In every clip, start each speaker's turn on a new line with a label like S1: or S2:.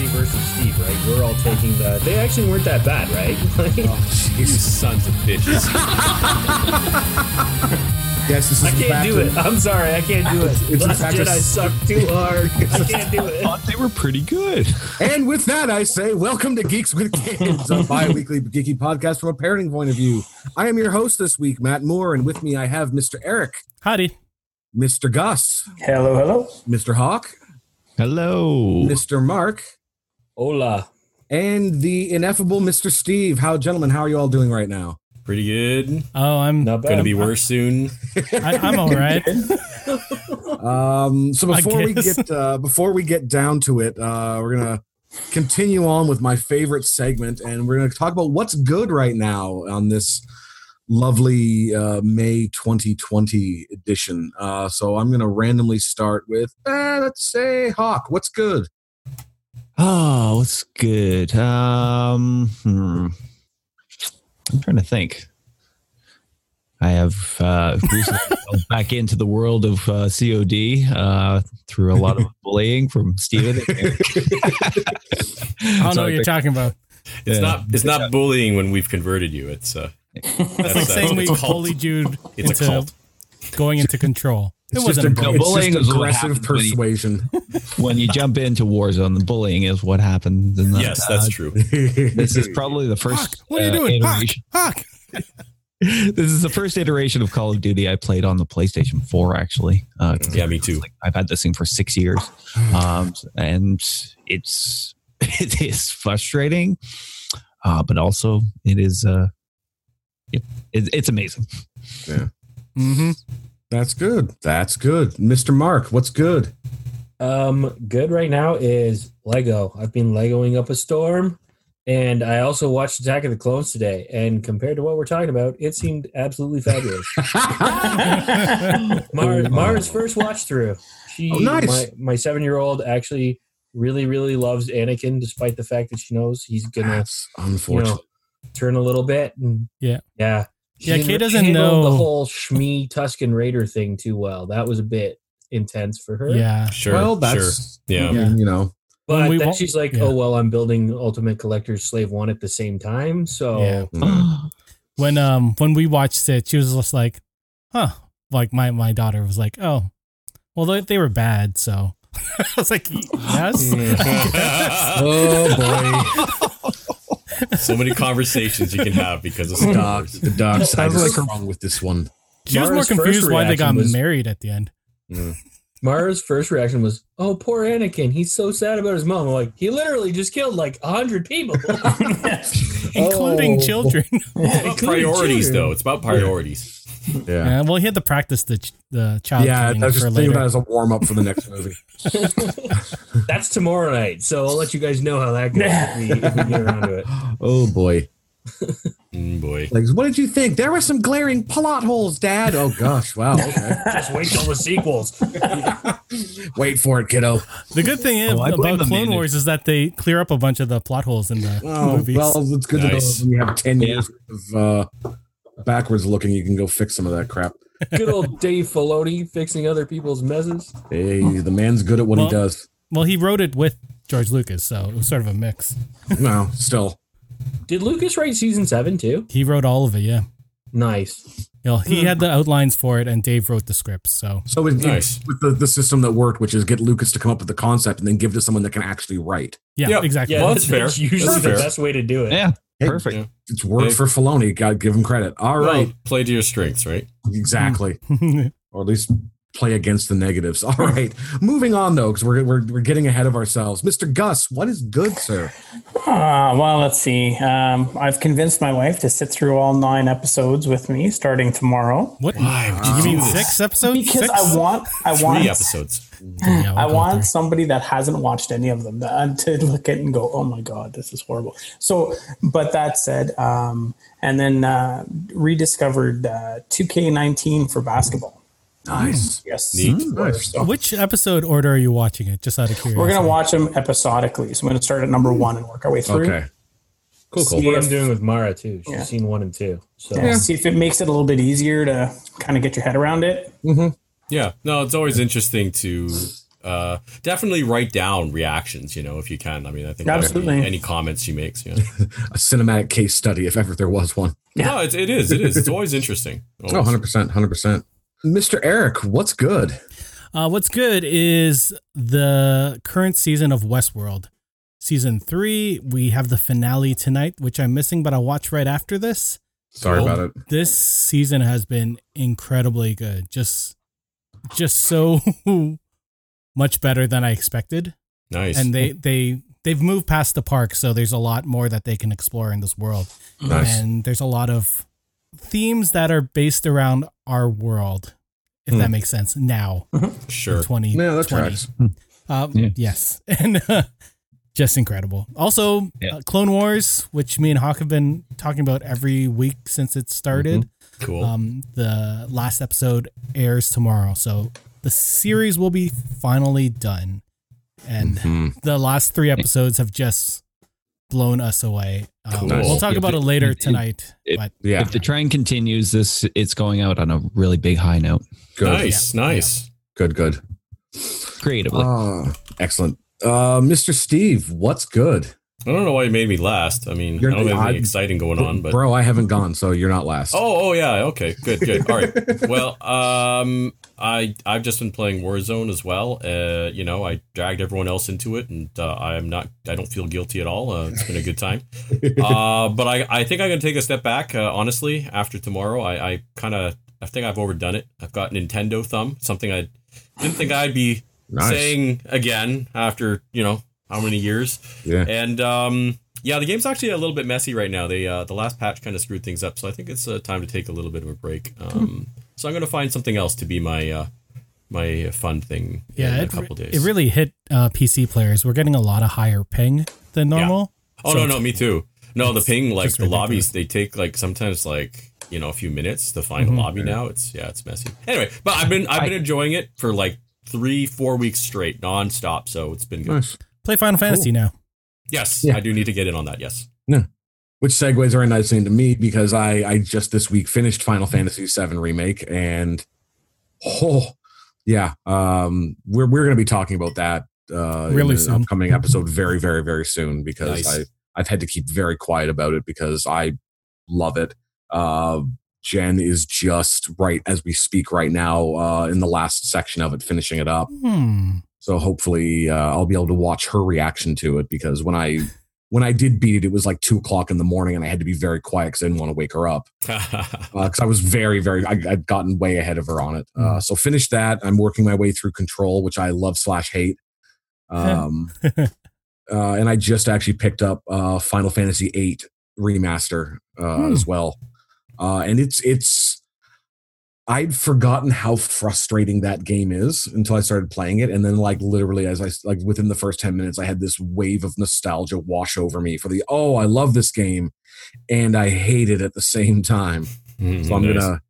S1: steep, right? We're all taking the. They actually weren't that bad, right? Like,
S2: Oh,
S3: You sons of bitches.
S2: Yes, this is
S1: I
S2: the
S1: can't
S2: fact
S1: do it. I'm sorry, I can't do it.
S2: It's a
S1: Last
S2: fact
S1: Jedi
S2: of-
S1: sucked too hard. I can't do it.
S3: Thought they were pretty good.
S2: And with that, I say, welcome to Geeks with Kids, a bi weekly geeky podcast from a parenting point of view. I am your host this week, Matt Moore, and with me I have Mr. Eric,
S4: Howdy.
S2: Mr. Gus,
S5: Hello, hello.
S2: Mr. Hawk,
S3: Hello.
S2: Mr. Mark,
S1: Hola.
S2: and the ineffable Mr. Steve. How, gentlemen, how are you all doing right now?
S6: Pretty good.
S4: Oh, I'm
S1: Not bad.
S6: Gonna be worse soon.
S4: I, I'm all right.
S2: Um, so
S4: I
S2: before we
S4: guess.
S2: get uh, before we get down to it, uh, we're gonna continue on with my favorite segment, and we're gonna talk about what's good right now on this lovely uh, May 2020 edition. Uh, so I'm gonna randomly start with uh, let's say Hawk. What's good?
S3: Oh, it's good. Um, hmm. I'm trying to think. I have uh, recently fell back into the world of uh, COD uh, through a lot of bullying from Steven. and Eric.
S4: I don't know what you're talking about.
S6: It's
S3: Yeah.
S6: not. It's not bullying when we've converted you. It's uh.
S4: That's like
S6: a-
S4: saying we
S6: it's a cult.
S4: bullied Jude
S6: It's a
S4: into
S6: cult.
S4: going into control. It
S2: just
S4: wasn't a
S2: ag-
S4: bully.
S3: No, bullying
S2: it's
S3: is what
S2: just aggressive
S3: happens when you-
S2: persuasion.
S3: when you jump into Warzone, the bullying is what happens. And
S6: Yes, that's true.
S3: This is probably the
S4: Hawk,
S3: first.
S4: what are you
S3: uh,
S4: doing? Hawk,
S3: iteration-
S4: Hawk.
S3: this is the first iteration of Call of Duty I played on the PlayStation 4. Actually, uh,
S6: Yeah, me too.
S3: Like, I've had this thing for six years, um, and it's it is frustrating, uh, but also it is uh, it, it, it's amazing.
S4: Mm-hmm.
S2: That's good. That's good, Mr. Mark. What's good?
S1: Um, good right now is Lego. I've been Legoing up a storm, and I also watched Attack of the Clones today. And compared to what we're talking about, it seemed absolutely fabulous. Mar- Mara's first watch through. She,
S2: Oh, nice.
S1: my, my seven-year-old, actually really, really loves Anakin, despite the fact that she knows he's gonna
S2: That's
S1: you
S2: unfortunate.
S1: know, turn a little bit and
S4: Yeah.
S1: yeah She
S4: Yeah,
S1: didn't
S4: Kay
S1: really
S4: doesn't
S1: handle the
S4: know-
S1: whole Shmi Tuscan Raider thing too well. That was a bit intense for her.
S4: Yeah.
S6: Sure.
S2: well,
S6: sure.
S2: that's
S6: Yeah.
S2: I mean, Um, you know.
S1: but
S4: When we
S1: then
S4: wa-
S1: she's like,
S4: yeah.
S1: "Oh well, I'm building Ultimate Collector's Slave One at the same time." So
S4: Yeah.
S2: mm,
S4: When um when we watched it, she was just like, huh. Like my, my daughter was like, oh, well they, they were bad, so I was like, yes.
S2: Oh boy.
S6: so many conversations you can have because of Star
S2: Doc,
S6: Wars.
S2: the dark side
S1: Sounds
S2: is
S1: like-
S2: strong with this one.
S4: She was more
S1: Mara's first
S4: confused why they got
S1: reaction was-
S4: married at the end.
S1: Mara's first reaction was, "Oh, poor Anakin. He's so sad about his mom." I'm like, he literally just killed like hundred people.
S2: Oh.
S4: Including children.
S6: It's about priorities, though. It's about priorities.
S2: Yeah.
S4: yeah, well he had to practice the ch-
S2: Yeah,
S4: the child killing
S2: I was
S4: for
S2: just thinking
S4: later.
S2: about it as a warm up for the next movie.
S1: That's tomorrow night, so I'll let you guys know how that goes if we, if we get around to it.
S2: oh boy.
S6: Mm, boy.
S2: Like, what did you think? There were some glaring plot holes, Dad. Oh gosh, wow. Okay.
S1: Just wait till the sequels.
S2: Wait for it, kiddo.
S4: The good thing is,
S3: Oh, I blame
S4: about
S3: the
S4: Clone
S3: manager.
S4: Wars is that they clear up a bunch of the plot holes in the
S2: Oh,
S4: movies.
S2: well, it's good
S6: Nice.
S2: to know when you have ten years of uh, backwards looking, you can go fix some of that crap.
S1: Good old Dave Filoni fixing other people's messes.
S2: Hey, the man's good at what
S4: Well-
S2: he does.
S4: well, he wrote it with George Lucas, so it was sort of a mix.
S2: No, still.
S1: Did Lucas write season seven too?
S4: He wrote all of it, yeah.
S1: Nice.
S4: You know, he had the outlines for it, and Dave wrote the scripts. So
S2: So with,
S6: Nice.
S2: with the, the system that worked, which is get Lucas to come up with the concept and then give it to someone that can actually write.
S4: yeah,
S6: Yep.
S4: exactly.
S6: Yeah, Well, that's fair.
S1: usually
S6: That's
S1: the
S6: fair.
S1: best way to do it.
S3: Yeah,
S2: Hey,
S3: perfect.
S2: It's worked for Filoni. God, give him credit. All
S6: Well,
S2: right,
S6: play to your strengths, right?
S2: exactly. or at least play against the negatives. All right, moving on though, because we're, we're we're getting ahead of ourselves. Mister Gus, what is good, sir?
S5: Uh, well, let's see. Um, I've convinced my wife to sit through all nine episodes with me starting tomorrow
S4: what?
S6: Why would you
S4: you mean
S6: do this?
S4: six episodes?
S5: because
S4: Six?
S5: I want, I want,
S6: Three episodes.
S4: Yeah, we'll
S5: I
S4: go
S5: want
S4: through.
S5: somebody that hasn't watched any of them uh, to look at and go, "Oh my god, this is horrible." So, but that said, um, and then uh, rediscovered uh, 2K19 for basketball.
S2: Nice.
S5: Yes,
S6: Neat.
S2: Nice.
S5: So
S4: Which episode order are you watching it? Just out of curiosity.
S5: we're gonna watch them episodically. So I'm gonna start at number one and work our way through.
S2: Okay. Cool.
S1: That's
S2: Cool.
S1: what I'm doing with Mara too. She's
S5: Yeah.
S1: seen one and two. So
S5: Yeah. See if it makes it a little bit easier to kind of get your head around it.
S6: Yeah. No, it's always interesting to uh, definitely write down reactions. You know, if you can. I mean, I think that would be
S5: Absolutely.
S6: any comments she makes. You know?
S2: A cinematic case study, if ever there was one.
S5: Yeah.
S6: No, it's, it is. It is. It's always interesting.
S2: Oh, 100%. 100%. Mr. Eric, what's good?
S4: Uh, what's good is the current season of Westworld. Season three, we have the finale tonight, which I'm missing, but I'll watch right after this.
S2: Sorry
S6: Cool.
S2: about it.
S4: This season has been incredibly good. Just just so much better than I expected.
S6: Nice.
S4: And they they they've moved past the park, so there's a lot more that they can explore in this world.
S2: Nice.
S4: And there's a lot of themes that are based around our world, if that makes sense. Now,
S6: sure.
S4: twenty.
S2: Yeah, that
S4: 20.
S2: tracks.
S4: Um,
S3: Yeah.
S4: Yes, and uh, just incredible. Also,
S3: Yeah.
S4: uh, Clone Wars, which me and Hawk have been talking about every week since it started.
S6: Cool.
S4: Um, the last episode airs tomorrow, so the series will be finally done. And the last three episodes have just blown us away. Um,
S6: Cool.
S4: We'll talk
S3: If
S4: about
S3: it-
S4: it later
S3: if it-
S4: tonight.
S3: if-
S4: but
S2: Yeah.
S3: If the trend continues, this it's going out on a really big high note.
S2: Good.
S6: Nice. Nice.
S2: Good, good.
S3: Creatively,
S2: Ah, excellent. Uh, Mr. Steve, what's good?
S6: I don't know why you made me last. I mean,
S2: You're
S6: I don't
S2: the
S6: have anything
S2: odd-
S6: exciting going on, but
S2: Bro, I haven't gone, so you're not last.
S6: Oh, oh yeah. Okay, good, good. All right. Well, um, I I've just been playing Warzone as well. Uh, you know, I dragged everyone else into it, and uh, I'm not. I don't feel guilty at all. Uh, it's been a good time. Uh, but I I think I'm gonna take a step back. Uh, honestly, after tomorrow, I I kind of I think I've overdone it. I've got Nintendo thumb, something I didn't think I'd be
S2: nice.
S6: saying again after you know how many years.
S2: yeah.
S6: And um, yeah, the game's actually a little bit messy right now. They uh, the last patch kind of screwed things up, so I think it's uh, time to take a little bit of a break. Um, so I'm gonna find something else to be my uh, my fun thing.
S4: yeah,
S6: in
S4: it,
S6: a couple
S4: re-
S6: days.
S4: it really hit uh, PC players. We're getting a lot of higher ping than normal.
S6: Oh
S4: so
S6: no, no, me too. No, the
S4: it's
S6: ping like
S4: just
S6: the lobbies they take like sometimes like you know a few minutes to find
S4: Mm-hmm.
S6: a lobby now. It's yeah, it's messy. Anyway, but I've been I've been enjoying it for like three four weeks straight nonstop, so it's been good.
S2: Nice.
S4: Play Final Fantasy now.
S6: Yes,
S2: Yeah.
S6: I do need to get in on that. Yes.
S2: Which segues very nicely into me because I, I just this week finished Final Fantasy VII Remake and oh yeah, um, we're we're gonna be talking about that uh,
S4: Really
S2: in an
S4: soon.
S2: upcoming episode very very very soon because
S6: Nice.
S2: I I've had to keep very quiet about it because I love it. Uh, Jen is just right as we speak right now uh, in the last section of it, finishing it up.
S4: Hmm.
S2: So hopefully, uh, I'll be able to watch her reaction to it because when I when I did beat it, it was like two o'clock in the morning, and I had to be very quiet because I didn't want to wake her up because Uh, I was very very I, I'd gotten way ahead of her on it. Uh, so finished that. I'm working my way through Control, which I love slash hate. Um, uh, and I just actually picked up uh, Final Fantasy VIII remaster uh,
S4: Hmm.
S2: as well, uh, and it's it's. I'd forgotten how frustrating that game is until I started playing it, and then like literally, as I s- like within the first ten minutes, I had this wave of nostalgia wash over me for the oh, I love this game, and I hate it at the same time. So I'm
S6: Nice.
S2: gonna,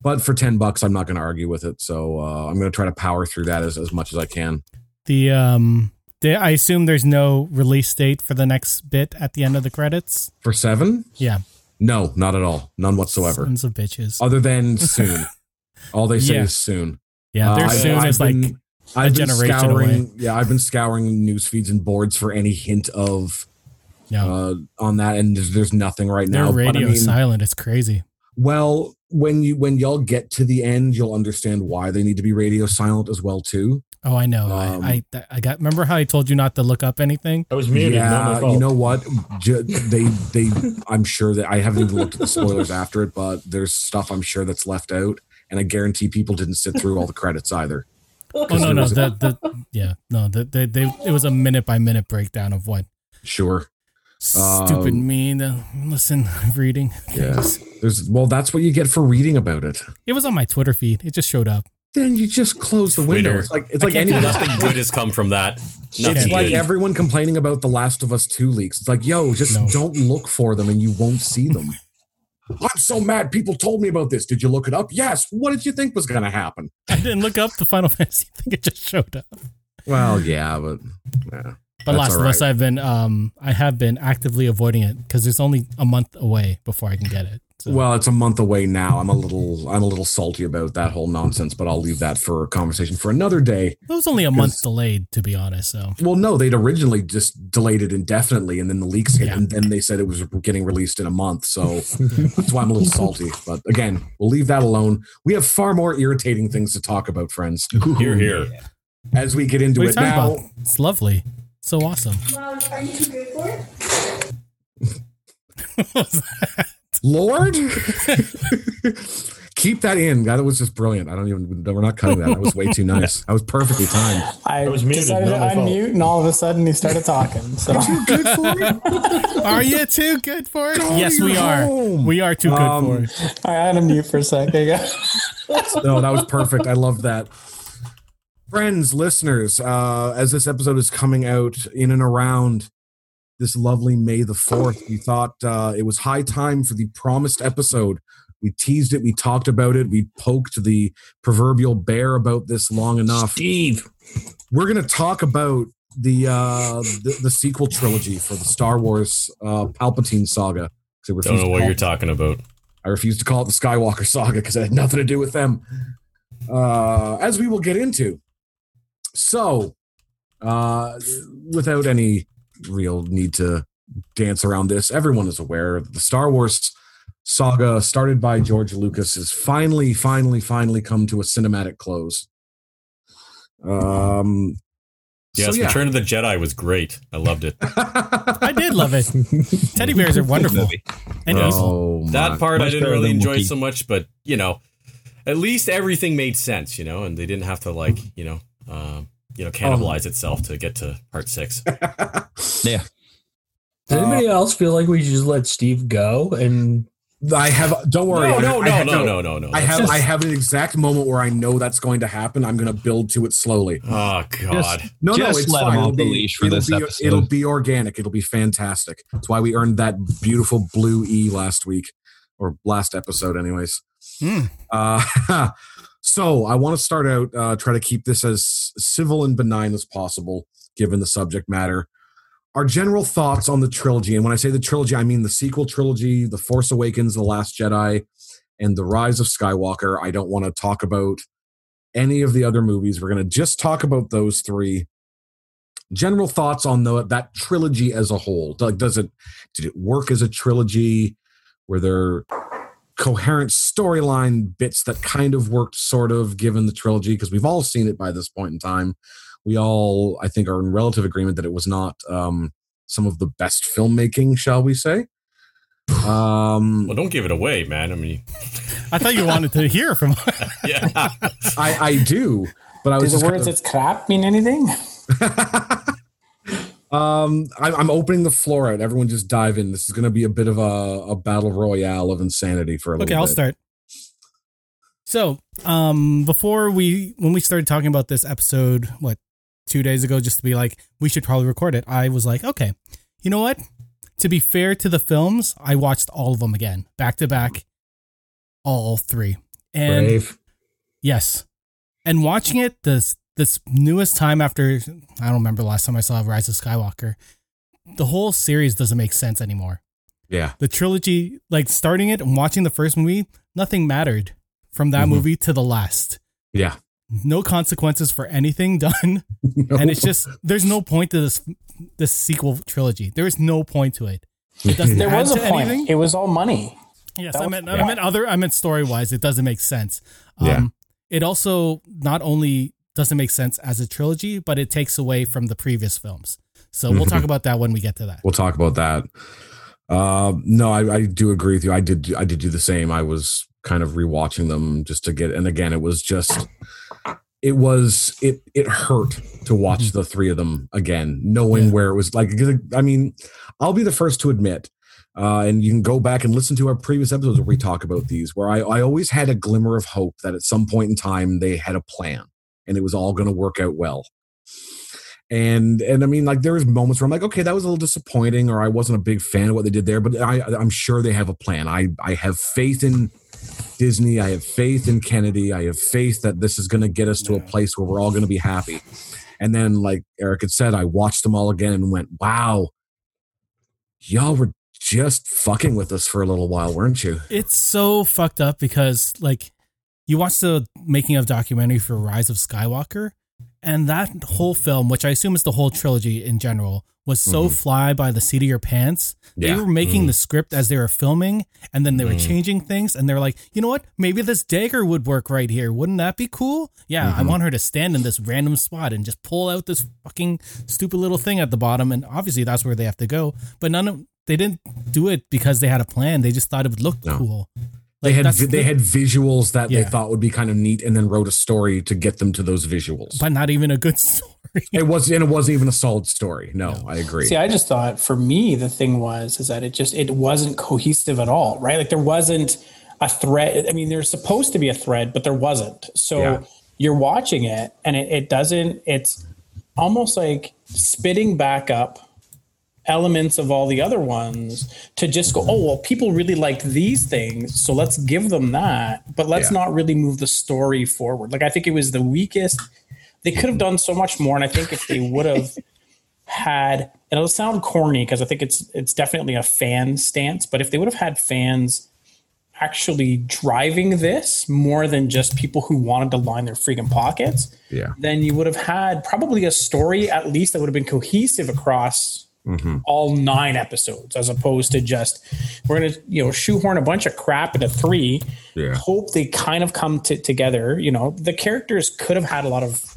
S2: but for ten bucks, I'm not gonna argue with it. So uh, I'm gonna try to power through that as, as much as I can.
S4: The um, the, I assume there's no release date for the next bit at the end of the credits.
S2: For seven?
S4: Yeah.
S2: No, not at all, none whatsoever. Uh,
S4: Sons of bitches.
S2: Other than soon. all they say
S4: Yeah.
S2: is soon.
S4: yeah,
S2: Uh,
S4: their
S2: I've-
S4: soon
S2: I've
S4: is like
S2: been- I've been
S4: generation
S2: scouring.
S4: away.
S2: Yeah, I've been scouring news feeds and boards for any hint of
S4: no.
S2: uh, on that, and there's, there's nothing right
S4: Oh. their
S2: now. but I
S4: radio
S2: mean-
S4: silent. It's crazy.
S2: Well, when you when y'all get to the end, you'll understand why they need to be radio silent as well too.
S4: Oh, I know.
S2: Um,
S4: I, I that- I got. Remember how I told you not to look up anything?
S1: I was muted. not my
S2: Yeah,
S1: fault.
S2: you know what? J- they they I'm sure that I haven't even looked at the spoilers after it, but there's stuff I'm sure that's left out, and I guarantee people didn't sit through all the credits either.
S4: Oh no, no. The, the yeah, no. The, the, they it was a minute by minute breakdown of what
S2: Sure.
S4: stupid
S2: Um,
S4: me. The listen, reading.
S2: Yeah. There's well, that's what you get for reading about it.
S4: It was on my Twitter feed. It just showed up.
S2: Then you just close the window.
S6: Twitter.
S2: It's like it's like any.
S6: Nothing good has come from that. Nothing
S2: It's like
S6: good.
S2: everyone complaining about the Last of Us Two leaks. It's like, yo, just
S4: No.
S2: don't look for them, and you won't see them. I'm so mad. People told me about this. Did you look it up? Yes. What did you think was going to happen?
S4: I didn't look up the Final Fantasy thing. It just showed up.
S2: Well, yeah, but
S4: But
S2: That's
S4: Last
S2: all
S4: of Us,
S2: right.
S4: I've been, um, I have been actively avoiding it because it's only a month away before I can get it. So-
S2: Well, it's a month away now. I'm a little I'm a little salty about that whole nonsense, but I'll leave that for a conversation for another day.
S4: It was only a month delayed, to be honest. So
S2: Well, no, they'd originally just delayed it indefinitely, and then the leaks hit,
S4: Yeah.
S2: and then they said it was getting released in a month. So that's why I'm a little salty. But again, we'll leave that alone. We have far more irritating things to talk about, friends.
S6: Here, here.
S2: As we get into
S4: what are you
S2: it
S4: talking
S2: now,
S4: about? It's lovely. So awesome.
S7: Mom, are you too good for it?
S2: Lord, keep that in. God, that was just brilliant. I don't even. We're not cutting that. That was way too nice. I was perfectly timed.
S5: I,
S1: I was
S5: was
S1: muted,
S5: decided
S1: not
S5: to
S1: my fault.
S5: unmute, and all of a sudden he started talking. So
S4: Are you too good for it?
S2: Go
S4: yes,
S2: to
S4: we
S2: your
S4: are.
S2: home.
S4: We are too good
S2: Um,
S4: for it.
S5: I had to mute for a second.
S2: no, that was perfect. I love that. Friends, listeners, uh, as this episode is coming out in and around this lovely May the 4th, we thought uh, it was high time for the promised episode. We teased it, we talked about it, we poked the proverbial bear about this long enough.
S1: Steve.
S2: We're going to talk about the, uh, the the sequel trilogy for the Star Wars uh, Palpatine saga. 'Cause I
S6: Don't
S2: refuse
S6: know
S2: to
S6: what
S2: call-
S6: you're talking about.
S2: I refuse to call it the Skywalker saga because it had nothing to do with them, uh, as we will get into. So, uh, without any real need to dance around this, everyone is aware that the Star Wars saga, started by George Lucas, has finally, finally, finally come to a cinematic close. Um, so
S6: Yes,
S2: yeah.
S6: Return of the Jedi was great. I loved it.
S4: I did love it. Teddy bears are wonderful. And
S6: Bro.
S4: evil.
S2: oh,
S6: That
S2: my-
S6: part I
S3: much
S6: didn't
S3: better
S6: really
S3: than
S6: enjoy
S3: Wookiee.
S6: so much, but you know, at least everything made sense, you know, and they didn't have to like,
S2: Mm-hmm.
S6: you know, um, you know, cannibalize itself to get to part six.
S3: Yeah.
S1: Does anybody else feel like we should just let Steve go? And
S2: I have. Don't worry.
S6: No,
S2: I-
S6: no,
S2: I
S6: no,
S2: have-
S6: no, no, no, no.
S2: I
S6: That's
S2: have
S6: just-
S2: I have an exact moment where I know that's going to happen. I'm going to build to it slowly.
S6: Oh God.
S2: No,
S3: Just
S2: no, it's
S3: let
S2: fine.
S3: them
S2: It'll
S3: off the
S2: be-
S3: leash for
S2: it'll
S3: this
S2: be,
S3: episode.
S2: It'll be organic. It'll be fantastic. That's why we earned that beautiful blue E last week or last episode, anyways.
S4: Hmm.
S2: Uh, so I want to start out, uh, try to keep this as civil and benign as possible, given the subject matter. Our general thoughts on the trilogy, and when I say the trilogy, I mean the sequel trilogy, The Force Awakens, The Last Jedi, and The Rise of Skywalker. I don't want to talk about any of the other movies. We're going to just talk about those three. General thoughts on the, that trilogy as a whole. Like, does it did it work as a trilogy? Were there coherent storyline bits that kind of worked, sort of, given the trilogy? Because we've all seen it by this point in time. We all, I think, are in relative agreement that it was not um, some of the best filmmaking, shall we say? Um,
S6: Well, don't give it away, man. I mean,
S4: I thought you wanted to hear from
S6: yeah.
S2: I, I do, but I
S5: Do
S2: was
S5: the
S2: just kind
S5: words
S2: of-
S5: "it's crap" mean anything?
S2: um, I, I'm opening the floor out. Everyone, just dive in. This is going to be a bit of a, a battle royale of insanity for a little
S4: Okay, I'll
S2: bit.
S4: start. So, um, before we when we started talking about this episode, what two days ago, just to be like, we should probably record it. I was like, okay, you know what? To be fair to the films, I watched all of them again, back to back, all three, and
S1: brave.
S4: yes, and watching it this this newest time after I don't remember the last time I saw Rise of Skywalker, the whole series doesn't make sense anymore
S2: Yeah,
S4: the trilogy, like starting it and watching the first movie, nothing mattered from that
S2: Mhm.
S4: movie to the last.
S2: yeah.
S4: No consequences for anything done, and it's just there's no point to this this sequel trilogy. There is no point to it. It doesn't
S5: There
S4: add
S5: was a
S4: to
S5: point.
S4: anything.
S5: It was all money.
S4: Yes,
S5: That
S4: I
S5: was-
S4: meant I
S5: yeah.
S4: meant other I meant story wise, it doesn't make sense. Um
S2: Yeah.
S4: it also not only doesn't make sense as a trilogy, but it takes away from the previous films. So we'll
S5: Mm-hmm.
S4: talk about that when we get to that.
S2: we'll talk about that. Um, no, I, I do agree with you. I did do- I did do the same. I was kind of rewatching them just to get and again it was just it was it it hurt to watch the three of them again, knowing
S4: Mm-hmm. Yeah.
S2: where it was like 'cause, I mean, I'll be the first to admit. Uh, and you can go back and listen to our previous episodes where we talk about these, where I, I always had a glimmer of hope that at some point in time they had a plan and it was all going to work out well and and I mean, like there was moments where I'm like, okay, that was a little disappointing, or I wasn't a big fan of what they did there. But I, I'm sure they have a plan. I I have faith in Disney. I have faith in Kennedy. I have faith that this is going to get us to a place where we're all going to be happy. And then, like Eric had said, I watched them all again and went, wow, y'all were just fucking with us for a little while, weren't you?
S4: It's so fucked up because like you watch the making of documentary for Rise of Skywalker and that whole film, which I assume is the whole trilogy in general, was so
S5: Mm-hmm.
S6: Mhm.
S4: fly by the seat of your pants.
S6: Yeah.
S4: They were making
S6: Mhm.
S4: the script as they were filming and then they were
S6: Mhm.
S4: changing things and they were like, you know what? Maybe this dagger would work right here. Wouldn't that be cool? Yeah, I
S6: Mhm.
S4: want her to stand in this random spot and just pull out this fucking stupid little thing at the bottom and obviously that's where they have to go. But none of they didn't do it because they had a plan. They just thought it would look
S2: No.
S4: cool.
S2: They had
S4: that's
S2: vi- they
S4: the-
S2: had visuals that they
S4: Yeah.
S2: thought would be kind of neat, and then wrote a story to get them to those visuals.
S4: but not even a good story.
S2: it was and it wasn't even a solid story. No, I agree.
S5: See, I just thought for me the thing was is that it just it wasn't cohesive at all, right? Like there wasn't a thread. I mean, there's supposed to be a thread, but there wasn't. So
S2: Yeah.
S5: you're watching it, and it, it doesn't. It's almost like spitting back up elements of all the other ones to just go, oh well, people really liked these things, so let's give them that, but let's
S2: Yeah.
S5: not really move the story forward. Like I think it was the weakest. They could have done so much more, and I think if they would have had and it'll sound corny because I think it's it's definitely a fan stance, but if they would have had fans actually driving this more than just people who wanted to line their freaking pockets,
S2: yeah,
S5: then you would have had probably a story at least that would have been cohesive across all nine episodes, as opposed to just we're gonna you know shoehorn a bunch of crap into three.
S2: Yeah.
S5: Hope they kind of come to together. You know, the characters could have had a lot of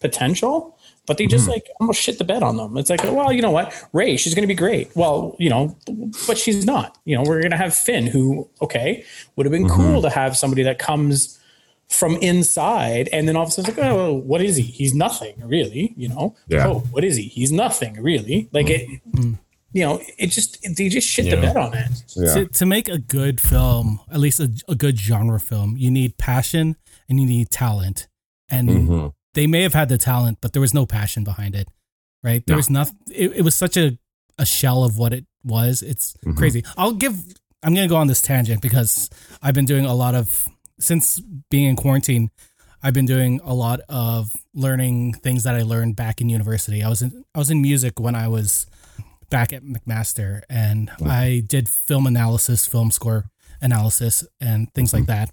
S5: potential, but they just like almost shit the bed on them. It's like, well, you know what, Ray, she's gonna be great. Well, you know, but she's not. You know, we're gonna have Finn, who okay would have been cool to have somebody that comes from inside, and then all of a sudden, it's like, oh, what is he? He's nothing, really. You know,
S2: Yeah.
S5: oh, what is he? He's nothing, really. Like it, you know, it just they just shit the
S6: Yeah.
S5: bed on it.
S4: to, to make a good film, at least a, a good genre film, you need passion and you need talent. And they may have had the talent, but there was no passion behind it, right? There
S2: No.
S4: was nothing. It, it was such a, a shell of what it was. It's
S2: Mhm.
S4: crazy. I'll give, I'm going to go on this tangent because I've been doing a lot of, since being in quarantine, I've been doing a lot of learning things that I learned back in university. I was in, I was in music when I was back at McMaster and I did film analysis, film score analysis, and things like that.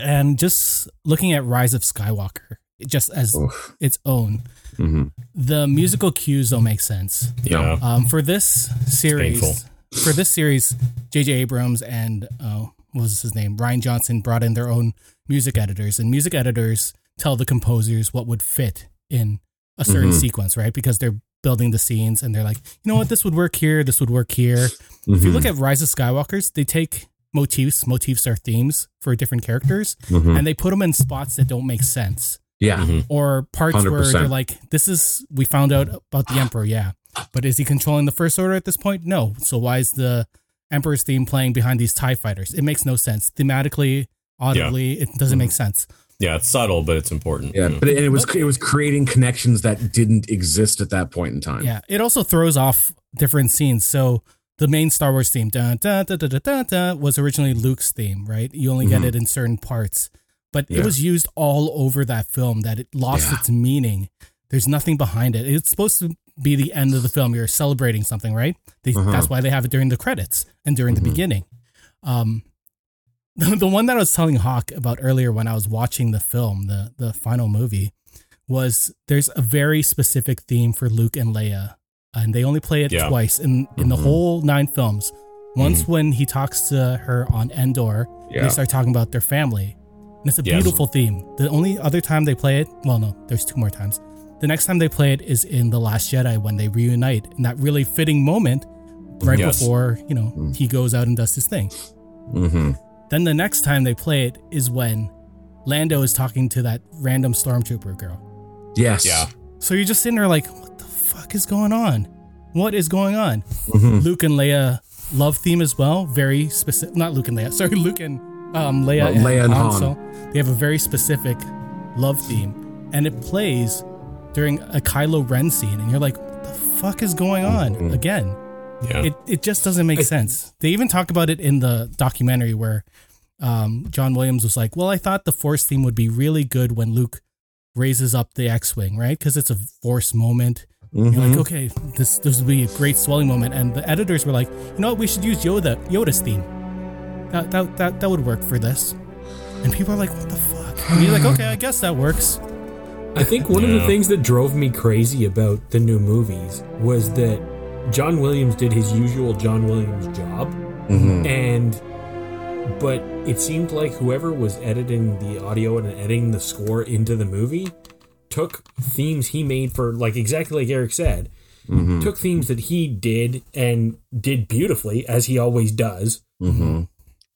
S4: And just looking at Rise of Skywalker, just as
S2: Oof.
S4: its own,
S2: Mhm.
S4: the musical cues don't make sense.
S6: Yeah.
S4: Um, for this series,
S6: painful.
S4: for this series, J.J. Abrams and uh, what was his name, Ryan Johnson, brought in their own music editors, and music editors tell the composers what would fit in a certain
S2: Mhm.
S4: sequence, right? Because they're building the scenes, and they're like, you know what, this would work here, this would work here. If
S2: Mm-hmm.
S4: you look at Rise of Skywalkers, they take motifs, motifs are themes for different characters,
S2: Mhm.
S4: and they put them in spots that don't make sense
S2: yeah,
S4: or parts where
S2: 100%.
S4: they're like, this is, we found out about the Emperor, yeah. But is he controlling the First Order at this point? No. So why is the Emperor's theme playing behind these TIE fighters? It makes no sense. Thematically, audibly, it doesn't make sense.
S6: Yeah, it's subtle, but it's important.
S2: yeah. But it, and it was it was creating connections that didn't exist at that point in time.
S4: Yeah. It also throws off different scenes. So the main Star Wars theme dun, dun, dun, dun, dun, dun, dun, was originally Luke's theme, right? You only get
S2: Mhm.
S4: it in certain parts, but
S2: Yeah.
S4: it was used all over that film that it lost
S2: Yeah.
S4: its meaning. There's nothing behind it. It's supposed to be the end of the film. You're celebrating something, right? They,
S2: Uh-huh.
S4: That's why they have it during the credits and during
S2: Mhm.
S4: the beginning. Um, the, the one that I was telling Hawk about earlier when I was watching the film, the the final movie, was there's a very specific theme for Luke and Leia, and they only play it
S6: Yeah. Mm-hmm.
S4: twice in in the
S2: Mhm.
S4: whole nine films. Once when he talks to her on Endor, and
S2: Yeah.
S4: they start talking about their family, and it's a
S6: Yes.
S4: beautiful theme. The only other time they play it, well, no, there's two more times. The next time they play it is in The Last Jedi when they reunite in that really fitting moment right
S6: Yes. Mm.
S4: before, you know, he goes out and does his thing.
S2: Mm-hmm.
S4: Then the next time they play it is when Lando is talking to that random stormtrooper girl.
S2: Yes.
S6: Yeah.
S4: So you're just sitting there like, what the fuck is going on? What is going on?
S2: Mhm.
S4: Luke and Leia love theme as well. Very specific. Not Luke and Leia. Sorry, Luke and um, Leia,
S2: Uh, Leia and Han.
S4: Solo. They have a very specific love theme, and it plays during a Kylo Ren scene, and you're like, what the fuck is going on
S2: Mm-hmm.
S4: again?
S6: Yeah.
S4: it, it just doesn't make sense. They even talk about it in the documentary where um, John Williams was like, "Well, I thought the Force theme would be really good when Luke raises up the X-wing, right? Because it's a Force moment. You're like, okay, this this would be a great swelling moment. And the editors were like, you know what, we should use Yoda Yoda's theme. That that that, that would work for this. And people are like, what the fuck? And you're like, okay, I guess that works.
S1: I think one of the
S6: Yeah.
S1: things that drove me crazy about the new movies was that John Williams did his usual John Williams job. And but it seemed like whoever was editing the audio and editing the score into the movie took themes he made for like exactly like Eric said, took themes that he did and did beautifully as he always does
S2: Mm-hmm.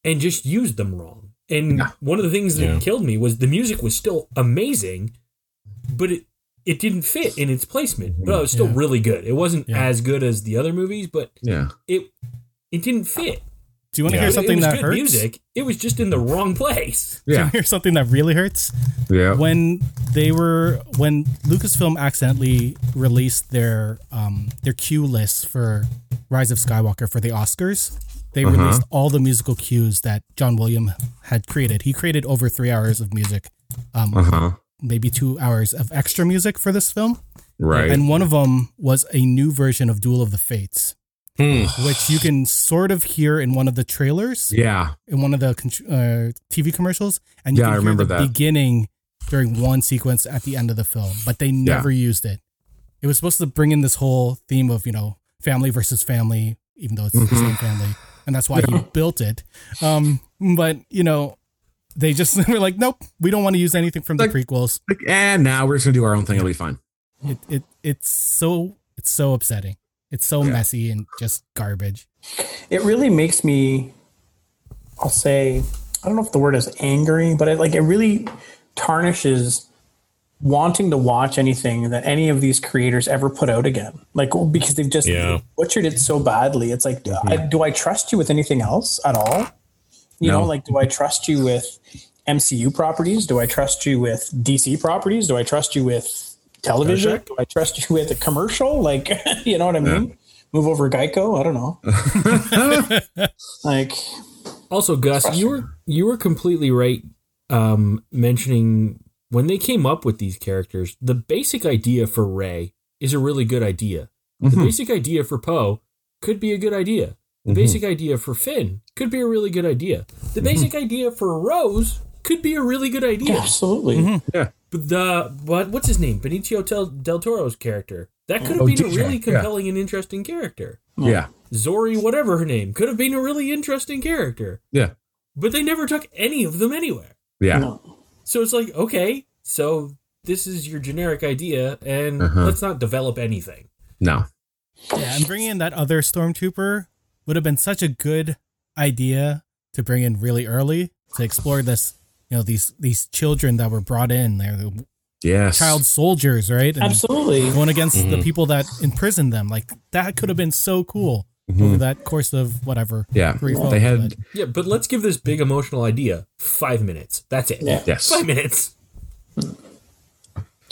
S1: and just used them wrong. And
S2: Yeah.
S1: one of the things that
S6: Yeah.
S1: killed me was the music was still amazing, but it it didn't fit in its placement. But it was still
S4: Yeah.
S1: really good. It wasn't
S4: Yeah.
S1: as good as the other movies, but
S2: Yeah.
S1: it it didn't fit.
S4: Do you want to
S1: It-
S6: Yeah.
S4: hear
S1: it
S4: something
S1: was
S4: that
S1: good
S4: hurts?
S1: Music. It was just in the wrong place.
S4: Do you
S2: Yeah.
S4: want to hear something that really hurts?
S2: Yeah.
S4: when they were when Lucasfilm accidentally released their um, their cue list for Rise of Skywalker for the Oscars, they released all the musical cues that John William had created. He created over three hours of music, um,
S2: Uh-huh.
S4: maybe two hours of extra music for this film,
S2: Right.
S4: and one of them was a new version of Duel of the Fates,
S6: Hmm.
S4: which you can sort of hear in one of the trailers
S2: yeah.
S4: in one of the con- uh, TV commercials, and you
S2: Yeah,
S4: can
S2: I
S4: hear
S2: remember
S4: the
S2: that.
S4: beginning during one sequence at the end of the film, but they never used it. It was supposed to bring in this whole theme of you know family versus family, even though it's the
S2: Mhm.
S4: same family, and that's why he built it. Um, but you know, they just were like, nope, we don't want to use anything from
S2: Like-
S4: the prequels.
S2: Like, and now we're just gonna do our own thing. It'll be fine.
S4: It it it's so it's so upsetting. It's so messy and just garbage.
S5: it really makes me i'll say i don't know if the word is angry but it like it really tarnishes wanting to watch anything that any of these creators ever put out again like because they've just
S6: Yeah.
S5: butchered it so badly it's like I, do i trust you with anything else at all you know
S2: No.
S5: like do i trust you with mcu properties do i trust you with dc properties do i trust you with television do i trust you with a commercial like you know what i mean move over geico i don't know like
S1: Also, Gus, you were you were completely right um, mentioning when they came up with these characters. The basic idea for Ray is a really good idea. The
S2: Mm-hmm.
S1: basic idea for Poe could be a good idea. The basic idea for Finn could be a really good idea. The
S2: Mm-hmm.
S1: basic idea for Rose could be a really good idea.
S5: absolutely
S1: But the but what's his name? Benicio del, del Toro's character that could have
S2: Oh,
S1: been a
S2: DJ,
S1: really
S2: yeah.
S1: compelling and interesting character.
S2: Yeah.
S1: Zori, whatever her name, could have been a really interesting character.
S2: Yeah.
S1: But they never took any of them anywhere.
S2: Yeah.
S5: No.
S1: So it's like, okay, so this is your generic idea, and
S2: Uh-huh.
S1: let's not develop anything.
S2: No.
S4: Yeah, and bringing in that other stormtrooper would have been such a good idea to bring in really early to explore this. You know these these children that were brought in. They're the
S2: Yes.
S4: child soldiers, right? And
S5: absolutely
S4: Going against
S2: Mm-hmm.
S4: the people that imprisoned them. Like that could have been so cool over that course of whatever.
S2: Mm-hmm. Yeah.
S4: three films,
S2: They had
S4: but-
S1: Yeah, but let's give this big emotional idea five minutes. That's it.
S5: Yeah.
S2: yes.
S1: Five minutes.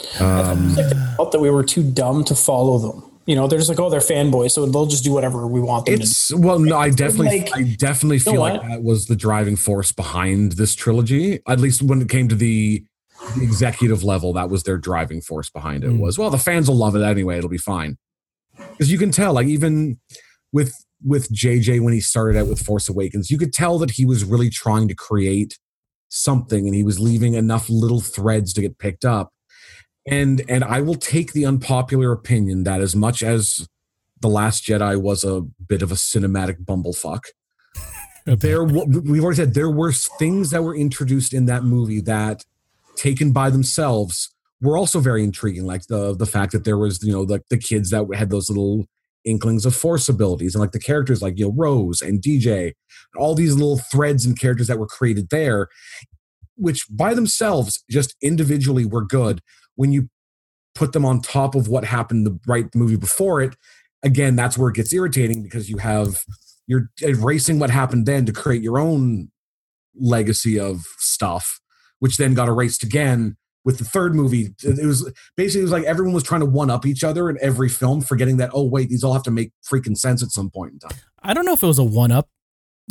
S5: felt that we were too dumb to follow them you know they're just like oh they're fanboys so they'll just do whatever we want them to
S2: It's well, no, I definitely,
S5: like-
S2: I definitely feel
S5: know
S2: like
S5: what?
S2: that was the driving force behind this trilogy. At least when it came to the, the executive level, that was their driving force behind it.
S5: Hmm.
S2: Was well, the fans will love it anyway. It'll be fine because you can tell, like even with with JJ when he started out with Force Awakens, you could tell that he was really trying to create something, and he was leaving enough little threads to get picked up. And and I will take the unpopular opinion that as much as the Last Jedi was a bit of a cinematic bumblefuck.
S4: A bit.
S2: There, wa- we've already said there were things that were introduced in that movie that, taken by themselves, were also very intriguing. Like the the fact that there was you know like the kids that had those little inklings of force abilities, and like the characters like you know Rose and DJ, all these little threads and characters that were created there, which by themselves just individually were good. When you put them on top of what happened the right movie before it, again, that's where it gets irritating because you have you're erasing what happened then to create your own legacy of stuff, which then got erased again with the third movie. It was basically it was like everyone was trying to one up each other in every film, forgetting that oh wait, these all have to make freaking sense at some point in time.
S4: I don't know if it was a one up.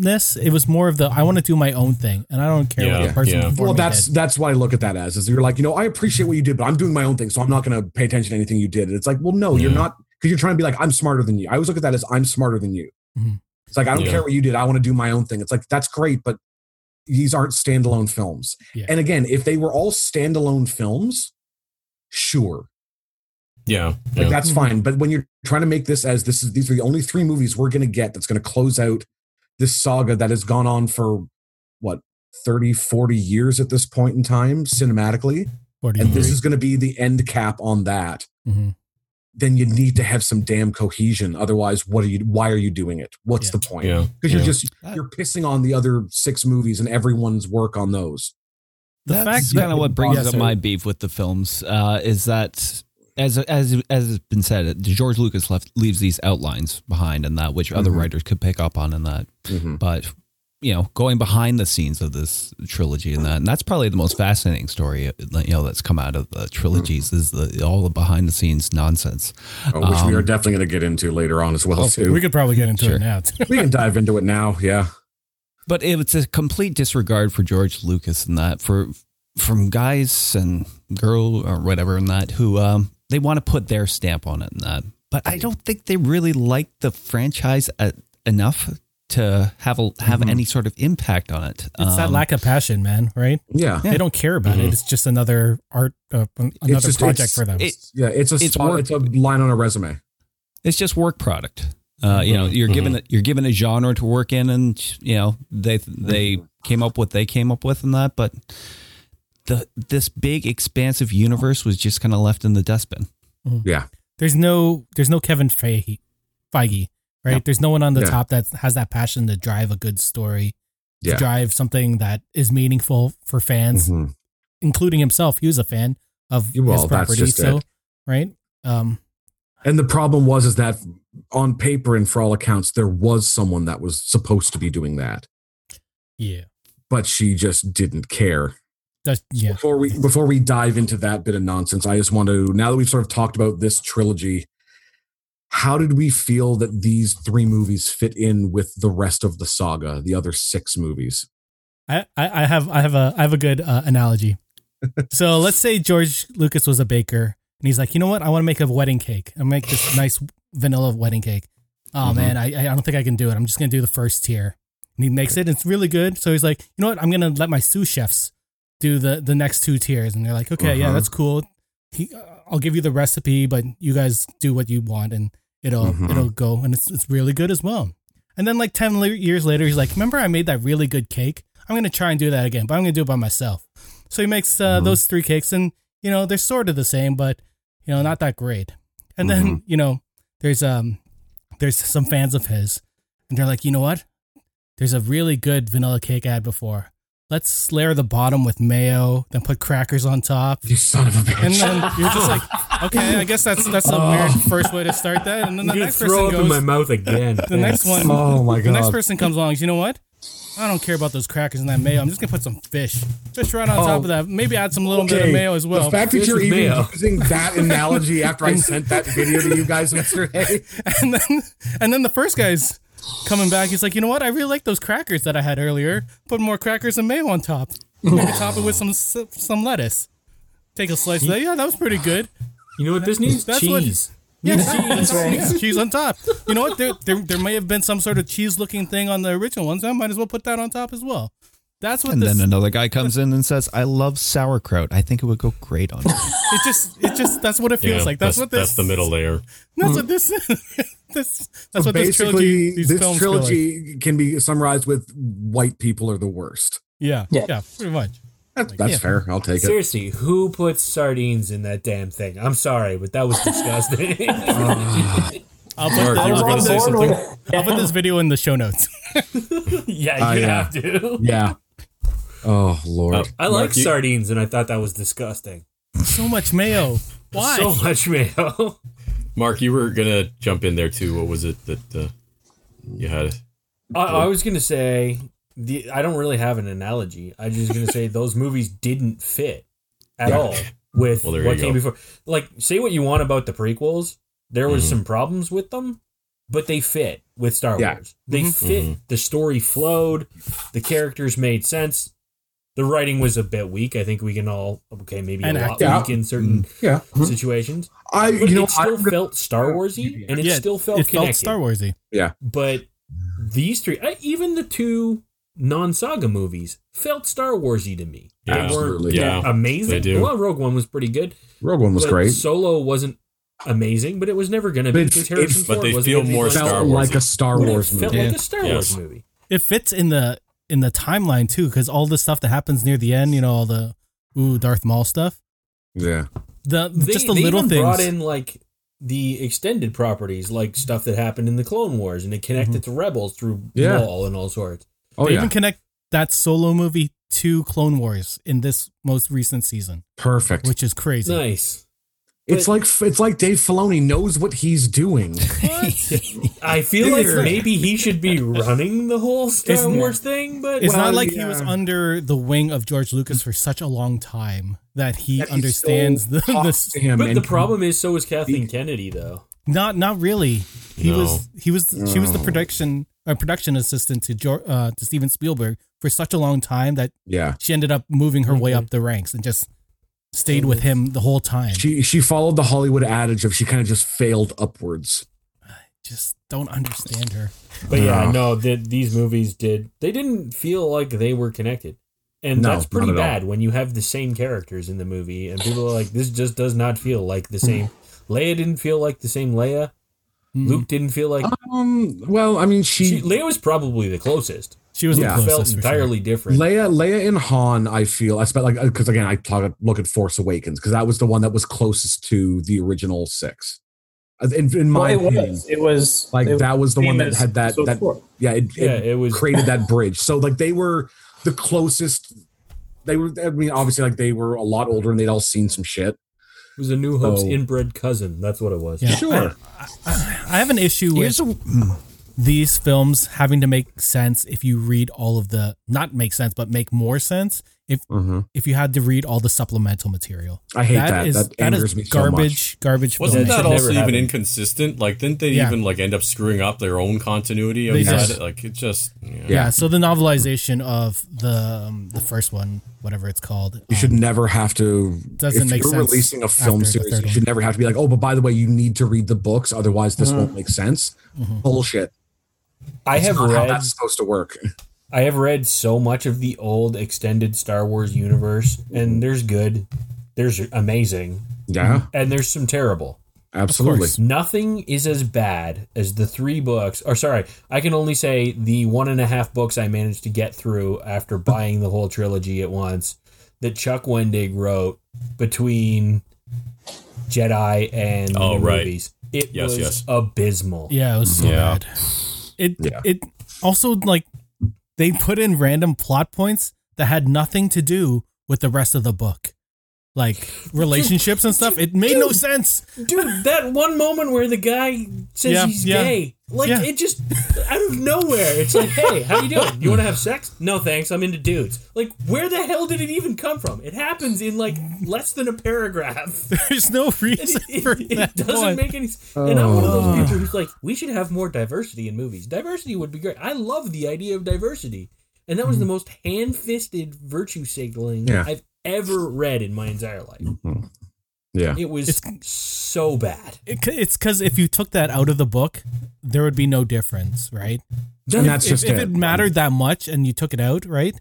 S4: ness. It was more of the I want to do my own thing, and I don't care what
S6: Yeah,
S4: the person
S6: yeah.
S4: before
S2: well,
S4: me
S2: that's
S4: did.
S2: that's what I look at that as is you're like, you know, I appreciate what you did, but I'm doing my own thing, so I'm not going to pay attention to anything you did. And it's like, well, no, you're
S6: Yeah.
S2: not because you're trying to be like, I'm smarter than you. I always look at that as I'm smarter than you.
S4: Mhm.
S2: It's like I don't
S6: Yeah.
S2: care what you did. I want to do my own thing. It's like that's great, but these aren't standalone films.
S4: Yeah.
S2: And again, if they were all standalone films, sure,
S6: Yeah.
S2: like
S6: yeah.
S2: that's
S4: Mhm.
S2: fine. But when you're trying to make this as this is these are the only three movies we're going to get that's going to close out this saga that has gone on for what 30 40 years at this point in time cinematically
S4: What do you
S2: and this
S4: agree?
S2: is going to be the end cap on that
S4: Mhm.
S2: then you need to have some damn cohesion otherwise what are you why are you doing it what's
S4: Yeah.
S2: the point
S6: yeah.
S2: because
S6: yeah.
S2: you're just you're pissing on the other six movies and everyone's work on those
S4: the
S7: That's
S4: fact
S7: kind of what brings
S4: Yes,
S7: up
S4: sir.
S7: my beef with the films uh, is that as as as has been said, George Lucas left leaves these outlines behind and that which other
S4: Mm-hmm.
S2: Mhm.
S7: writers could pick up on in that. But you know, going behind the scenes of this trilogy and that, and that's probably the most fascinating story you know that's come out of the trilogies
S4: Mm-hmm.
S7: is the all the behind the scenes nonsense.
S2: Oh, which we
S7: Um,
S2: are definitely going to get into later on as well too
S4: we could probably get into
S7: Sure.
S4: it now.
S2: we can dive into it now yeah
S7: But it's a complete disregard for George Lucas and that for from guys and girl or whatever and that who um they want to put their stamp on it and that. But I don't think they really like the franchise uh, enough to have a, have any sort of impact on it.
S4: Mm-hmm. It's that
S7: Um,
S4: lack of passion, man. Right?
S2: yeah
S7: Yeah.
S4: They don't care about
S2: Mm-hmm.
S4: it. It's just another art, uh, another
S2: just-
S4: project
S2: it's-
S4: for them.
S7: it-
S2: Yeah, it's a
S7: It's
S2: spot,
S7: work.
S2: it's a line on a resume.
S7: it's just work product. Uh, you know,
S4: Mm-hmm.
S7: you're given a, you're given a genre to work in, and you know they they came up with they came up with and that, but the this big expansive universe was just kind of left in the dustbin.
S4: there's no there's no Kevin Feige, Feige right?
S7: No.
S4: There's no one on the
S2: Yeah.
S4: top that has that passion to drive a good story,
S2: Yeah. Mm-hmm.
S4: to drive something that is meaningful for fans, including himself. He was a fan of
S2: Well,
S4: his
S2: that's
S4: property,
S2: just
S4: so
S2: it.
S4: right. Um,
S2: And the problem was is that on paper and for all accounts, there was someone that was supposed to be doing that,
S4: yeah,
S2: but she just didn't care.
S4: that's yeah.
S2: Before we before we dive into that bit of nonsense, I just want to now that we've sort of talked about this trilogy, how did we feel that these three movies fit in with the rest of the saga, the other six movies?
S4: I, I I have I have a I have a good uh, analogy. so let's say George Lucas was a baker and he's like, you know what? I want to make a wedding cake. I'll make this nice vanilla wedding cake. Oh man, I I don't think I can do it. I'm just gonna do the first tier. And he makes it. And it's really good. So he's like, you know what? I'm gonna let my sous chefs do the the next two tiers. And they're like, okay, yeah,
S2: Mhm.
S4: that's cool. He, I'll give you the recipe, but you guys do what you want, and it'll
S2: Mhm.
S4: it'll go, and it's it's really good as well. And then like 10 le- years later, he's like, remember I made that really good cake? I'm going to try and do that again, but I'm going to do it by myself. So he makes uh,
S1: Mm-hmm.
S2: Mhm.
S4: those three cakes and, you know, they're sort of the same, but, you know, not that great. And
S1: Mm-hmm.
S4: then, you know, there's, um, there's some fans of his and they're like, you know what? There's a really good vanilla cake I had before. Let's layer the bottom with mayo, then put crackers on top.
S2: You son of a bitch.
S4: And then you're just like, okay, I guess that's that's a weird first way to start that. And then the
S1: I'm gonna
S4: next person
S1: Oh. throw up in
S4: goes,
S1: my mouth again.
S4: the next one,
S2: oh my
S4: the next
S2: god.
S4: person comes along. and says, You know what? I don't care about those crackers and that mayo. I'm just gonna put some fish, fish right on top of that. Maybe add some little bit of
S2: Oh. Okay,
S4: mayo as well.
S2: The fact that
S1: Fish
S2: you're
S1: with
S2: even
S1: mayo.
S2: using that analogy after I sent that video to you guys yesterday.
S4: and then, and then the first guy's coming back. He's like, you know what? I really like those crackers that I had earlier. Put more crackers and mayo on top. Maybe top it with some some lettuce. Take a slice of that. Yeah, that was pretty good.
S1: You know what this needs?
S4: That's what-
S1: Cheese.
S4: Yeah,
S5: That's right.
S4: cheese, cheese on top. You know what? There, there, there may have been some sort of cheese looking thing on the original ones. I might as well put that on top as well. That's what
S7: And
S4: this
S7: then another guy comes in and says, "I love sauerkraut. I think it would go great on." it."
S4: It just, it just, that's what it
S6: Yeah,
S4: feels like. That's, what this.
S6: That's the middle layer.
S4: That's what this. this. That's what this
S2: Basically,
S4: trilogy. These
S2: this,
S4: films feel like.
S2: trilogy can be summarized with white people are the worst.
S4: Yeah, yeah,
S5: Yeah.
S4: pretty much.
S2: That- that's fair. I'll take it.
S1: Seriously, who put sardines in that damn thing? I'm sorry, but that was disgusting.
S4: I'll
S6: Mark,
S4: put, I'll
S6: you were
S4: put
S6: gonna
S4: this,
S6: say something.
S4: I'll put this video in the show notes.
S1: yeah, you
S2: Oh, yeah.
S1: have to.
S2: Yeah. Oh lord.
S6: Uh,
S1: I like
S6: Mark, you-
S1: sardines, and I thought that was disgusting.
S4: So much mayo. Why?
S1: So much mayo.
S6: Mark, you were gonna jump in there too. What was it that uh, you had?
S1: I, I was gonna say the I don't really have an analogy. I'm just gonna say those movies didn't fit at all with
S6: Well, there you
S1: what came
S6: go.
S1: before. Like, say what you want about the prequels, there was some problems with them, but they fit with Star
S2: Yeah.
S1: Wars. They fit. The story flowed. The characters made sense. The writing was a bit weak. I think we can all okay, maybe
S4: And
S1: a lot
S4: act
S2: out.
S1: weak in certain
S2: Yeah.
S1: situations.
S2: I
S1: But
S2: you know
S1: it still
S2: I'm-
S1: felt Star Warsy, and it
S4: Yeah,
S1: still felt
S4: it
S1: connected.
S4: felt Star Warsy.
S1: But these three, I, even the two non-saga movies, felt Star Warsy to me. They weren't
S2: Absolutely.
S6: Yeah.
S1: amazing.
S6: They do.
S1: Well, Rogue One was pretty good.
S2: Rogue One was
S1: but
S2: great.
S1: Solo wasn't amazing, but it was never going to be.
S2: But
S1: because
S2: it-
S1: Harrison
S2: it-
S6: but
S1: Ford
S6: they
S1: wasn't
S6: feel
S1: gonna be
S6: more
S1: like-
S2: felt
S6: Star Wars.
S2: like a Star
S1: But
S2: Wars
S1: It
S2: movie.
S1: felt
S3: movie.
S1: like a Star
S6: Yes.
S1: Wars movie.
S4: It fits in the in the timeline too, because all the stuff that happens near the end, you know, all the ooh Darth Maul stuff.
S2: Yeah.
S4: The
S1: They,
S4: just the
S1: they
S4: little
S1: even
S4: things.
S1: brought in like the extended properties, like stuff that happened in the Clone Wars, and it connected
S4: Mhm.
S1: to Rebels through
S2: Yeah.
S1: Maul and all sorts.
S2: Oh
S4: they
S2: yeah.
S4: even connect that solo movie to Clone Wars in this most recent season,
S2: Perfect.
S4: which is crazy.
S1: Nice.
S2: it's like it's like Dave Filoni knows what he's doing.
S1: I feel like
S2: Dude.
S1: maybe he should be running the whole Star
S4: Isn't it?
S1: Wars thing, but
S4: It's
S2: Well,
S4: not like
S2: yeah.
S4: he was under the wing of George Lucas for such a long time that he
S2: That he
S4: understands
S2: still
S4: the,
S2: talks to
S4: the
S2: him
S1: but the
S2: and-
S1: problem is, so is Kathleen Kennedy, though.
S4: not not really. He
S6: No.
S4: was he was she was the production uh, production assistant to George, uh, to Steven Spielberg for such a long time that
S2: Yeah.
S4: she ended up moving her
S2: Mm-hmm.
S4: way up the ranks and just stayed with him the whole time.
S2: She she followed the Hollywood adage of she kind of just failed upwards.
S4: just don't understand her.
S1: But yeah, no, the, these movies did. They didn't feel like they were connected, and
S2: No,
S1: that's pretty
S2: not at all.
S1: bad when you have the same characters in the movie, and people are like, "This just does not feel like the same." Leia didn't feel like the same Leia.
S4: Hmm.
S1: Luke didn't feel like.
S2: Um. Well, I mean,
S1: She,
S2: she
S1: Leia was probably the closest.
S4: She was
S2: Yeah.
S4: the
S1: Felt
S4: closest. for sure.
S1: entirely different.
S2: Leia, Leia and Han, I feel I spent like because again I talk, look at Force Awakens because that was the one that was closest to the original six. In, in my
S5: Well, it
S2: opinion,
S5: was. It was
S2: like
S5: it
S2: that was the one that
S5: famous
S2: had that
S5: episode
S2: that
S5: four.
S2: yeah it,
S1: yeah,
S2: it
S1: it was.
S2: created that bridge. So like they were the closest. They were. I mean, obviously, like they were a lot older and they'd all seen some shit.
S1: It was a New Hope's
S2: Oh.
S1: inbred cousin. That's what it was.
S4: Yeah.
S2: Sure.
S4: I have an issue with these films having to make sense if you read all of the not make sense but make more sense if if you had to read all the supplemental material.
S2: Mm-hmm. I hate that.
S4: is
S2: that
S4: that
S2: angers
S4: is
S2: me so much.
S4: garbage. Garbage.
S6: Wasn't
S4: filmmaking.
S1: should
S6: that
S1: never
S6: also even
S1: happen.
S6: inconsistent? Like, didn't they
S4: Yeah.
S6: even like end up screwing up their own continuity?
S4: They
S6: Of that?
S4: did.
S6: Like, it just yeah.
S4: Yeah. So the novelization of the um, the first one, whatever it's called,
S2: You should never have to.
S4: Doesn't
S2: if
S4: make
S2: you're
S4: sense
S2: releasing a film
S4: after the
S2: series,
S4: third
S2: you should
S4: one.
S2: never have to be like, oh, but by the way, you need to read the books, otherwise this won't make sense.
S4: Mm-hmm.
S2: Bullshit.
S1: Mm-hmm. I have
S2: Not how
S1: read.
S2: that's supposed to work.
S1: I have read so much of the old extended Star Wars universe,
S2: Mm-hmm.
S1: and there's good, there's amazing,
S2: Yeah,
S1: and there's some terrible.
S2: absolutely.
S1: Nothing is as bad as the three books, or sorry, I can only say the one and a half books I managed to get through after buying the whole trilogy at once that Chuck Wendig wrote between Jedi and
S6: Oh,
S1: the
S6: right.
S1: movies. It
S6: Yes,
S1: was
S6: yes.
S1: abysmal.
S4: Yeah, it was so
S6: Yeah.
S4: bad. It
S2: Yeah.
S4: it also like they put in random plot points that had nothing to do with the rest of the book. Like relationships and stuff. It made no sense.
S1: Dude, that one moment where the guy says
S4: Yeah,
S1: he's
S4: yeah.
S1: gay, like
S4: Yeah.
S1: it just out of nowhere, it's like, hey, how you doing? You want to have sex? No, thanks. I'm into dudes. Like, where the hell did it even come from? It happens in like less than a paragraph.
S4: There's no
S1: And
S4: reason
S1: It, it-
S4: for
S1: it
S4: that.
S1: doesn't
S4: one.
S1: make any. s- And I'm one of those people who's like, we should have more diversity in movies. Diversity would be great. I love the idea of diversity, and that was the most hand-fisted virtue signaling
S2: Yeah.
S1: I've ever read in my entire life.
S2: Yeah,
S1: It was so bad.
S4: It c- it's because if you took that out of the book, there would be no difference, right?
S2: and that's
S4: If,
S2: just
S4: if
S2: it.
S4: it mattered that much and you took it out, right?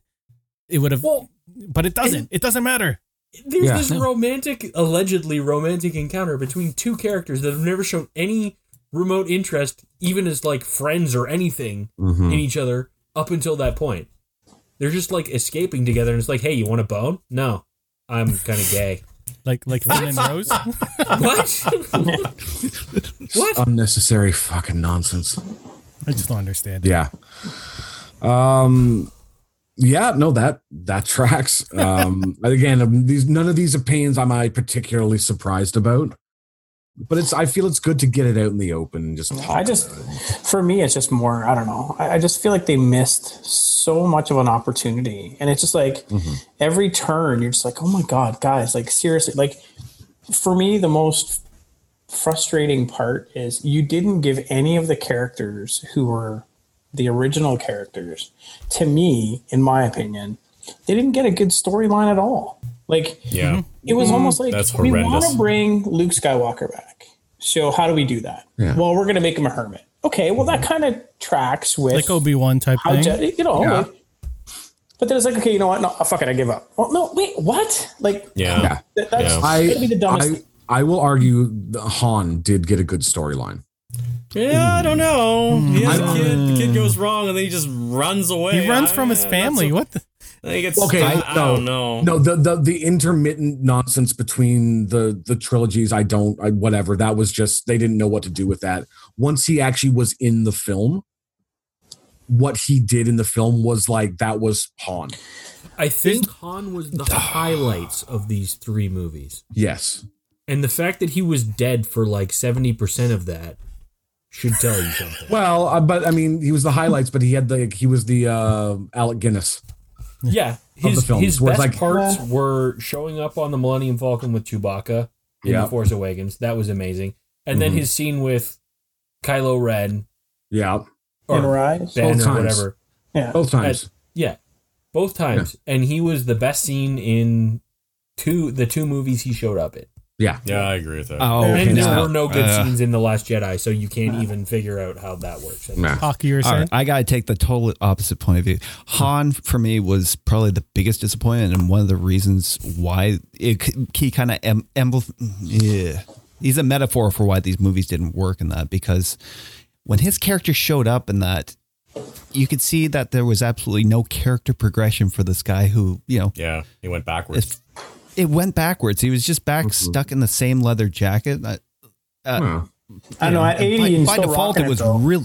S4: It would have.
S1: Well,
S4: but it doesn't. It doesn't matter.
S1: there's
S2: Yeah.
S1: this romantic, allegedly romantic encounter between two characters that have never shown any remote interest, even as like friends or anything, in each other up until that point. They're just like escaping together, and it's like, hey, you want a bone? No, I'm kind of gay.
S4: Like like Finn and Rose.
S1: what? what?
S2: unnecessary fucking nonsense.
S4: I just don't understand.
S2: Yeah. Um yeah, no, that that tracks. Um again, um, these none of these opinions am I particularly surprised about. But it's I feel it's good to get it out in the open and just talk.
S5: I just, for me, it's just more. I don't know. I, I just feel like they missed so much of an opportunity, and it's just like every turn, you're just like, oh my god, guys! Like seriously, like for me, the most frustrating part is you didn't give any of the characters who were the original characters to me in my opinion they didn't get a good storyline at all like
S6: Yeah.
S4: Mm-hmm.
S5: it was almost like
S6: That's
S5: we want
S6: horrendous.
S5: to bring luke skywalker back so how do we do that
S2: Yeah.
S5: well we're going to make him a hermit okay well that kind of tracks with
S4: like Obi Wan type
S5: how
S4: thing.
S5: Je- you know like- but then it's like okay you know what no uh, fuck it i give up well no wait what like
S6: Yeah.
S5: th- that's
S6: Yeah.
S5: gonna be the dumbest
S2: I, I will argue the Han did get a good storyline.
S6: Yeah, I don't know.
S4: Mm-hmm.
S6: He has a
S2: I'm-
S6: kid. The kid goes wrong, and then he just runs away.
S4: He runs from
S6: I-
S4: his
S6: that's
S4: family.
S6: a-
S4: What the?
S6: I think it's
S2: Okay,
S6: okay. I, I
S2: no.
S6: don't know.
S2: No, the, the the intermittent nonsense between the the trilogies, I don't, I, whatever. That was just they didn't know what to do with that. Once he actually was in the film, what he did in the film was like that was Han.
S1: I think Han was the highlights of these three movies.
S2: Yes,
S1: And the fact that he was dead for like 70% of that should tell you something.
S2: Well, uh, but I mean, he was the highlights, but he had the he was the uh, Alec Guinness.
S1: Yeah,
S2: the
S1: his,
S2: films,
S1: his
S2: where
S1: best
S2: it's like-
S1: parts were showing up on the Millennium Falcon with Chewbacca in
S2: Yeah.
S1: The Force Awakens. That was amazing. And then
S2: Mhm.
S1: his scene with Kylo Ren
S2: Yeah,
S1: or
S5: in rise
S1: Ben
S2: Both
S1: or
S2: times.
S1: whatever.
S5: yeah
S2: both times.
S1: Yeah, both times. And he was the best scene in two the two movies he showed up in.
S2: yeah,
S6: Yeah, I agree with that.
S3: Oh,
S1: and there
S3: now-
S1: were no good
S3: Uh,
S1: scenes in The Last Jedi, so you can't even figure out how that works.
S2: Nah.
S4: Hockey you were
S3: All
S4: saying?
S3: right, I gotta take the total opposite point of view. Han for me was probably the biggest disappointment, and one of the reasons why it, he kind of em, emblem, yeah, he's a metaphor for why these movies didn't work in that because when his character showed up in that, you could see that there was absolutely no character progression for this guy who you know
S6: Yeah, he went backwards.
S3: If- it went backwards. He was just back stuck in the same leather jacket. I,
S2: Huh.
S5: i know at 80
S3: by,
S5: and
S3: by
S5: still
S3: default,
S5: rocking
S3: it was
S5: though.
S3: real.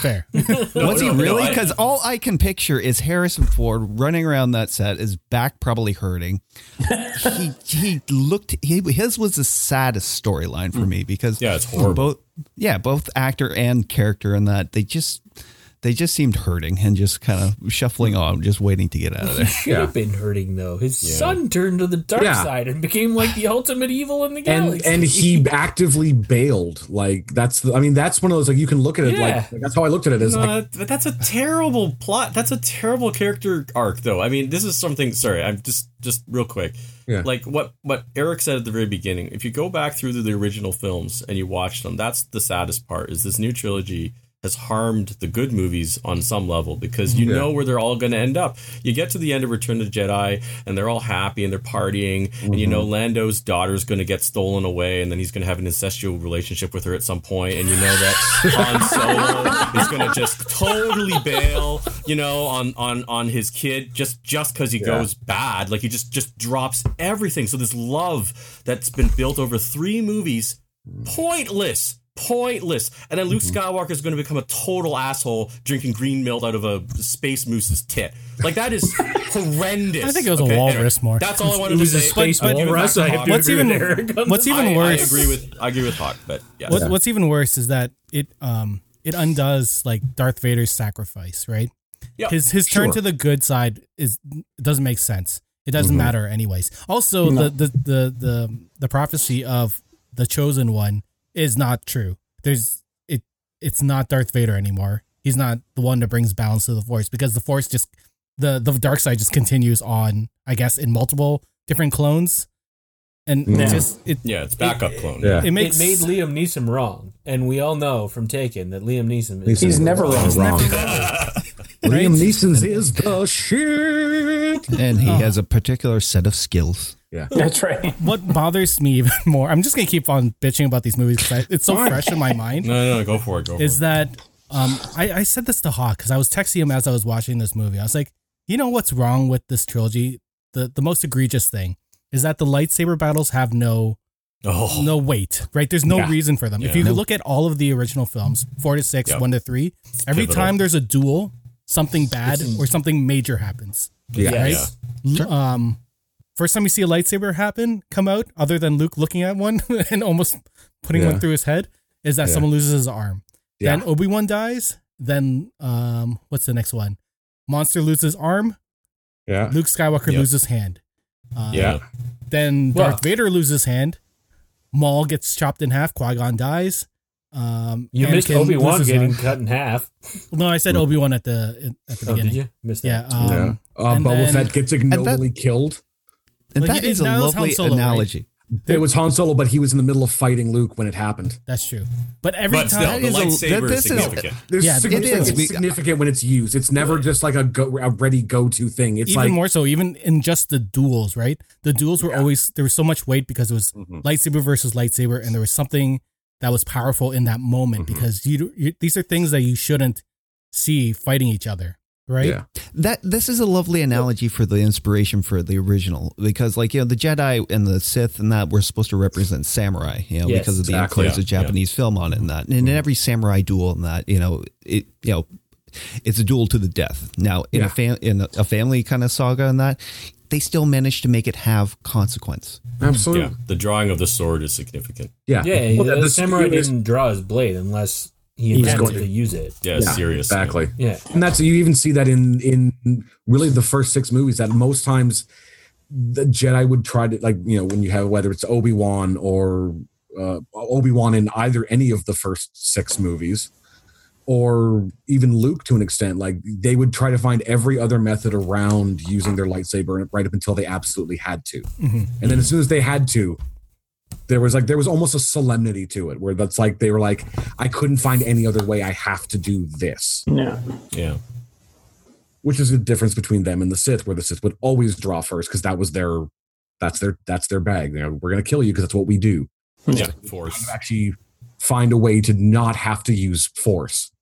S4: Fair.
S3: was he
S6: no, no,
S3: really?
S6: I-
S3: Because all I can picture is Harrison Ford running around that set, his back probably hurting. he he looked he his was the saddest storyline for me because
S6: Hmm. Yeah, it's horrible.
S3: Both yeah, both actor and character in that they just they just seemed hurting and just kind of shuffling on, just waiting to get out of there.
S1: Should have been hurting though. His son turned to the dark
S2: Yeah.
S1: side and became like the ultimate evil in the
S2: And
S1: galaxy.
S2: and he actively bailed. Like that's the. I mean, that's one of those like you can look at it
S1: Yeah.
S2: like that's how I looked at it. Is
S6: No,
S2: like
S6: that- but that's a terrible plot. That's a terrible character arc, though. I mean, this is something. Sorry, I'm just just real quick.
S2: Yeah.
S6: Like what what Eric said at the very beginning. If you go back through the, the original films and you watch them, that's the saddest part. Is this new trilogy has harmed the good movies on some level because you know where they're all going to end up. You get to the end of Return of the Jedi and they're all happy and they're partying and you know Lando's daughter's going to get stolen away and then he's going to have an incestual relationship with her at some point and you know that Han Solo is going to just totally bail, you know, on on on his kid just just cuz he goes bad. Like he just just drops everything. So this love that's been built over 3 movies pointless pointless and then luke skywalker is going to become a total asshole drinking green milk out of a space moose's tit like that is horrendous
S4: I think it was a walrus more.
S6: that's all i wanted
S1: it was
S6: to
S1: a
S6: say
S1: space
S6: But- but
S1: walrus. I
S6: back
S1: have
S6: to
S1: to
S6: Hawk.
S4: What's
S1: agree
S4: even-
S1: with Eric on
S4: what's
S1: that.
S4: even
S6: I-
S4: worse?
S6: i agree with i agree with hawk but yeah
S4: What, What's even worse is that it um it undoes like Darth Vader's sacrifice, right?
S6: Yeah,
S4: his his turn
S2: Uh, sure. Mm-hmm.
S4: to the good side is doesn't make sense. It doesn't matter anyways. Also, the, the the the the prophecy of the chosen one is not true. There's it it's not Darth Vader anymore. He's not the one that brings balance to the force because the force just the the dark side just continues on. I guess in multiple different clones, and
S5: Yeah.
S4: it just it
S6: yeah it's backup clone
S2: Yeah.
S4: it
S1: It
S4: makes
S1: made Liam Neeson wrong, and we all know from Taken that Liam Neeson is
S2: Neeson
S5: He's
S2: is
S5: never wrong.
S2: wrong. Liam Neeson's is the shit.
S3: And
S6: Oh.
S3: he has a particular set of skills.
S5: that's right
S4: what bothers me even more. I'm just gonna keep on bitching about these movies because it's so fresh in my mind.
S6: no no no go for it go for
S4: is
S6: it
S4: that um, I, I said this to Hawk because I was texting him as I was watching this movie. I was like, you know what's wrong with this trilogy? The the most egregious thing is that the lightsaber battles have no
S6: oh
S4: no weight, right? There's no
S3: Yeah.
S4: reason for them. If
S6: Yeah.
S4: you look at all of the original films, four to six,
S6: Yeah.
S4: one to three, every
S6: pivotal.
S4: time there's a duel, something bad or something major happens.
S2: Yeah.
S4: Right?
S6: Yeah.
S4: L- Um, first time you see a lightsaber happen come out, other than Luke looking at one and almost putting
S2: Yeah.
S4: one through his head, is that
S2: Yeah.
S4: someone loses his arm.
S2: Yeah.
S4: Then Obi Wan dies. Then um, what's the next one? Monster loses arm.
S2: Yeah.
S4: Luke Skywalker
S6: Yep.
S4: loses hand. Uh,
S6: yeah
S4: Then Darth
S1: Well-
S4: Vader loses hand. Maul gets chopped in half. Qui Gon dies. Um,
S1: You missed
S4: Anakin
S1: Obi Wan
S4: loses
S1: getting
S4: arm.
S1: cut in half.
S4: No, I said Obi Wan at the at the
S1: Oh, did
S4: beginning.
S1: you Oh, miss that?
S4: Yeah. Um,
S2: yeah. Uh,
S4: and
S2: Boba
S4: then-
S2: Fett gets ignobly killed.
S7: And
S4: Well, you
S7: that
S4: did-
S7: is a
S4: that was Han
S7: lovely
S4: Solo, right?
S7: analogy.
S2: It was Han Solo, but he was in the middle of fighting Luke when it happened.
S4: That's true. But every
S6: But still,
S4: time
S6: the
S7: is a-
S6: lightsaber
S7: that-
S6: is
S7: this is-
S6: significant.
S2: There's
S4: Yeah,
S2: significant-
S7: it is.
S2: It's
S7: We-
S2: significant when it's used. It's never just like a go, a ready go to thing. It's
S4: even
S2: like
S4: more so, even in just the duels, right? The duels were always there was so much weight because it was
S2: Mm-hmm.
S4: lightsaber versus lightsaber, and there was something that was powerful in that moment
S2: Mm-hmm.
S4: because you, you these are things that you shouldn't see fighting each other, right?
S2: Yeah.
S7: That this is a lovely analogy for the inspiration for the original because, like you know, the Jedi and the Sith and that were supposed to represent samurai, you know,
S1: Yes,
S7: because of the
S2: exactly.
S7: influence of
S6: Yeah, yeah.
S7: Japanese film on it and that. And in every samurai duel and that, you know, it you know, it's a duel to the death. Now in
S2: Yeah.
S7: a fam- in a, a family kind of saga and that, they still managed to make it have consequence.
S2: absolutely.
S6: Yeah, the drawing of the sword is significant.
S2: Yeah.
S4: uh,
S1: Yeah,
S2: Well,
S1: the,
S2: the
S1: samurai
S2: spear is-
S1: didn't draw his blade unless he,
S2: was
S1: intended
S2: going
S1: to
S2: to.
S1: use it.
S6: Yeah,
S2: Yeah,
S6: serious.
S2: Exactly.
S1: Yeah,
S2: And that's you even see that in in really the first six movies that most times the Jedi would try to like you know when you have whether it's Obi Wan or uh, Obi Wan in either any of the first six movies or even Luke to an extent like they would try to find every other method around using their lightsaber right up until they absolutely had to and then as soon as they had to there was like there was almost a solemnity to it where that's like they were like I couldn't find any other way I have to do this
S5: Yeah.
S6: Yeah.
S2: which is the difference between them and the Sith, where the Sith would always draw first because that was their, that's their, that's their bag. You know, we're gonna kill you because that's what we do.
S6: Yeah. Force.
S2: Actually, find a way to not have to use force.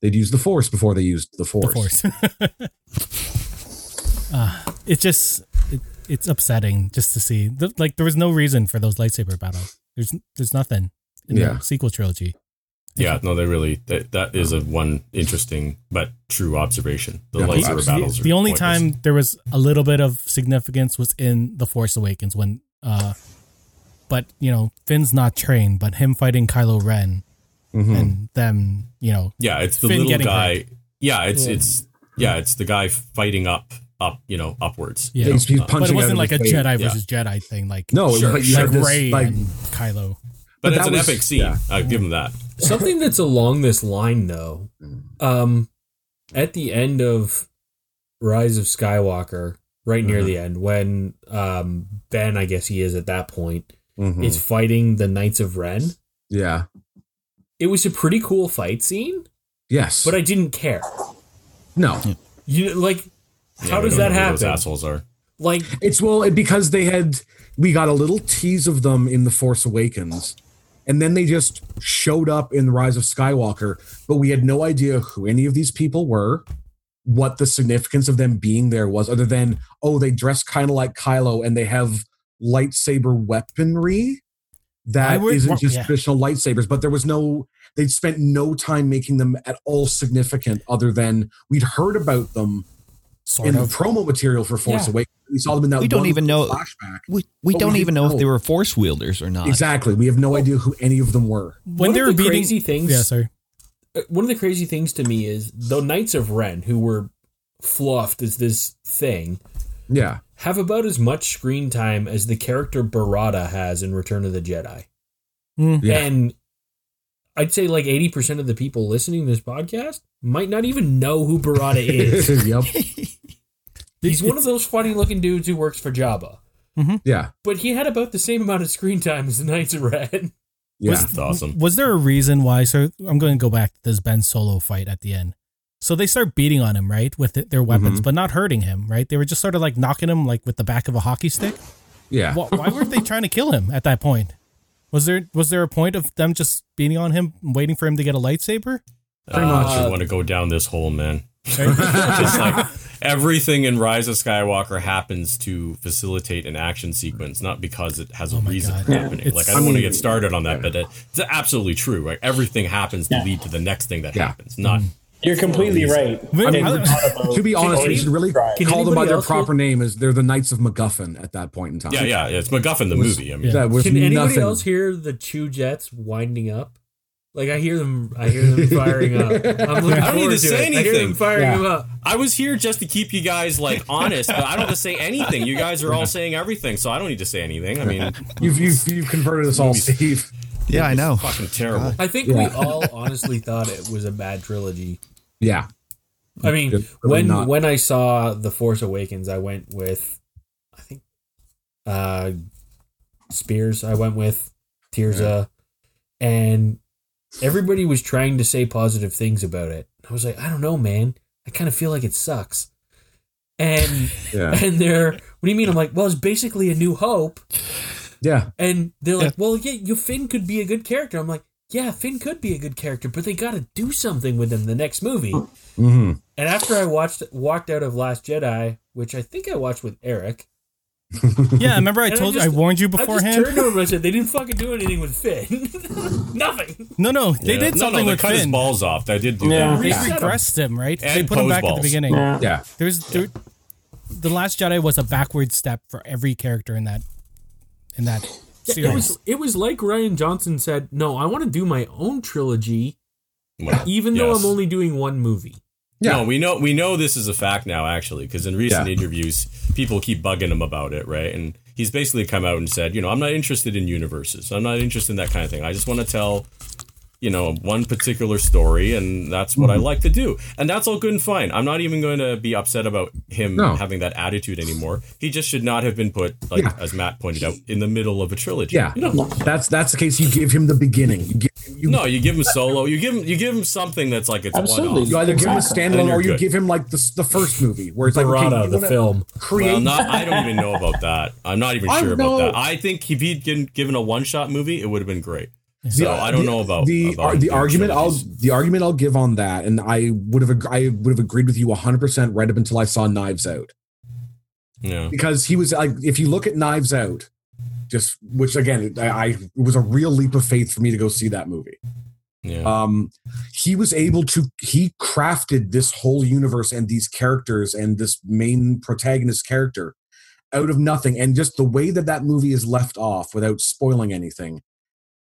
S2: They'd use the force before they used the force.
S4: The force. uh, it's just it, it's upsetting just to see. The, like there was no reason for those lightsaber battles. There's there's nothing in
S2: Yeah.
S4: the sequel trilogy.
S6: Yeah, no, they really that, that is a one interesting but true observation. The
S2: Yeah,
S6: lightsaber
S2: absolutely.
S6: battles.
S4: The
S6: are
S4: only
S6: pointless.
S4: time there was a little bit of significance was in The Force Awakens when, uh, but you know, Finn's not trained, but him fighting Kylo Ren
S2: Mm-hmm.
S4: and them, you know,
S6: Yeah, it's the
S4: Finn
S6: little
S4: getting
S6: guy.
S4: hurt.
S6: Yeah, it's it's yeah, it's the guy fighting up up you know upwards.
S4: yeah.
S2: He's- he's punching
S4: but it
S2: out
S4: wasn't
S2: of
S4: like a
S2: his way.
S4: Jedi
S6: Yeah.
S4: versus Jedi thing, like
S2: No,
S6: Sure,
S2: but you
S4: like
S2: had this
S4: Ray
S2: like
S4: and Kylo.
S6: But,
S2: But
S6: it's
S2: that
S6: an
S2: was-
S6: epic scene.
S2: yeah.
S6: I give him that.
S1: something that's along this line though. Um, at the end of Rise of Skywalker, right
S2: Mm-hmm.
S1: near the end, when um Ben, I guess he is at that point,
S2: Mhm.
S1: is fighting the Knights of Ren.
S2: yeah,
S1: It was a pretty cool fight scene,
S2: yes,
S1: but I didn't care.
S2: no,
S1: You like,
S6: Yeah,
S1: how
S6: we
S1: does that
S6: don't know who Those
S1: happen?
S6: assholes are.
S1: Like,
S2: it's well it, because they had we got a little tease of them in the Force Awakens. And then they just showed up in the Rise of Skywalker, but we had no idea who any of these people were. what the significance of them being there was, other than oh, they dress kind of like Kylo and they have lightsaber weaponry
S4: I
S2: that
S4: would-
S2: not just
S4: yeah.
S2: traditional lightsabers. But there was no, they spent no time making them at all significant, other than we'd heard about them
S4: Sort
S2: in
S4: of.
S2: the promo material for Force
S1: Yeah.
S2: Awakens. We saw them in that.
S7: We don't
S2: one
S7: even know-
S2: flashback.
S7: We we
S2: But we
S7: don't
S2: didn't
S7: even know,
S2: know.
S7: if they were force wielders or not.
S2: Exactly, we have no idea who any of them were.
S4: When
S1: One
S4: they
S1: of
S4: were
S1: the
S4: beating,
S1: crazy things-
S4: Yeah, sorry.
S1: uh, one of the crazy things to me is the Knights of Ren, who were fluffed as this thing,
S2: Yeah,
S1: have about as much screen time as the character Barada has in Return of the Jedi.
S4: Mm.
S2: Yeah.
S1: And I'd say like 80% of the people listening to this podcast might not even know who Barada is.
S2: yep,
S1: He's one of those funny looking dudes who works for Jabba.
S2: yeah,
S1: But he had about the same amount of screen time as the Knights of Ren.
S2: yeah.
S6: It's awesome.
S4: Was there a reason why? So I'm going to go back to this Ben Solo fight at the end. So they start beating on him, right, with their weapons,
S2: Mm-hmm.
S4: but not hurting him, right? They were just sort of like knocking him, like with the back of a hockey stick.
S2: yeah.
S4: Why, why weren't they trying to kill him at that point? Was there was there a point of them just beating on him, waiting for him to get a lightsaber?
S6: Pretty much. You want to go down this hole, man?
S4: Ah. Right?
S6: Just like everything in Rise of Skywalker happens to facilitate an action sequence, not because it has a
S4: Oh my
S6: reason
S4: God.
S6: for
S4: Yeah,
S6: happening.
S4: it's-
S6: like I don't want to get started on that, but it, it's absolutely true. Right? Everything happens to lead to the next thing that
S2: Yeah.
S6: happens. Not
S4: Mm-hmm.
S5: You're completely right.
S4: I mean,
S5: It's
S4: I-
S5: not about-
S2: To be honest, we should really
S5: Right.
S1: Can
S2: call them by
S1: anybody
S2: their
S1: else-
S2: proper name. Is they're the Knights of MacGuffin at that point in time.
S6: yeah, yeah. It's MacGuffin the movie. I mean,
S2: That was
S1: Can anybody
S2: nothing.
S1: else hear the Chew Jets winding up? Like I hear them, I hear them firing up. I'm looking
S6: I don't need
S1: forward
S6: to say
S1: it. I hear
S6: anything.
S1: them firing
S2: Yeah.
S1: them up.
S6: I was here just to keep you guys like honest, but I don't have to say anything. You guys are all saying everything, so I don't need to say anything. I mean,
S2: You've you've, you've converted us all, Steve.
S7: Yeah, I know.
S6: fucking terrible.
S1: I think we all honestly thought it was a bad trilogy.
S2: Yeah,
S1: I mean,
S2: It's really
S1: when
S2: not.
S1: when I saw The Force Awakens, I went with, I think, uh, Spears. I went with Tirza, and everybody was trying to say positive things about it. I was like, I don't know, man. I kind of feel like it sucks. And
S2: yeah,
S1: and they're, what do you mean? I'm like, well, it's basically a New Hope.
S2: yeah.
S1: And they're like, well, yeah, you Finn could be a good character. I'm like, yeah, Finn could be a good character, but they got to do something with him the next movie.
S2: Mm-hmm.
S1: And after I watched walked out of Last Jedi, which I think I watched with Eric,
S4: Yeah, remember I
S1: And I
S4: told you, I
S1: just-
S4: warned you
S1: I just turned
S4: beforehand.
S1: to him and I said, "They didn't fucking do anything with Finn. Nothing.
S4: No, no, they
S6: Yeah.
S4: did something
S6: no, no, they
S4: with
S6: cut
S4: Finn.
S6: his balls off. They did do
S5: Yeah.
S6: that.
S4: They
S1: Yeah.
S4: regressed him, right?
S6: And
S4: they put him
S6: pose
S4: back at
S6: balls.
S4: the beginning.
S5: Yeah.
S2: Yeah,
S4: There's there, the Last Jedi was a backward step for every character in that in that
S1: It
S4: series.
S1: was it was like Ryan Johnson said, "No, I want to do my own trilogy,
S6: Well,
S1: even though
S6: yes.
S1: I'm only doing one movie."
S6: No, we know we know this is a fact now, actually, because in recent
S2: Yeah.
S6: interviews, people keep bugging him about it, right? And he's basically come out and said, you know, I'm not interested in universes. I'm not interested in that kind of thing. I just want to tell, you know, one particular story, and that's what I
S2: Mm-hmm.
S6: like to do. And that's all good and fine. I'm not even going to be upset about him
S2: No.
S6: having that attitude anymore. He just should not have been put, like
S2: Yeah.
S6: as Matt pointed out, in the middle of a trilogy.
S2: yeah. That's that's the case. You give him the beginning. You give you,
S6: No, you give him solo. You give him you give him something that's like it's
S5: Absolutely.
S6: one off.
S2: you either give him a
S5: Exactly.
S6: And then
S2: standalone
S6: you're
S2: or you
S6: good.
S2: give him like the the first movie where it's like okay,
S1: Barada,
S2: you
S1: the
S2: wanna
S1: film.
S2: create.
S6: Well, not, I don't even know about that. I'm not even
S2: I
S6: sure about
S2: know-
S6: that. I think if he'd been given a one shot movie, it would have been great. So
S2: The-
S6: I don't know about
S2: the
S6: about
S2: the argument. I'll
S6: trilogies.
S2: the argument I'll give on that, and I would have ag- I would have agreed with you 100 percent right up until I saw Knives Out
S6: yeah.
S2: because he was like if you look at Knives Out, just which again I, I it was a real leap of faith for me to go see that movie.
S6: Yeah.
S2: um, he was able to he crafted this whole universe and these characters and this main protagonist character out of nothing and just the way that that movie is left off without spoiling anything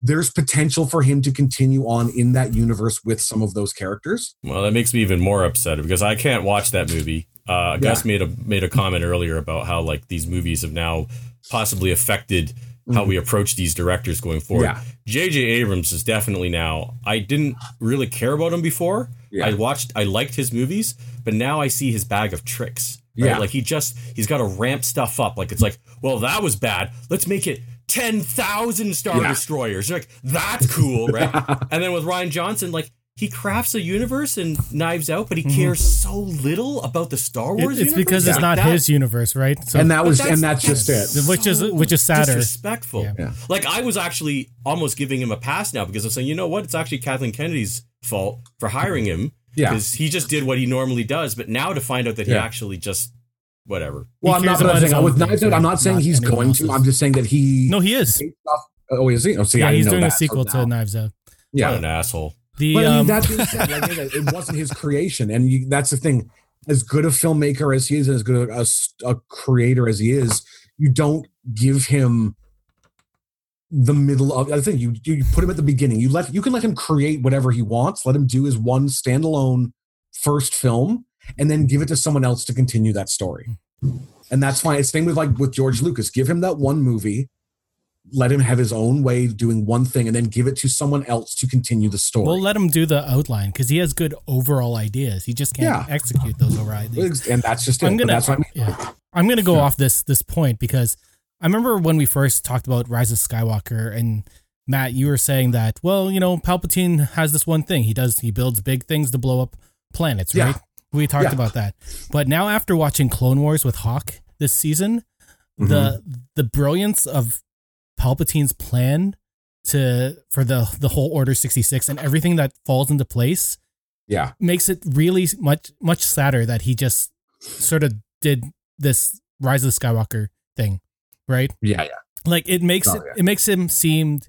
S2: there's potential for him to continue on in that universe with some of those characters
S6: Well, that makes me even more upset because I can't watch that movie. Uh, Gus made a made a comment earlier about how like these movies have now possibly affected how we approach these directors going forward.
S2: Mm. Yeah.
S6: J.J. Abrams is definitely now. I didn't really care about him before.
S2: Yeah.
S6: I watched, I liked his movies, but now I see his bag of tricks. right?
S2: Yeah.
S6: like he just he's got to ramp stuff up. Like it's like, well, that was bad. Let's make it. 10,000 Star
S2: Yeah.
S6: Destroyers. You're like, that's cool, right? and then with Ryan Johnson, like, he crafts a universe and knives out, but
S2: Mm-hmm.
S6: he cares so little about the Star
S4: It-
S6: Wars
S4: it's because
S6: universe.
S4: it's not
S6: Like, that-
S4: his universe, right? So
S2: and that was and that's
S6: that's-
S2: just it
S4: which is which is sadder.
S6: Disrespectful.
S4: Yeah.
S2: Yeah.
S6: Like I was actually almost giving him a pass now because I'm saying, you know what? It's actually Kathleen Kennedy's fault for hiring him
S2: Yeah.
S6: because he just did what he normally does. But now to find out that he
S2: Yeah.
S6: actually just whatever.
S2: well i'm
S4: He
S2: not
S4: cares about
S2: saying,
S4: his
S2: with
S4: own
S2: knives
S4: things,
S2: out i'm not saying
S4: not
S2: he's
S4: anyone
S2: going to
S4: else's.
S2: i'm just saying that he
S4: No, he is.
S2: oh is he oh see I
S4: Yeah,
S2: didn't
S4: he's
S2: know
S4: doing
S2: that
S4: a
S2: till
S4: sequel
S2: now.
S4: to Knives Out.
S2: yeah
S6: What an asshole.
S4: The
S2: But I mean,
S4: um,
S2: that being said, like, it it wasn't his creation, and you, that's the thing. As good a filmmaker as he is, and as good a, a s- a creator as he is, you don't give him the middle of. I think you you put him at the beginning. You let you can let him create whatever he wants. Let him do his one standalone first film, and then give it to someone else to continue that story. And that's fine. It's same with like with George Lucas. Give him that one movie. Let him have his own way of doing one thing, and then give it to someone else to continue the story.
S4: we'll let him do the outline because he has good overall ideas. He just can't
S2: Yeah.
S4: execute those overall ideas.
S2: and that's just it.
S4: I'm
S2: But
S4: gonna
S2: that's what I mean.
S4: yeah. I'm gonna go off this this point because I remember when we first talked about Rise of Skywalker and Matt, you were saying that well, you know, Palpatine has this one thing he does he builds big things to blow up planets,
S2: Yeah.
S4: right? We talked
S2: Yeah.
S4: about that, but now after watching Clone Wars with Hawk this season, the
S2: Mm-hmm.
S4: the brilliance of Palpatine's plan to for the the whole Order sixty six and everything that falls into place
S2: Yeah.
S4: makes it really much much sadder that he just sort of did this Rise of Skywalker thing, right?
S2: Yeah. Yeah.
S4: Like it makes
S2: Oh,
S4: it,
S2: yeah.
S4: it makes him seem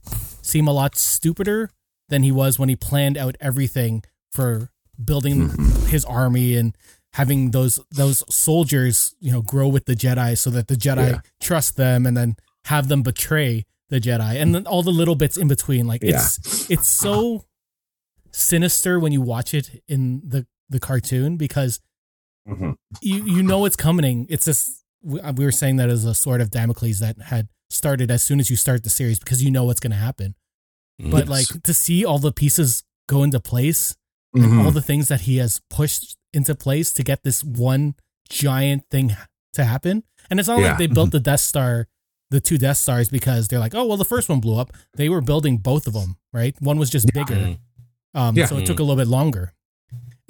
S4: seem a lot stupider than he was when he planned out everything for building
S2: Mm-hmm.
S4: his army and having those those soldiers, you know, grow with the Jedi so that the Jedi
S2: Yeah.
S4: trust them and then have them betray the Jedi and then all the little bits in between. Like it's it's so sinister when you watch it in the the cartoon because
S8: Mhm.
S4: you you know it's coming. It's this we uh, we were saying that as a sort of Damocles that had started as soon as you start the series because you know what's going to happen.
S6: Mm-hmm.
S4: But like to see all the pieces go into place
S2: Mm-hmm.
S8: Mhm.
S4: all the things that he has pushed into place to get this one giant thing to happen. And it's not
S8: Yeah.
S4: like they
S2: Mm-hmm.
S4: built the Death Star, the two Death Stars, because they're like, oh, well, the first one blew up. They were building both of them, right? One was just bigger. Um,
S2: Mm-hmm. Yeah.
S4: So it took a little bit longer.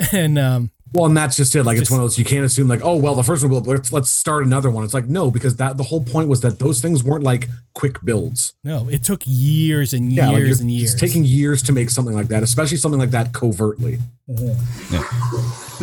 S4: And um,
S2: Well, and that's just it. Like it's
S4: Just-
S2: one of those you can't assume like, oh well, the first one will let's let's start another one. It's like no, because that the whole point was that those things weren't like quick builds.
S4: no, it took years and years
S2: like, you're-
S4: and years.
S2: It's taking years to make something like that, especially something like that covertly.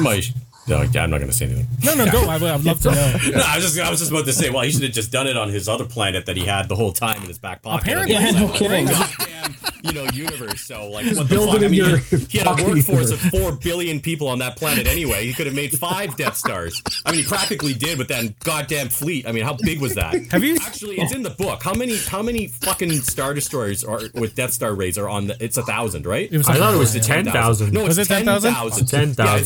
S6: My, no, yeah, I'm not going to say anything.
S4: no, no, go. I would, I would love to know.
S6: No, I was just I was just about to say, well, he should have just done it on his other planet that he had the whole time in his back pocket.
S4: Apparently.
S6: Otherwise,
S4: Yeah,
S5: no
S6: like,
S5: kidding.
S6: goddamn, you know, universe. So like, what the
S2: build it
S6: fuck? I
S2: in
S6: mean,
S2: your
S6: he had a
S2: fucking
S6: workforce of
S2: universe.
S6: four billion people on that planet anyway. He could have made five Death Stars. I mean, he practically did with that goddamn fleet. I mean, how big was that?
S4: Have you-
S6: Actually, it's in the book. How many? How many fucking Star Destroyers are with Death Star raids are on the? It's a thousand, right?
S4: It was
S1: I
S4: like-
S1: thought it was the 10,000.
S6: No,
S4: Was
S6: it's
S4: it
S6: ten
S4: 10,000?
S6: thousand. Yeah, it's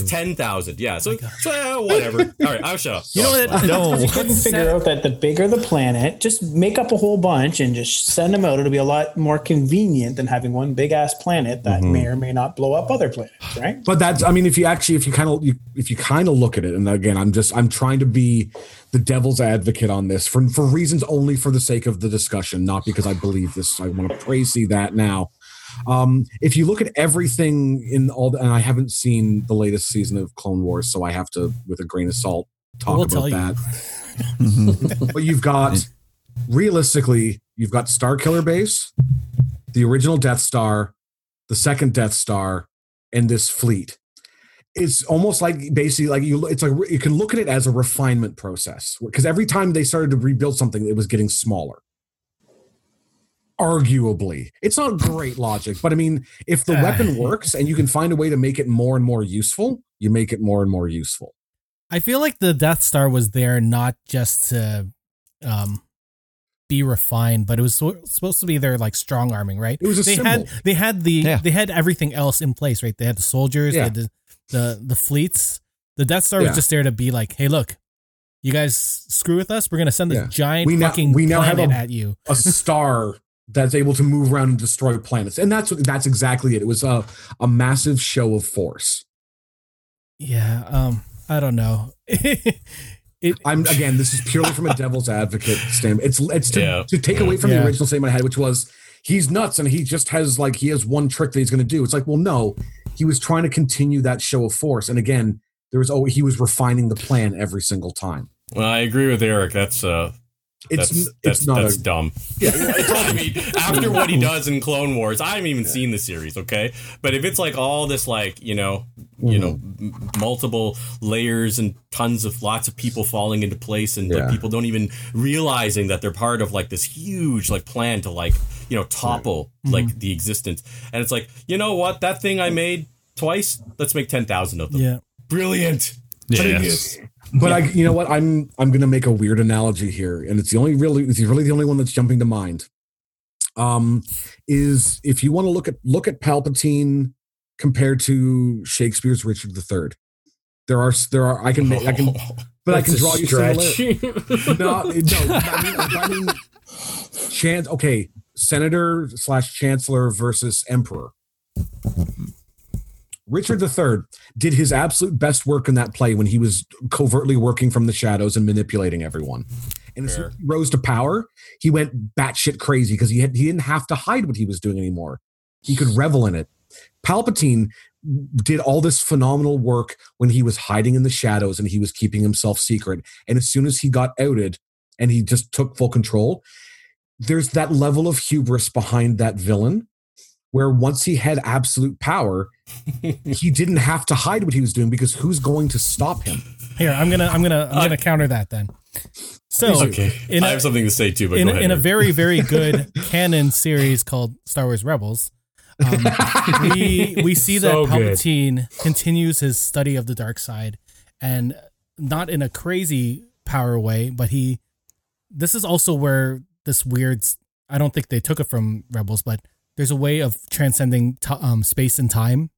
S1: 10,000.
S6: ten thousand. Yeah. So, so yeah, whatever. All right, I'll shut up.
S4: You know what?
S7: No.
S4: couldn't
S5: figure out that the bigger the planet, just make up a whole bunch and just send them out. It'll be a lot more convenient than having one big ass planet that
S1: Mm-hmm.
S5: may or may not blow up other planets, right?
S2: But that's I mean, if you actually if you kind of you, if you kind of look at it, and again, I'm just I'm trying to be the devil's advocate on this for for reasons only for the sake of the discussion, not because I believe this. I want to crazy that now. Um, if you look at everything in all, the, and I haven't seen the latest season of Clone Wars, so I have to, with a grain of salt, talk
S4: We'll tell
S2: about
S4: you.
S2: that. but you've got realistically, you've got Star Killer Base, the original Death Star, the second Death Star, and this fleet. It's almost like basically like you. It's like you can look at it as a refinement process because every time they started to rebuild something, it was getting smaller. Arguably, it's not great logic, but I mean, if the weapon works and you can find a way to make it more and more useful, you make it more and more useful.
S4: I feel like the Death Star was there not just to um, be refined, but it was so- supposed to be their like strong arming, right?
S2: It was a
S4: they
S2: symbol.
S4: had they had the
S7: Yeah.
S4: they had everything else in place, right? They had the soldiers, they had the, the the fleets. The Death Star
S2: Yeah.
S4: was just there to be like, hey, look, you guys screw with us, we're gonna send this
S2: Yeah.
S4: giant
S2: We now-
S4: fucking
S2: we now have
S4: planet
S2: a-
S4: at you.
S2: a star that's able to move around and destroy planets, and that's what that's exactly it. It was a a massive show of force.
S4: Yeah, um, I don't know. it
S2: I'm again, this is purely from a devil's advocate standpoint. It's it's to,
S6: Yeah.
S2: to take away from
S4: Yeah.
S2: the original statement I had, which was he's nuts and he just has like he has one trick that he's going to do. It's like, well, no, he was trying to continue that show of force, and again, there was oh, he was refining the plan every single time.
S6: Well, I agree with Eric. That's uh,
S2: It's
S6: that's
S2: n-
S6: that's,
S2: it's not
S6: that's
S2: a
S6: dumb. I mean, after what he does in Clone Wars, I haven't even seen the series, okay? But if it's like all this, like you know, you know,
S2: Mm-hmm.
S6: m- multiple layers and tons of lots of people falling into place, and like,
S2: Yeah.
S6: people don't even realizing that they're part of like this huge like plan to like you know topple like the existence, and it's like you know what that thing I made twice, let's make ten thousand of them.
S4: yeah.
S6: Brilliant. Genius.
S2: But I, you know what? I'm I'm gonna make a weird analogy here, and it's the only really it's really the only one that's jumping to mind. Um, is if you want to look at look at Palpatine compared to Shakespeare's Richard III. There are there are I can make I can but I can draw you similar. No, it- no, I mean, I mean chance. Okay, senator slash chancellor versus emperor. Richard III did his absolute best work in that play when he was covertly working from the shadows and manipulating everyone. And as soon as he rose to power, he went batshit crazy because he had he didn't have to hide what he was doing anymore. He could revel in it. Palpatine did all this phenomenal work when he was hiding in the shadows and he was keeping himself secret. And as soon as he got outed and he just took full control, there's that level of hubris behind that villain where once he had absolute power, he didn't have to hide what he was doing because who's going to stop him?
S4: Here, I'm gonna I'm gonna I'm gonna counter that then. So
S6: Okay.
S4: In
S6: Uh, I
S4: a-
S6: have something to say too, but
S4: in,
S6: go ahead.
S4: in a
S6: Eric.
S4: very very good canon series called Star Wars Rebels. Um, we we see that
S1: So good.
S4: Palpatine continues his study of the dark side, and not in a crazy power way, but he. This is also where this weird. I don't think they took it from Rebels, but there's a way of transcending t- um, space and time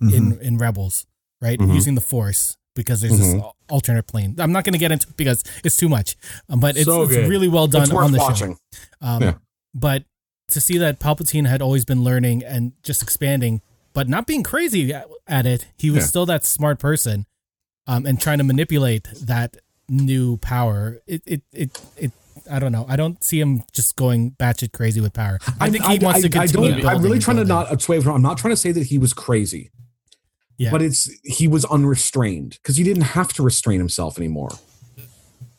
S4: in
S2: Mm-hmm.
S4: in Rebels, right?
S6: Mhm.
S4: Using the Force because there's this al-
S2: Mm-hmm.
S4: alternate plane. I'm not going to get into it because it's too much, um, but it's,
S1: So
S4: it's
S1: good.
S4: really well done
S2: it's
S4: on
S2: worth
S4: the
S2: watching.
S4: show. Um,
S2: Yeah.
S4: But to see that Palpatine had always been learning and just expanding, but not being crazy at, at it, he was
S2: Yeah.
S4: still that smart person, um, and trying to manipulate that new power. It it it it. I don't know. I don't see him just going batshit crazy with power. I think he wants to
S2: I
S4: continue.
S2: don't, I'm
S4: building
S2: really
S4: and
S2: trying to
S4: building.
S2: not sway from. I'm not trying to say that he was crazy,
S4: Yeah.
S2: but it's he was unrestrained because he didn't have to restrain himself anymore.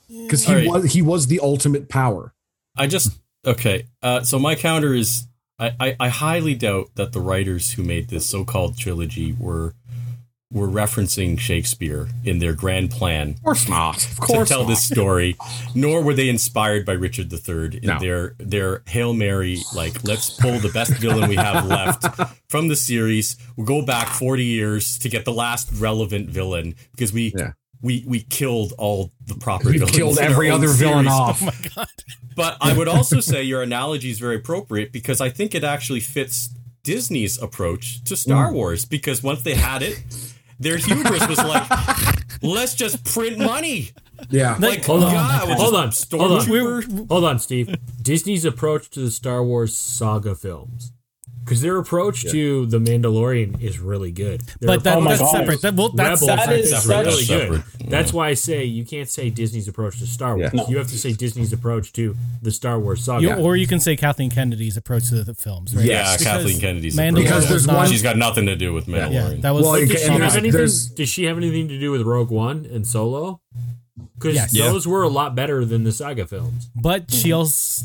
S2: Because he
S6: All right.
S2: was he was the ultimate power.
S6: I just okay. Uh, so my counter is I, I, I highly doubt that the writers who made this so-called trilogy were were referencing Shakespeare in their grand plan
S2: Of course not. Of
S6: to
S2: course
S6: tell
S2: not.
S6: this story, nor were they inspired by Richard III in
S2: No.
S6: their their hail mary like let's pull the best villain we have left from the series. We'll go back forty years to get the last relevant villain because we.
S2: Yeah.
S6: We, we killed all the proper
S2: We've
S6: villains.
S2: killed
S6: in our
S2: every
S6: own
S2: other villain
S6: series.
S2: off.
S6: But I would also say your analogy is very appropriate because I think it actually fits Disney's approach to Star Wars because once they had it, their hubris was like, let's just print money.
S2: yeah.
S6: Like,
S1: Hold on,
S6: yeah, we'll
S1: hold on,
S6: just
S1: hold on,
S6: stormtrooper.
S1: hold on, Steve. Disney's approach to the Star Wars saga films, because their approach to the Mandalorian is really good. Their
S4: But that,
S5: Oh
S1: approach
S5: my
S4: that's
S5: God.
S4: separate. That, well,
S1: to
S4: that's
S1: Rebels
S5: that
S4: separate.
S5: is-
S1: is
S5: that's
S1: really good.
S6: separate.
S1: That's why I say you can't say Disney's approach to Star Wars.
S5: No.
S1: You have to say Disney's approach to the Star Wars saga.
S4: You, Or you can say Kathleen Kennedy's approach to the films, right?
S6: Yeah,
S4: Because
S6: Kathleen Kennedy's.
S4: Mandalorian
S6: approach.
S2: Because there's
S4: was not-
S2: one-
S6: She's got nothing to do with
S4: Yeah,
S6: Mandalorian.
S4: that was.
S2: Well, it
S1: Did she
S2: And
S1: have
S2: there's-
S1: anything?
S2: there's-
S1: Does she have anything to do with Rogue One and Solo? Because
S4: Yes.
S6: Yeah.
S1: those were a lot better than the saga films.
S4: but she also.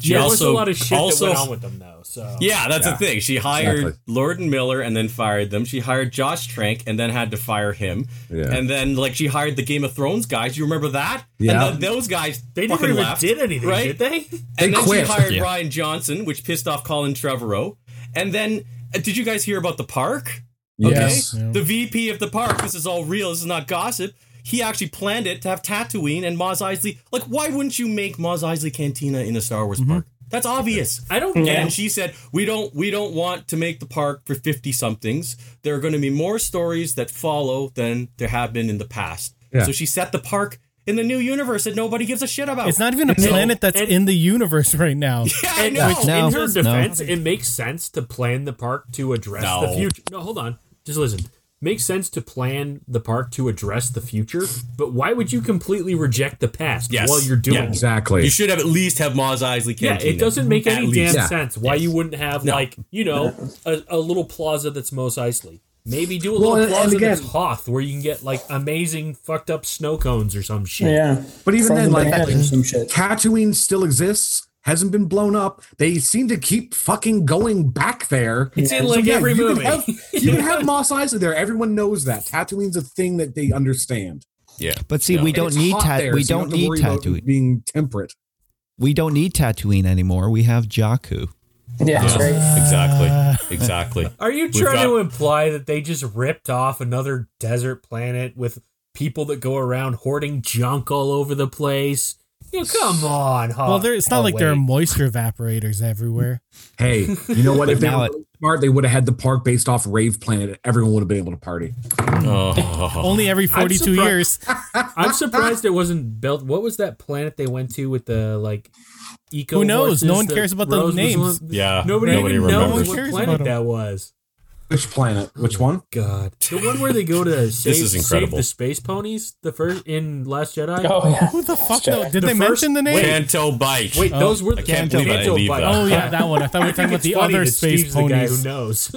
S6: she
S1: there
S6: also,
S1: was a lot of shit
S6: also
S1: that went on with them, though. So
S6: Yeah, that's
S2: Yeah,
S6: the thing. She hired
S2: exactly.
S6: Lord and Miller and then fired them. She hired Josh Trank and then had to fire him.
S2: Yeah.
S6: And then like she hired the Game of Thrones guys. You remember that?
S2: Yeah.
S6: And then those guys
S1: they
S6: fucking
S1: never even
S6: left,
S1: did anything,
S6: right?
S1: did they?
S6: And
S2: They
S6: then
S2: quit.
S6: she hired
S3: Yeah.
S6: Ryan Johnson, which pissed off Colin Trevorrow. And then uh, did you guys hear about the park?
S2: Yes.
S4: Yeah.
S6: The VP of the park. This is all real. This is not gossip. He actually planned it to have Tatooine and Maz Eisley. Like, why wouldn't you make Maz Eisley Cantina in a Star Wars park? That's obvious.
S1: Mm-hmm. I don't
S5: Yeah.
S1: get
S6: And she said, "We don't, we don't want to make the park for fifty somethings. There are going to be more stories that follow than there have been in the past."
S2: Yeah.
S6: So she set the park in the new universe that nobody gives a shit about.
S4: It's not even a
S1: No.
S4: planet that's
S1: And-
S4: in the universe right now.
S6: Yeah, I
S1: And
S6: know.
S1: which,
S7: No.
S1: in her
S7: No.
S1: defense, it makes sense to plan the park to address
S6: No.
S1: the future. No, hold on. Just listen. Makes sense to plan the park to address the future, but why would you completely reject the past
S6: Yes.
S1: while you're doing
S6: Yeah.
S1: it?
S2: Exactly.
S6: You should have at least have Maz Eisley.
S1: Yeah,
S6: Cantina.
S1: it doesn't make
S6: At
S1: any damn
S6: least.
S2: Yeah.
S1: sense why you wouldn't have like you know a, a little plaza that's Mos Eisley. Maybe do a
S2: Well,
S1: little
S2: and- and
S1: plaza
S2: again-
S1: that's Hoth where you can get like amazing fucked up snow cones or some shit.
S5: Yeah.
S2: But even then,
S5: Frozen
S2: like
S5: bananas or some shit.
S2: Tatooine still exists, hasn't been blown up. They seem to keep fucking going back there.
S1: It's in like
S2: Yeah,
S1: every
S2: you
S1: movie.
S2: Can have, you can have Moss Eisley there. Everyone knows that. Tatooine's a thing that they understand.
S6: Yeah.
S7: But see,
S6: Yeah.
S7: we
S6: And
S7: don't
S2: It's
S7: need
S2: hot
S7: tat.
S2: there,
S7: we
S2: so you
S7: don't
S2: have to
S7: need
S2: worry about
S7: Tatooine.
S2: Being temperate.
S7: We don't need Tatooine anymore. We have Jakku.
S5: Yeah, that's right.
S6: Exactly. Exactly.
S1: Are you
S6: We've
S1: trying
S6: got-
S1: to imply that they just ripped off another desert planet with people that go around hoarding junk all over the place? You come on, huh?
S4: Well, there, it's not
S1: Oh,
S4: like there are
S1: wait.
S4: moisture evaporators everywhere.
S2: Hey, you know what? if they
S7: now
S2: were
S7: it-
S2: smart, they would have had the park based off Rave Planet. Everyone would have been able to party.
S6: Oh.
S4: Only every 42
S1: surprised-
S4: years.
S1: I'm surprised it wasn't built. What was that planet they went to with the like eco?
S4: Who knows? No
S1: horses
S4: one
S1: that
S4: cares about the
S1: Rose was
S4: names.
S1: on?
S6: Yeah.
S1: Nobody,
S6: Nobody
S1: even
S6: remembers.
S1: knows
S4: No
S1: what
S4: one cares
S1: planet
S4: about 'em.
S1: that was.
S2: Which planet? Which one?
S1: God, the one where they go to save,
S6: is
S1: save
S6: incredible.
S1: the space ponies. The first in Last Jedi.
S5: Oh yeah.
S4: Who the fuck?
S5: check.
S4: know- Did
S1: The
S4: they
S1: first-
S4: mention the name?
S1: wait.
S6: Canto bite.
S1: Wait, those were the
S6: can't believe I believe that.
S4: Oh, yeah, that one. I thought we were talking about Oh. the other space
S1: who
S4: ponies.
S1: knows.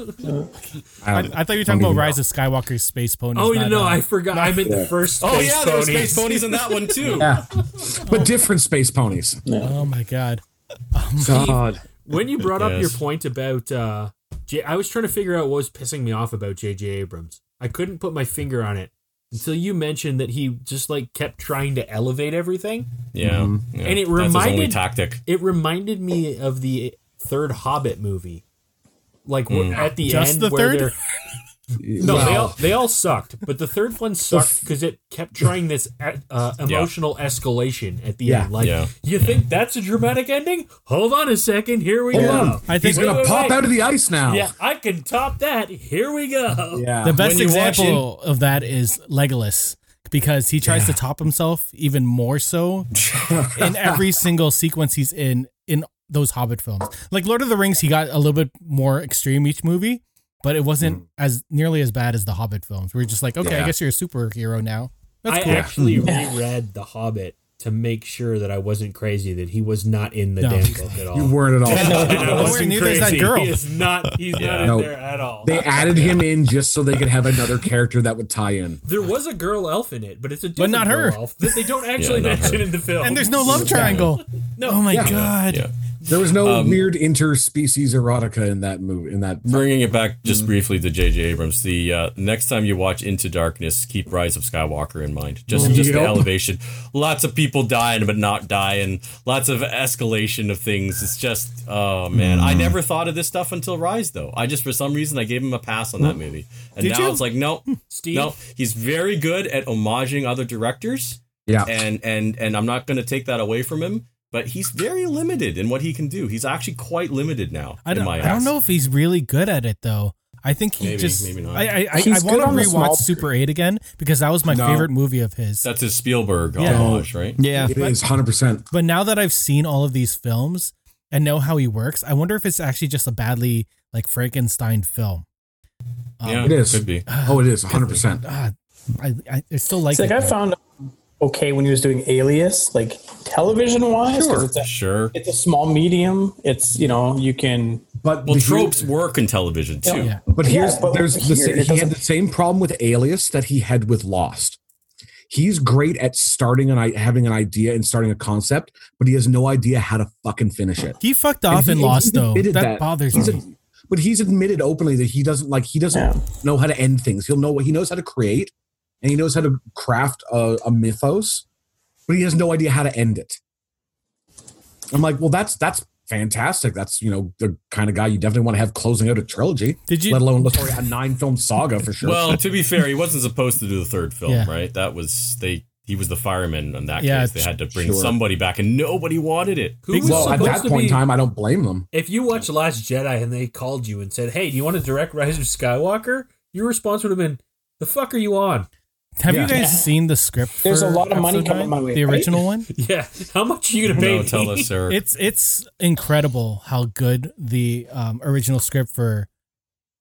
S4: I, I thought you were talking about Rise of Skywalker space ponies.
S1: Oh
S4: not,
S1: no,
S4: uh,
S1: I forgot. I meant the first.
S6: Oh
S1: space
S6: yeah, there were
S1: ponies.
S6: space ponies in that one too.
S2: Yeah. But different space ponies.
S4: Oh my god.
S2: God.
S1: When you brought up
S6: Yes.
S1: your point about, uh, J- I was trying to figure out what was pissing me off about J.J. Abrams. I couldn't put my finger on it until you mentioned that he just like kept trying to elevate everything.
S6: Yeah. yeah.
S1: And it
S6: That's his only
S1: reminded-
S6: tactic.
S1: It reminded me of the third Hobbit movie, like wh- at the
S4: Mm. Just
S1: end
S4: the
S1: where
S4: third?
S1: they're No, they all they all sucked, but the third one sucked because it kept trying this uh, emotional escalation at the
S2: Yeah.
S1: end. Like,
S6: Yeah.
S1: you think that's a dramatic ending? Hold on a second. Here we
S2: Hold
S1: go.
S2: on.
S4: I think
S2: He's going
S1: Wait,
S2: to
S1: wait,
S2: pop
S1: wait.
S2: out of the ice now.
S1: Yeah, I can top that. Here we go.
S2: Yeah.
S4: The best
S6: you watch
S4: example of that is Legolas because he tries to top himself even more so in every single sequence he's in in those Hobbit films. Like Lord of the Rings, he got a little bit more extreme each movie, but it wasn't as nearly as bad as the Hobbit films. We are just like, okay, I
S6: Yeah.
S4: guess you're a superhero now. That's
S1: I
S4: cool.
S1: actually reread The Hobbit to make sure that I wasn't crazy that he was not in the
S4: No.
S1: damn book at all.
S2: You weren't at all.
S1: And I
S4: Nowhere
S1: wasn't
S4: near there's that
S1: crazy.
S4: girl.
S1: He is not. He's not in
S2: No.
S1: there at all.
S2: They added him in just so they could have another character that would tie in.
S1: there was a girl elf in it, but it's a different
S4: But not her.
S1: girl elf that they don't actually
S6: not her.
S1: mention in the film.
S4: And there's no love triangle.
S1: No.
S4: Oh my
S2: Yeah.
S4: god.
S6: Yeah.
S2: There was no
S6: Um,
S2: weird interspecies erotica in that movie. In that,
S6: Bringing it back just
S4: Mm-hmm.
S6: briefly to J.J. Abrams, the uh, next time you watch Into Darkness, keep Rise of Skywalker in mind.
S4: Mm-hmm.
S6: Just just the
S2: Yep.
S6: elevation, lots of people dying but not dying, lots of escalation of things. It's just oh man,
S4: Mm-hmm.
S6: I never thought of this stuff until Rise though. I just for some reason I gave him a pass on that movie, and
S4: Mm. Did
S6: now
S4: you? Hmm.
S6: it's like no,
S1: Steve?
S6: no, he's very good at homaging other directors,
S2: yeah,
S6: and and and I'm not going to take that away from him. But he's very limited in what he can do. He's actually quite limited now.
S4: I
S6: in
S4: don't,
S6: my
S4: I don't
S6: eyes.
S4: know if he's really good at it though. I think he
S6: Maybe,
S4: just.
S6: maybe not.
S4: I I, I, I
S5: He's
S4: want
S5: good
S4: to
S5: on the small-
S4: rewatch Super Eight again because that was my
S2: No.
S4: favorite movie of his.
S6: That's his Spielberg
S4: Yeah.
S6: homage, right?
S7: Yeah.
S2: it is hundred percent.
S4: But now that I've seen all of these films and know how he works, I wonder if it's actually just a badly like Frankenstein film.
S6: yeah,
S2: It is.
S6: Could be.
S2: Oh, it is hundred percent.
S4: Ah, I, I, I still like
S5: It's like
S4: it.
S5: I
S4: though.
S5: found him okay when he was doing Alias, like television wise, because it's a
S6: Sure.
S5: it's a small medium. It's you know you can
S2: But
S6: Well,
S2: the-
S6: tropes work in television too.
S4: Yeah.
S2: But here's
S5: Yeah, but
S2: there's the,
S5: here,
S2: sa-
S5: it
S2: he had
S5: doesn't-
S2: the same problem with Alias that he had with Lost. He's great at starting and having an idea and starting a concept, but he has no idea how to fucking finish it.
S4: He fucked off and,
S2: he-
S4: lost
S2: he
S4: though. That,
S2: admitted
S4: bothers
S2: He's
S4: me.
S2: ad- but he's admitted openly that he doesn't like he doesn't
S5: Yeah.
S2: know how to end things. He'll know what he knows how to create, and he knows how to craft a, a mythos, but he has no idea how to end it. I'm like, well, that's that's fantastic. That's you know the kind of guy you definitely want to have closing out a trilogy.
S4: Did you-
S2: Let alone sorry, a nine film saga for sure.
S6: Well, to be fair, he wasn't supposed to do the third film,
S4: Yeah.
S6: right? That was they. He was the fireman in that
S4: Yeah,
S6: case. They had to bring
S2: sure.
S6: somebody back, and nobody wanted it.
S1: Who was
S2: well, at
S1: supposed
S2: that
S1: to
S2: point
S1: be?
S2: in time, I don't blame them.
S1: If you watch Last Jedi and they called you and said, "Hey, do you want to direct Rise of Skywalker?" Your response would have been, "The fuck are you on?"
S4: Have you
S2: Yeah.
S4: guys seen the script?
S5: There's
S4: for
S5: a lot of money
S4: episode
S5: coming
S4: nine?
S5: my way,
S4: The
S5: right?
S4: original one.
S1: Yeah, how much are you gonna pay?
S6: No,
S1: me?
S6: tell us, sir.
S4: It's it's incredible how good the um, original script for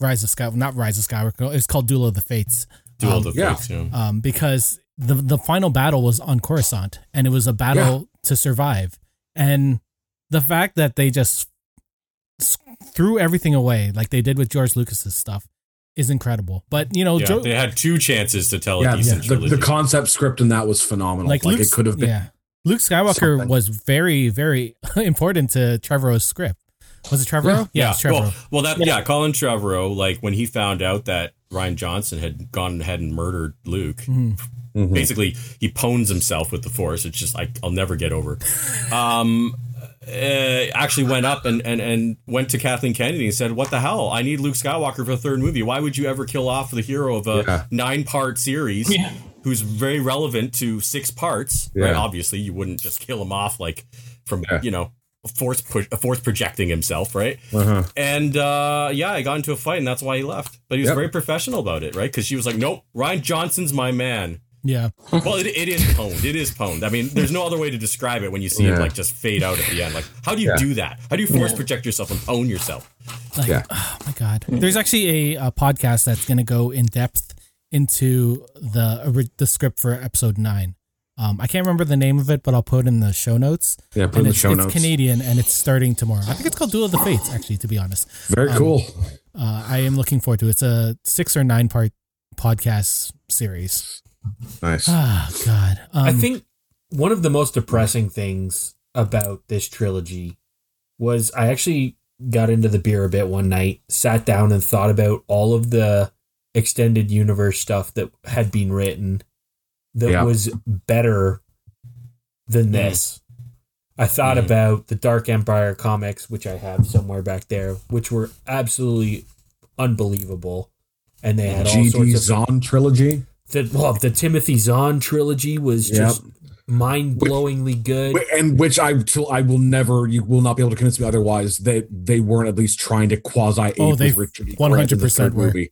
S4: Rise of Sky, not Rise of Skywalker. It's called Duel of the Fates.
S6: do all
S4: Um,
S6: the
S2: yeah.
S6: things, you know.
S4: um, because the the final battle was on Coruscant, and it was a battle to survive. And the fact that they just s- threw everything away, like they did with George Lucas's stuff, is incredible. But you know,
S6: Yeah,
S4: Jo-
S6: they had two chances to tell
S2: Yeah,
S6: a decent
S2: the,
S6: trilogy.
S2: the concept script in that was phenomenal. Like,
S4: like, Luke's
S2: it could have been.
S4: Yeah, Luke Skywalker
S2: something.
S4: was very very important to Trevor's script. Was it Trevor? Yeah, it was Trevor.
S6: Well, well, that yeah, Colin Trevorrow, like when he found out that Ryan Johnson had gone ahead and murdered Luke, basically he pones himself with the Force. It's just I, I'll never get over. Um, uh, actually went up and, and and went to Kathleen Kennedy and said, "What the hell? I need Luke Skywalker for a third movie. Why would you ever kill off the hero of a
S2: Yeah.
S6: nine part series?" Who's very relevant to six parts? Right?
S2: Yeah.
S6: Obviously, you wouldn't just kill him off like from
S2: Yeah.
S6: you know a force push, a force projecting himself, right?
S2: Uh-huh.
S6: And uh, yeah, I got into a fight, and that's why he left. But he was
S2: Yep.
S6: very professional about it, right? Because she was like, "Nope, Ryan Johnson's my man."
S4: yeah.
S6: Well, it, it is pwned. It is pwned. I mean, there's no other way to describe it when you see
S2: Yeah.
S6: it like just fade out at the end. Like, how do you do that? How do you force project yourself and own yourself?
S4: Like,
S2: Yeah.
S4: oh my god.
S2: Hmm.
S4: There's actually a, uh podcast that's going to go in depth into the ori- the script for episode nine. Um, I can't remember the name of it, but I'll put it in the show notes.
S2: Yeah, put it
S4: And
S2: in the
S4: it's,
S2: show
S4: it's
S2: notes.
S4: Canadian, and it's starting tomorrow. I think it's called Duel of the Fates. Actually, to be honest,
S2: Very
S1: um,
S2: cool.
S4: uh, I am looking forward to it. It's a six or nine part podcast series.
S2: Nice.
S4: Ah, god. Um,
S1: I think one of the most depressing things about this trilogy was I actually got into the beer a bit one night, sat down and thought about all of the extended universe stuff that had been written that
S2: Yeah.
S1: was better than this. I thought about the Dark Empire comics, which I have somewhere back there, which were absolutely unbelievable. and they had all
S2: GD
S1: sorts of
S2: Zon trilogy.
S1: the, well, the Timothy Zahn trilogy was
S2: Yep.
S1: just mind-blowingly good.
S2: Wh- and which I till I will never you will not be able to convince me otherwise that they weren't at least trying to quasi ape
S4: Oh, they
S2: with Richard E. Grant in the
S4: 100%
S2: third
S4: were.
S2: movie.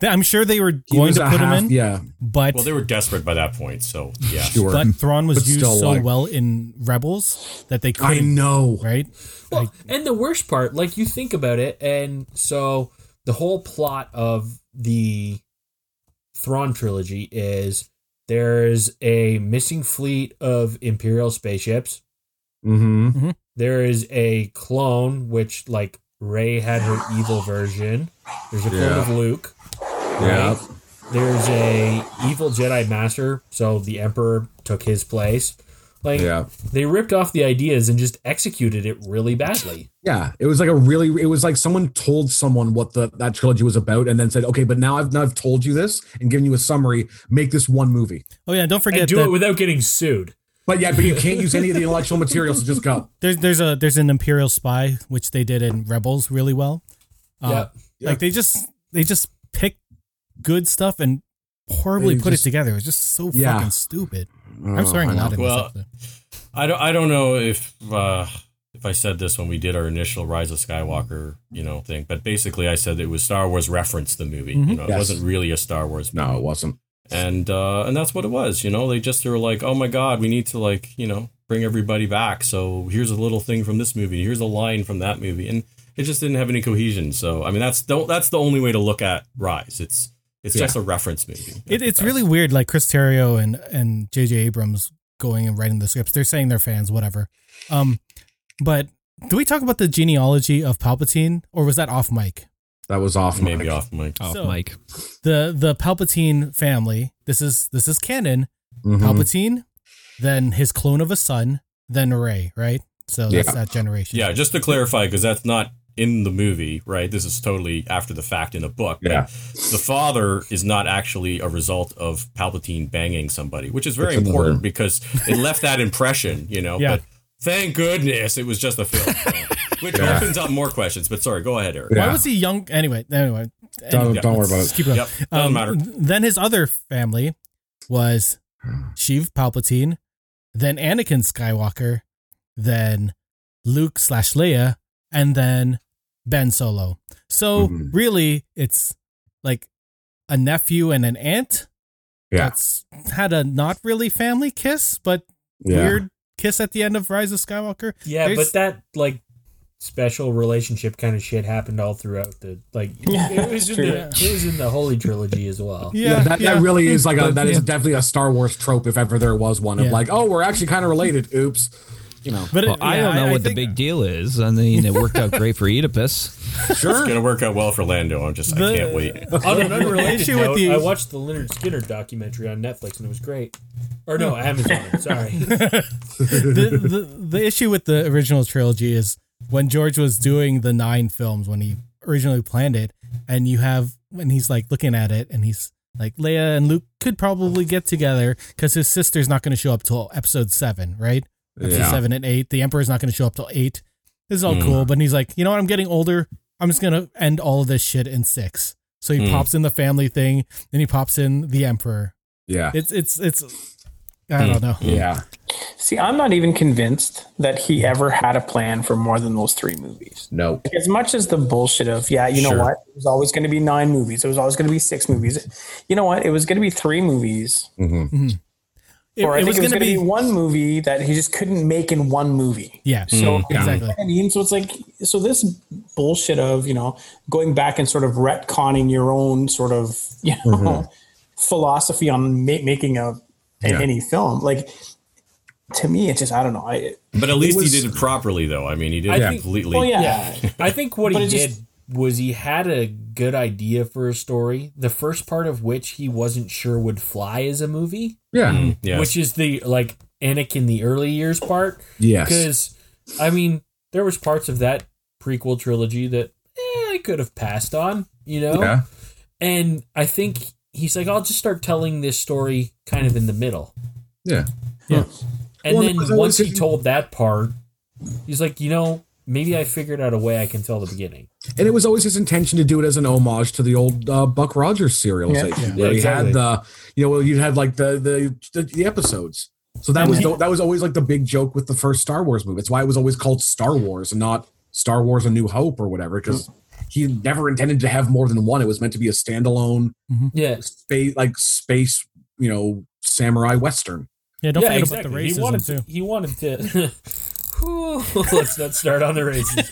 S4: Th- I'm sure they were
S2: He
S4: going
S2: was
S4: to
S2: a
S4: put
S2: half-
S4: him in,
S2: Yeah,
S4: but
S6: Well, they were desperate by that point, so yeah.
S2: sure.
S4: but Thrawn was
S2: but
S4: used
S2: still,
S4: so
S2: like-
S4: well in Rebels that they
S2: I
S4: couldn't,
S2: know.
S4: right?
S1: Well, and the worst part, like you think about it, and so the whole plot of the Thrawn trilogy is there's a missing fleet of Imperial spaceships.
S2: Mm-hmm.
S1: There is a clone, which like Ray had her evil version. There's a clone
S2: Yeah.
S1: of Luke.
S2: Yeah.
S1: There's a evil Jedi Master, so the Emperor took his place. Like
S2: Yeah.
S1: they ripped off the ideas and just executed it really badly.
S2: Yeah, it was like a really. It was like someone told someone what the that trilogy was about, and then said, "Okay, but now I've now I've told you this and given you a summary. Make this one movie."
S4: Oh yeah, don't
S1: And
S4: forget
S1: do
S4: that
S1: it without getting sued.
S2: But yeah, but you can't use any of the intellectual material, so just go.
S4: there's there's a there's an Imperial spy which they did in Rebels really well. Uh, Like they just they just picked good stuff and horribly
S2: They
S4: put
S2: just-
S4: it together. It was just so
S2: Yeah. Oh,
S4: fucking stupid. I'm swearing a lot in
S6: Well,
S4: this episode.
S6: I don't. I don't know if uh, if I said this when we did our initial Rise of Skywalker, you know, thing. But basically, I said it was Star Wars reference the movie.
S4: Mm-hmm.
S6: You know, it
S2: Yes.
S6: wasn't really a Star Wars. movie.
S2: No, it wasn't.
S6: And uh, and that's what it was. You know, they just they were like, oh my god, we need to like you know bring everybody back. So here's a little thing from this movie. Here's a line from that movie, and it just didn't have any cohesion. So I mean, that's the, that's the only way to look at Rise. It's it's just a reference movie.
S4: It, it's really weird. Like Chris Terrio and and J.J. Abrams going and writing the scripts. They're saying they're fans, whatever. Um, but do we talk about the genealogy of Palpatine, or was that off mic?
S2: That was off.
S6: maybe
S2: mic.
S6: off mic.
S3: Oh,
S4: So-
S3: Mike.
S4: The the Palpatine family. This is this is canon.
S2: Mhm.
S4: Palpatine, then his clone of a son, then Ray. Right. So that's
S2: Yeah.
S4: that generation.
S6: Yeah, just to clarify, because that's not in the movie, right? This is totally after the fact in the book.
S2: Yeah.
S6: And The father is not actually a result of Palpatine banging somebody, which is very
S2: That's another-
S6: important because it left that impression, you know.
S4: Yeah.
S6: But thank goodness it was just a film, which
S2: Yeah.
S6: opens up more questions. But sorry, go ahead, Eric.
S2: Yeah.
S4: Why was he young? Anyway. Anyway.
S2: Don't,
S6: Yeah.
S2: don't worry about
S4: let's
S2: it.
S4: keep going.
S6: Yep, doesn't
S4: Um,
S6: matter.
S4: Then his other family was
S2: Hmm.
S4: Sheev Palpatine, then Anakin Skywalker, then Luke slash Leia, and then Ben Solo. So
S2: Mhm.
S4: really, it's like a nephew and an aunt.
S2: Yeah.
S4: That's had a not really family kiss, but
S2: Yeah.
S4: weird kiss at the end of Rise of Skywalker.
S1: Yeah,
S4: There's-
S1: but that like special relationship kind of shit happened all throughout the like.
S5: Yeah,
S1: it was in
S5: true.
S1: the it was in the Holy Trilogy as well.
S2: Yeah, that, that really is like a, that is definitely a Star Wars trope if ever there was one
S4: Yeah.
S2: of like, oh, we're actually kind of related. Oops. You know,
S4: But it-
S3: Well, I
S4: yeah,
S3: don't know what the
S4: think
S3: big deal is. I mean, it worked out great for Oedipus.
S6: It's gonna work out well for Lando. I'm just,
S4: The-
S6: I can't wait.
S1: On an unrelated
S4: Issue with
S1: note,
S4: the-
S1: I watched the Leonard Skinner documentary on Netflix and it was great. Or no, Amazon. sorry.
S4: the, the the issue with the original trilogy is when George was doing the nine films when he originally planned it, and you have when he's like looking at it and he's like Leia and Luke could probably get together because his sister's not going to show up till episode seven, right? Episode
S2: Yeah. Mm.
S4: seven and eight. The Emperor's not going to show up till eight. This is all cool, but he's like, you know what? I'm getting older. I'm just gonna end all of this shit in six. So he
S6: Mm.
S4: pops in the family thing, then he pops in the Emperor.
S2: yeah, Mm.
S4: It's it's it's. I don't know.
S2: yeah.
S5: See, I'm not even convinced that he ever had a plan for more than those three movies.
S2: No,
S5: Like, as much as the bullshit of, yeah, you know
S2: Sure.
S5: what? It was always going to be nine movies. It was always going to be six movies. You know what? It was going to be three movies.
S4: It,
S5: or
S4: it
S5: I think
S4: was
S5: it was
S4: gonna
S5: going to
S4: be
S5: be one movie that he just couldn't make in one movie.
S4: Yeah. So exactly.
S5: I mean, so it's like, so this bullshit of, you know, going back and sort of retconning your own sort of, you know,
S4: Mm-hmm.
S5: philosophy on ma- making a, any film, like, to me, it's just, I don't know. I,
S6: But at least
S2: was-
S6: he did it properly, though. I mean, he did
S1: I
S6: it
S1: think-
S6: completely.
S5: well, yeah.
S1: I think what
S5: But
S1: he
S5: it
S1: did
S5: just-
S1: was he had a good idea for a story, the first part of which he wasn't sure would fly as a movie,
S2: yeah,
S6: Yes.
S1: which is the like Anakin the early years part.
S2: yes,
S1: Because, I mean, there was parts of that prequel trilogy that eh, I could have passed on, you know.
S2: yeah,
S1: And I think he's like, I'll just start telling this story kind of in the middle,
S2: yeah.
S1: and
S2: Well,
S1: then
S2: because I
S1: once
S2: was
S1: he
S2: thinking-
S1: told that part, he's like, you know, maybe I figured out a way I can tell the beginning.
S2: and it was always his intention to do it as an homage to the old uh, Buck Rogers serialization,
S5: Yeah, yeah.
S2: where
S1: Yeah,
S2: he
S1: exactly.
S2: had the, you know, well, you had like the the the, the episodes. So that was the, that was always like the big joke with the first Star Wars movie. It's why it was always called Star Wars and not Star Wars: A New Hope or whatever, because he never intended to have more than one. It was meant to be a standalone
S1: Yeah.
S2: space, like space, you know, samurai western.
S4: Yeah, don't
S1: yeah,
S4: forget
S1: exactly.
S4: about the racism
S1: he wanted
S4: too.
S1: To, he wanted to. Ooh, let's not start on the races.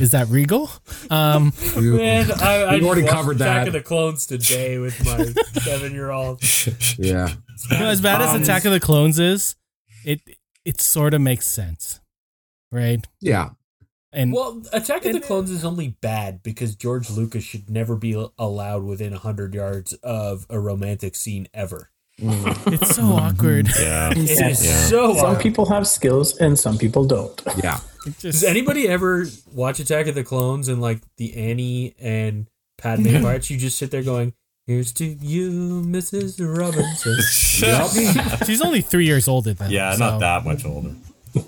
S4: Is that regal? Um,
S1: Man, I, I
S2: We've already
S1: just watched
S2: covered
S1: Attack
S2: that.
S1: of the Clones today with my seven-year-old.
S2: Yeah.
S4: you know, as bad as
S1: Um,
S4: Attack of the Clones is, it it sort of makes sense, right?
S2: Yeah.
S4: And
S1: Well, Attack of the
S4: And-
S1: Clones is only bad because George Lucas should never be allowed within 100 yards of a romantic scene ever.
S4: it's so awkward.
S6: Yeah.
S1: It is
S6: Yeah.
S1: so
S5: Some
S1: awkward.
S5: people have skills and some people don't.
S2: Yeah.
S4: It
S1: Does
S4: just,
S1: anybody ever watch Attack of the Clones and like the Annie and Padme parts? You just sit there going, "Here's to you, Mrs. Robinson."
S4: she's only three years older than
S6: yeah,
S4: him, so-
S6: not that much older.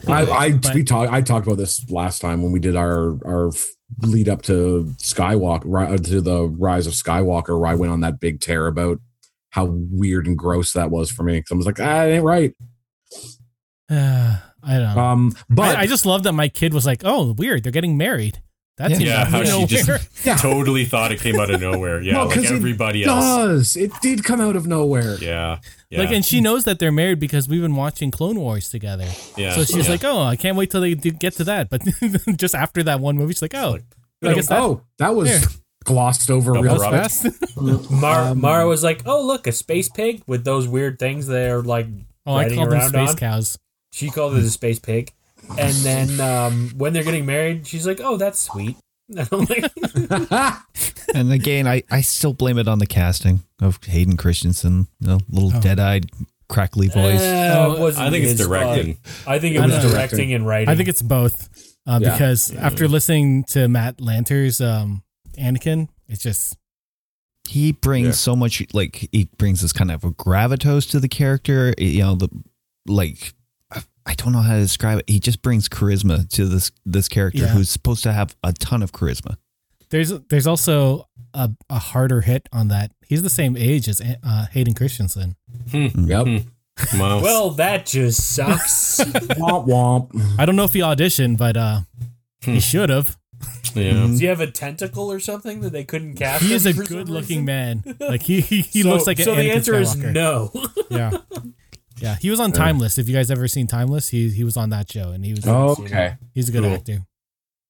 S2: I, I
S4: But-
S2: we talked I talked about this last time when we did our our f- lead up to Skywalker ri- uh, to the rise of Skywalker where I went on that big tear about how weird and gross that was for me. 'Cause I was like, ah, it ain't right.
S4: Uh, I
S6: Oh.
S4: don't. know.
S2: Um, but
S4: I, I just love that my kid was like, "Oh, weird, they're getting married." That's
S6: Yeah, how she just-
S2: Yeah.
S6: Totally thought it came out of nowhere. Yeah,
S2: No,
S6: like
S2: 'cause it
S6: everybody
S2: it
S6: else.
S2: does. It did come out of nowhere.
S6: Yeah. Yeah.
S4: Like, and she knows that they're married because we've been watching Clone Wars together.
S6: yeah.
S4: so she's
S6: yeah.
S4: like, "Oh, I can't wait till they do get to that." But just after that one movie, she's like, "Oh, I
S2: Like,
S4: guess that-
S2: oh, that was
S4: Here.
S2: glossed over
S6: Double
S2: real
S6: rub.
S2: fast.
S4: that's-
S1: Mara,
S4: Um,
S1: Mara was like, "Oh, look, a space pig with those weird things that are like
S4: oh, I
S1: riding
S4: called them
S1: around
S4: space
S1: on."
S4: cows."
S1: She called it a space pig. And then um, when they're getting married, she's like, "Oh, that's sweet." And I'm like,
S7: And again, I, I still blame it on the casting of Hayden Christensen, the little
S5: Oh.
S7: dead-eyed, crackly voice.
S5: Uh,
S1: "Eh, it wasn't
S6: I think it's
S1: his
S6: directing.
S1: fault." I think it
S4: Oh, I
S1: was
S4: know.
S1: directing and writing.
S4: I think it's both uh,
S2: Yeah.
S4: because after listening to Matt Lanter's um, Anakin, it's just
S7: He brings
S6: Yeah.
S7: so much, like he brings this kind of a gravitas to the character. You know, the like I- I don't know how to describe it. He just brings charisma to this this character
S4: Yeah.
S7: who's supposed to have a ton of charisma.
S4: there's there's also a, a harder hit on that. He's the same age as uh, Hayden Christensen.
S2: Yep.
S6: Wow.
S1: well, that just sucks.
S2: womp womp.
S4: I don't know if he auditioned, but uh,
S1: Hmm.
S4: he should have.
S6: yeah.
S1: Does he have a tentacle or something that they couldn't cast?
S4: He is a
S1: him for some
S4: good-looking
S1: reason?
S4: man. Like he he, he
S1: So-
S4: looks like an
S1: so. The
S4: Anakin
S1: answer is
S4: Skywalker.
S1: no.
S4: Yeah. Yeah, he was on Timeless. If you guys ever seen Timeless, he he was on that show, and he was
S1: Oh,
S2: Okay.
S4: he's a good
S6: cool.
S4: actor.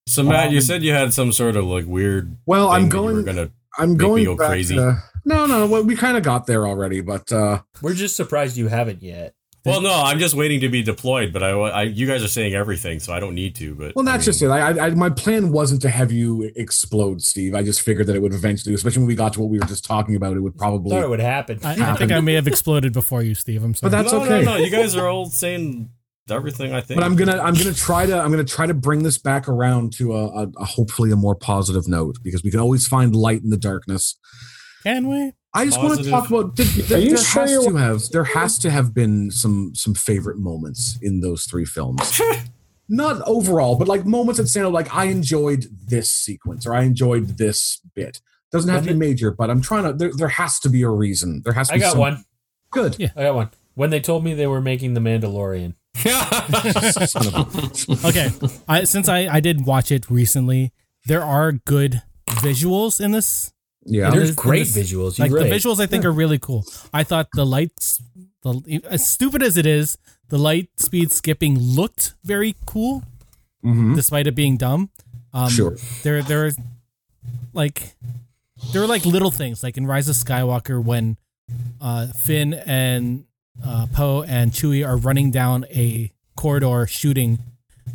S6: So Matt, you said you had some sort of like weird.
S2: Well,
S6: thing
S2: I'm
S6: that you
S2: going.
S6: were gonna.
S2: I'm
S6: make me
S2: going
S6: go
S2: back
S6: crazy.
S2: to- no, no. Well, we kind of got there already, but uh,
S1: We're just surprised you haven't yet.
S6: Well, no, I'm just waiting to be deployed. But I, I you guys are saying everything, so I don't need to. But
S2: Well,
S6: I
S2: that's
S6: mean,
S2: just it. I, I, I- my plan wasn't to have you explode, Steve. I just figured that it would eventually, especially when we got to what we were just talking about, it would
S1: Thought
S2: probably.
S1: it would happen.
S4: I, I think I may have exploded before you, Steve. I'm sorry.
S2: But that's
S6: no,
S2: okay.
S6: no, no. You guys are all saying everything. I think.
S2: But I'm gonna, I'm gonna try to, I'm gonna try to bring this back around to a, a, a hopefully a more positive note because we can always find light in the darkness.
S4: Can we?
S2: I just want to
S6: Positive.
S2: talk about. Did, did,
S5: Are you
S2: there
S5: sure
S2: has
S5: you-
S2: to have, there has to have been some some favorite moments in those three films. Not overall, but like moments that stand out. Like I enjoyed this sequence, or I enjoyed this bit. Doesn't have to be major, but I'm trying to. There, there has to be a reason. There has to.
S1: I
S2: be
S1: got
S2: some-
S1: one.
S2: Good.
S4: Yeah.
S1: I got one. When they told me they were making the Mandalorian,
S2: Son of a-
S4: Okay. I, since I I did watch it recently, there are good visuals in this.
S2: yeah.
S4: There's-
S1: there's great
S4: there's-
S1: visuals.
S4: Like
S1: You're right.
S4: the visuals, I think are really cool. I thought the lights, the as stupid as it is, the light speed skipping looked very cool,
S2: Mhm.
S4: despite it being dumb. Um,
S2: Sure.
S4: there there are like there are like little things like in Rise of Skywalker when uh Finn and uh Poe and Chewie are running down a corridor shooting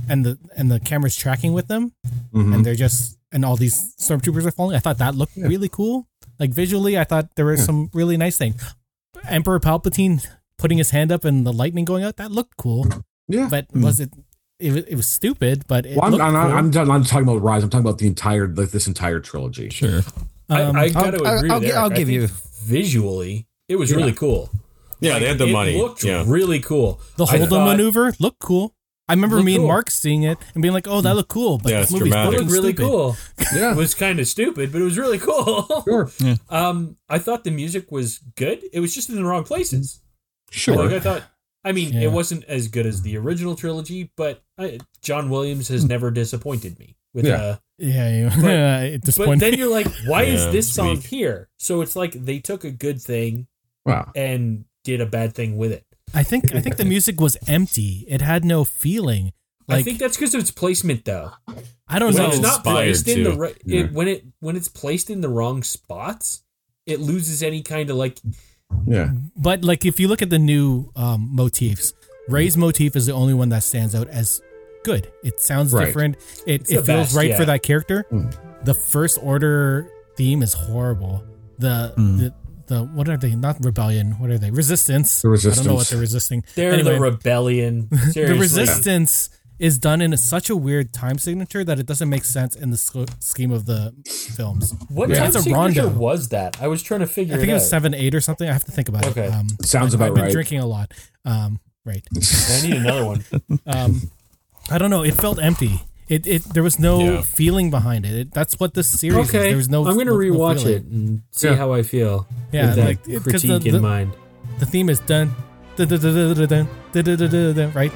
S4: and the and the camera's tracking with them
S2: Mm-hmm.
S4: and they're just and all these stormtroopers are falling. I thought that looked really cool. Like visually I thought there was some really nice thing. Emperor Palpatine putting his hand up and the lightning going out, that looked cool.
S2: Yeah.
S4: But was it it, wa- it was stupid, but it
S2: Mm-hmm. Well, I'm,
S4: looked
S2: I'm,
S4: cool.
S2: I'm, I'm, done- I'm talking about Rise. I'm talking about the entire, like this entire trilogy.
S7: Sure.
S4: Um,
S1: I, I gotta
S7: I'll-
S1: agree.
S7: I'll
S1: with
S7: gi- I'll
S1: Eric. I
S7: give
S1: think
S7: you-
S1: visually. It was really cool.
S6: yeah, they had the
S1: it
S6: money.
S1: Looked
S6: yeah.
S1: really cool.
S4: The
S1: I
S4: Holdo
S1: thought-
S4: maneuver looked cool. I remember
S1: Looked
S4: me and
S1: cool. Mm.
S4: Mark seeing it and being like, "Oh, that looked cool," but
S6: Yeah,
S4: this
S6: it's
S4: movie's
S6: dramatic.
S1: It
S4: fucking
S1: looked really
S4: stupid.
S1: cool.
S2: Yeah.
S1: It was kind of stupid, but it was really cool.
S2: Sure.
S1: Um, I thought the music was good. It was just in the wrong places.
S2: Sure.
S1: Like I thought. I mean,
S4: Yeah.
S1: it wasn't as good as the original trilogy, but I, John Williams has never disappointed me with
S2: Yeah.
S1: uh,
S4: Yeah, you,
S1: But-
S4: at this
S1: But
S4: point,
S1: then you're like, why
S6: Yeah,
S1: is this
S6: it's
S1: song
S6: weak.
S1: here? So it's like they took a good thing
S2: Wow.
S1: and did a bad thing with it.
S4: I think I think the music was empty. It had no feeling. Like
S1: I think that's because of its placement, though.
S4: I don't
S1: When
S6: Well,
S4: know.
S1: it's not
S6: Inspired
S1: placed in the
S6: too.
S1: right,
S6: Yeah.
S1: it, when it when it's placed in the wrong spots, it loses any kind of like.
S2: Yeah.
S4: but like if you look at the new um, motifs, Ray's motif is the only one that stands out as good. It sounds
S2: Right.
S4: different. It,
S1: It's
S4: it
S1: the
S4: feels
S1: best,
S4: right for
S1: yeah. Hmm.
S4: that character. The first order theme is horrible. The
S1: Hmm.
S4: the the what are they? Not rebellion. What are they? Resistance.
S2: The
S4: I don't know what
S2: resistance.
S4: they're resisting.
S1: They're
S4: Anyway,
S1: the rebellion. Seriously.
S4: the resistance is done in a, such a weird time signature that it doesn't make sense in the sc- scheme of the films.
S1: What
S4: Yeah.
S1: time
S4: It's a
S1: signature
S4: rondo.
S1: was that? I was trying to figure.
S4: I think
S1: it,
S4: it was
S1: out.
S4: seven, eight, or something. I have to think about
S1: Okay.
S4: it. Um,
S2: Sounds about
S4: I've been
S2: right.
S4: drinking a lot. Um, right.
S1: I need another one.
S4: Um, I don't know. It felt empty. It, it there was no
S6: Yeah.
S4: feeling behind it. it. That's what this series. Is.
S1: okay,
S4: There was no.
S1: I'm gonna
S4: no- no
S1: rewatch
S4: feeling.
S1: it and see
S2: Yeah.
S1: how I feel.
S4: Yeah,
S1: with that
S4: like, it- 'cause the-
S1: critique in
S4: the-
S1: mind.
S4: The theme is dun dun dun dun dun dun dun dun dun dun dun right.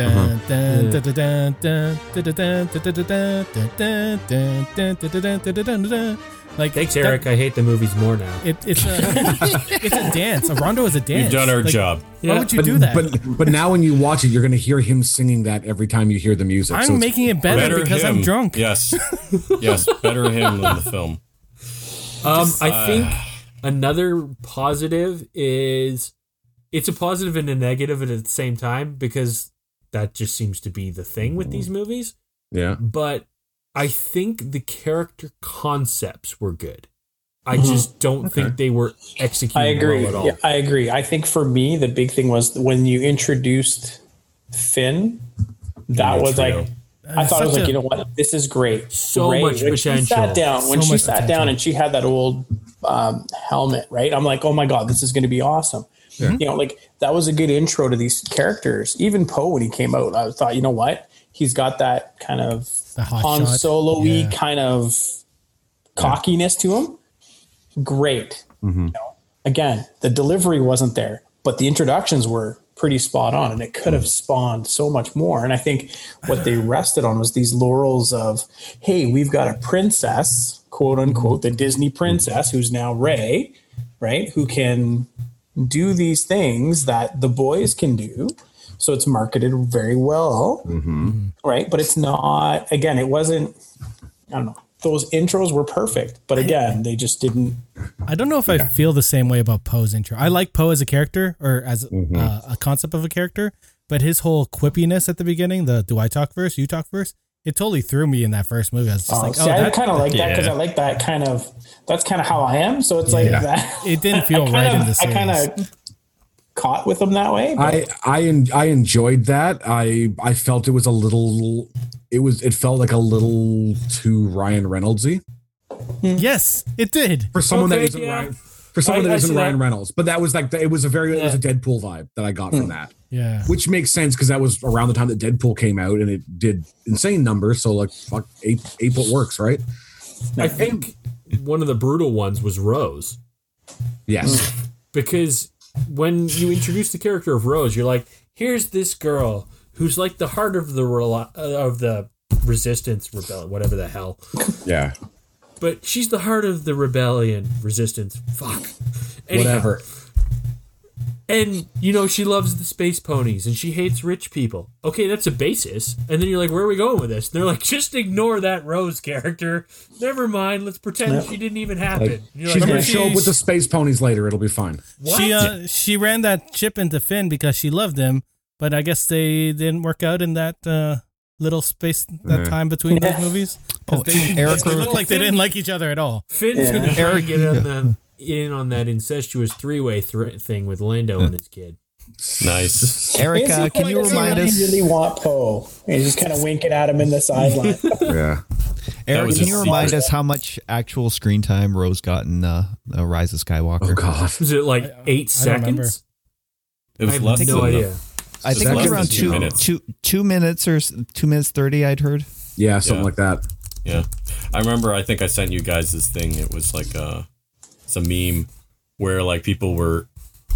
S1: Uh-huh.
S4: Dun dun dun dun dun dun dun dun dun dun dun dun dun dun dun dun dun dun dun dun dun. Like
S1: Thanks,
S4: that-
S1: Eric. I hate the movies more now.
S4: It, it's a it's a dance. A rondo is a dance.
S6: We've done our
S4: Like,
S6: job.
S4: Why
S1: Yeah.
S4: would you
S2: But,
S4: do that?
S2: but but now when you watch it, you're going to hear him singing that every time you hear the music.
S4: I'm
S2: so it's-
S4: making it better, because I'm
S6: him.
S4: drunk.
S6: Yes. Yes. Better him than the film.
S1: Um, I think another positive is it's a positive and a negative at the same time because that just seems to be the thing with these movies.
S2: yeah.
S1: But I think the character concepts were good. I just don't think they were
S5: I
S1: executed
S5: agree.
S1: well at all.
S5: Yeah, I agree. I think for me, the big thing was when you introduced Finn, that was
S6: trio.
S5: like, I thought it was
S4: Such
S5: like,
S4: a-
S5: you know what? This is great.
S1: So much
S5: when She
S1: potential.
S5: sat down, when
S4: So
S5: she
S4: much
S5: sat
S4: potential.
S5: down and she had that old um, helmet, right? I'm like, oh my God, this is going to be awesome. You know, like that was a good intro to these characters. Even Poe, when he came out, I thought, you know what? He's got that kind of
S4: The hot
S5: Han
S4: shot.
S5: Solo y
S4: Yeah.
S5: kind of cockiness to him. Great
S4: Mm-hmm.
S5: again, the delivery wasn't there, but the introductions were pretty spot on, and it could
S4: Mm.
S5: have spawned so much more. And I think what they rested on was these laurels of, hey, we've got a princess, quote
S4: Mm-hmm.
S5: unquote, the Disney princess, who's now Ray, right? Who can do these things that the boys can do. So it's marketed very well, right? But it's not. Again, it wasn't. I don't know. Those intros were perfect, but again, they just didn't
S4: I don't know if I feel the same way about Poe's intro. I like Poe as a character or as uh, a concept of a character, but his whole quippiness at the beginning, the do I talk first, you talk first, it totally threw me in that first movie. I was just
S5: Oh,
S4: like,
S5: see,
S4: oh,
S5: I
S4: that,
S5: kind of like that because I like that kind of. That's kind of how I am. So it's like that.
S4: it didn't feel
S5: kind
S4: right
S5: of,
S4: in this.
S5: I kind of caught with them that way. But
S2: I I en- I enjoyed that. I I felt it was a little. It was. It felt like a little too Ryan Reynoldsy
S4: Yes, it did.
S2: for someone
S1: Okay,
S2: that isn't
S1: yeah.
S2: Ryan. For someone
S1: I-
S2: that
S1: I
S2: isn't
S1: see
S2: Ryan
S1: that.
S2: Reynolds, but that was like it was a very it was a Deadpool vibe that I got from that,
S4: Yeah.
S2: which makes sense because that was around the time that Deadpool came out and it did insane numbers. So like fuck, ape ape what works, right?
S1: I think one of the brutal ones was Rose.
S2: Yes,
S1: because when you introduce the character of Rose, you're like, here's this girl who's like the heart of the rela- uh, of the resistance rebellion, whatever the hell.
S2: yeah,
S1: But she's the heart of the rebellion resistance. Fuck. Anyhow,
S2: whatever.
S1: And you know she loves the space ponies and she hates rich people. Okay, that's a basis. And then you're like, where are we going with this? And they're like, just ignore that Rose character. Never mind. Let's pretend she didn't even happen. And you're
S2: She's
S1: like,
S2: gonna
S4: Remember
S2: show up
S4: she's-
S2: with the space ponies later. It'll be fine.
S1: what?
S4: She uh, she ran that chip into Finn because she loved him, but I guess they didn't work out in that uh, little space that time between those movies. 'Cause
S7: Oh,
S4: they,
S7: Eric-
S4: they looked like they didn't like each other at all.
S1: Finn's gonna try and get on the, in on that incestuous three-way thr thing with Lando and his kid.
S6: Nice.
S7: Erica,
S5: Is he
S7: can you
S5: like- does he
S7: remind
S5: really,
S7: us?
S5: really want Poe? And just kind of winking at him in the sideline.
S2: Yeah,
S7: Eric,
S6: was
S7: can
S6: a
S7: you remind
S6: secret.
S7: us how much actual screen time Rose got in uh, uh, Rise of Skywalker?
S2: Oh, God.
S1: Was it like eight
S4: I don't remember.
S1: seconds?
S6: It
S1: I
S6: was
S1: have
S6: less
S1: no
S6: than
S1: idea.
S6: the
S7: I think
S2: less
S7: it was
S2: than
S7: around
S2: two
S7: two,
S6: minutes.
S7: two, two minutes or s- two minutes 30, I'd heard.
S2: Yeah, something
S6: Yeah.
S2: like that.
S6: Yeah, I remember. I think I sent you guys this thing. It was like a, it's a meme where like people were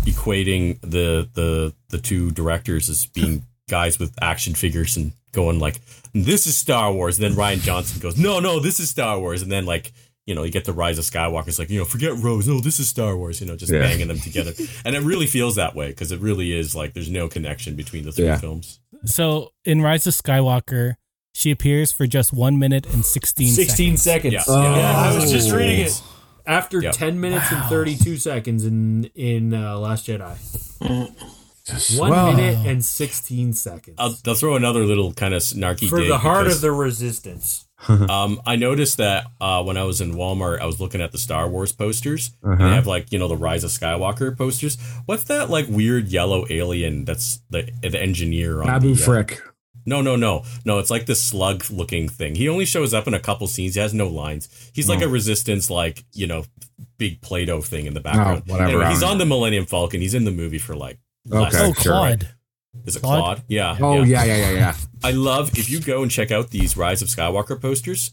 S6: equating the the the two directors as being guys with action figures and going like, "This is Star Wars," and then Ryan Johnson goes, "No, no, this is Star Wars," and then like. You know, you get the rise of Skywalker. It's like you know, forget Rose. No, this is Star Wars. You know, just
S2: Yeah.
S6: banging them together, and it really feels that way because it really is like there's no connection between the three
S2: Yeah.
S6: films.
S4: So in Rise of Skywalker, she appears for just one minute and 16,
S1: 16 seconds.
S6: Yeah,
S2: Oh.
S1: Yeah, I was just reading it. After
S6: Yep.
S1: 10 minutes and 32 seconds in in uh, Last Jedi. One
S2: Well,
S1: minute and 16 seconds.
S6: I'll, I'll throw another little kind of snarky
S1: for
S6: dig
S1: the heart
S6: because-
S1: of the resistance.
S6: Um, I noticed that uh, when I was in Walmart, I was looking at the Star Wars posters. And
S2: Uh-huh.
S6: they have like you know the Rise of Skywalker posters. What's that like weird yellow alien that's the, the engineer on
S2: Babu
S6: the, uh,
S2: Frick.
S6: No, no, no, no. It's like this slug looking thing. He only shows up in a couple scenes. He has no lines. He's like a resistance like you know big Play-Doh thing in the background.
S2: whatever,
S6: Anyway,
S2: I
S6: he's
S2: don't
S6: on the Millennium Falcon. He's in the movie for like less-
S2: Okay,
S4: Oh,
S2: sure.
S4: Claude.
S6: Is it
S4: Claude?
S6: Claude? Yeah.
S2: Oh yeah, yeah, yeah, yeah.
S6: I love if you go and check out these Rise of Skywalker posters.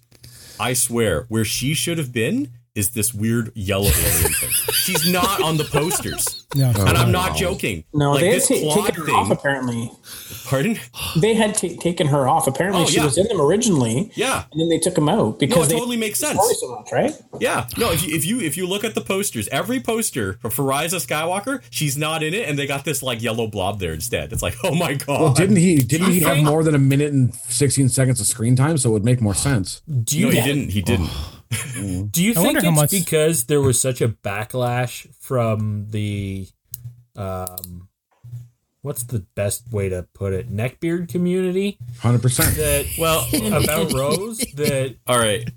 S6: I swear, where she should have been is this weird yellow alien thing. She's not on the posters,
S4: Yeah.
S6: and I'm not joking.
S5: No,
S6: like
S5: they had
S6: this
S5: ta-
S6: Claude
S5: taken her off.
S6: thing.
S5: Apparently,
S6: Pardon?
S5: they had ta taken her off. Apparently,
S6: Oh,
S5: she
S6: yeah.
S5: was in them originally,
S6: Yeah.
S5: and then they took him out
S6: No,
S5: because
S6: it
S5: they
S6: totally makes sense.
S5: story so much, right?
S6: Yeah. No, if you if you if you look at the posters, every poster for Rise of Skywalker, she's not in it, and they got this like yellow blob there instead. It's like, oh my god.
S2: Well, didn't he? Didn't he have
S1: think-
S2: more than a minute and sixteen seconds of screen time? So it would make more sense.
S1: Do
S6: no,
S1: you
S6: he didn't. He didn't.
S1: do you
S4: I
S1: think
S4: wonder
S1: it's
S4: how much-
S1: because there was such a backlash from the um what's the best way to put it? Neckbeard community
S2: Hundred percent.
S1: that well about Rose that
S6: All right.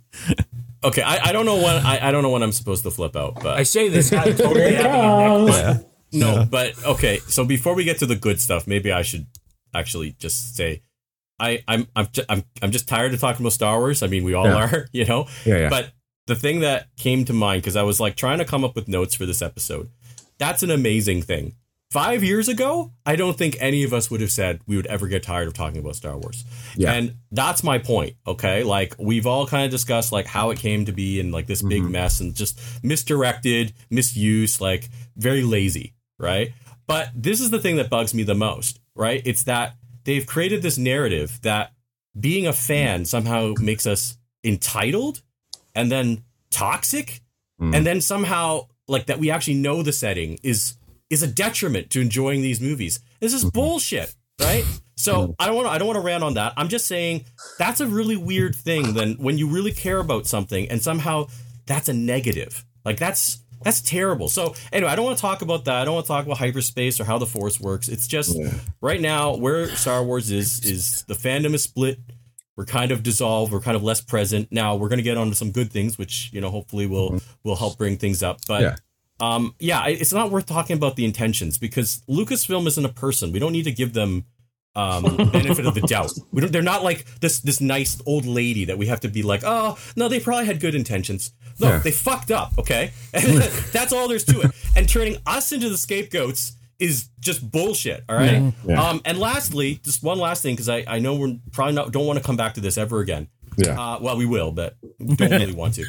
S6: Okay, I, I don't know when I, I don't know when I'm supposed to flip out, but
S1: I say this I totally have a neck-
S5: Uh,
S6: Oh. No, but okay. So before we get to the good stuff, maybe I should actually just say, I I'm I'm ju- I'm, I'm just tired of talking about Star Wars. I mean, we all
S2: Yeah.
S6: are, you know.
S2: Yeah, yeah.
S6: But the thing that came to mind because I was like trying to come up with notes for this episode. That's an amazing thing. Five years ago, I don't think any of us would have said we would ever get tired of talking about Star Wars.
S2: Yeah.
S6: And that's my point. Okay. Like we've all kind of discussed like how it came to be and like this big mess and just misdirected, misuse, like very lazy. Right. But this is the thing that bugs me the most. Right. It's that they've created this narrative that being a fan somehow makes us entitled and then toxic and then somehow like that we actually know the setting is is a detriment to enjoying these movies this is bullshit right so i don't want i don't want to rant on that i'm just saying that's a really weird thing then when you really care about something and somehow that's a negative like that's that's terrible so anyway i don't want to talk about that i don't want to talk about hyperspace or how the force works it's just right now where star wars is is the fandom is split we're kind of dissolved we're kind of less present now we're going to get onto some good things which you know hopefully will will help bring things up but
S2: Yeah.
S6: um yeah I- it's not worth talking about the intentions because lucasfilm isn't a person we don't need to give them um benefit of the doubt we don't they're not like this this nice old lady that we have to be like oh no they probably had good intentions no
S2: Yeah.
S6: they fucked up okay that's all there's to it and turning us into the scapegoats is just bullshit all right
S2: Yeah.
S6: um and lastly just one last thing because i i know we're probably not don't want to come back to this ever again
S2: Yeah.
S6: uh, well, we will, but we don't really want to.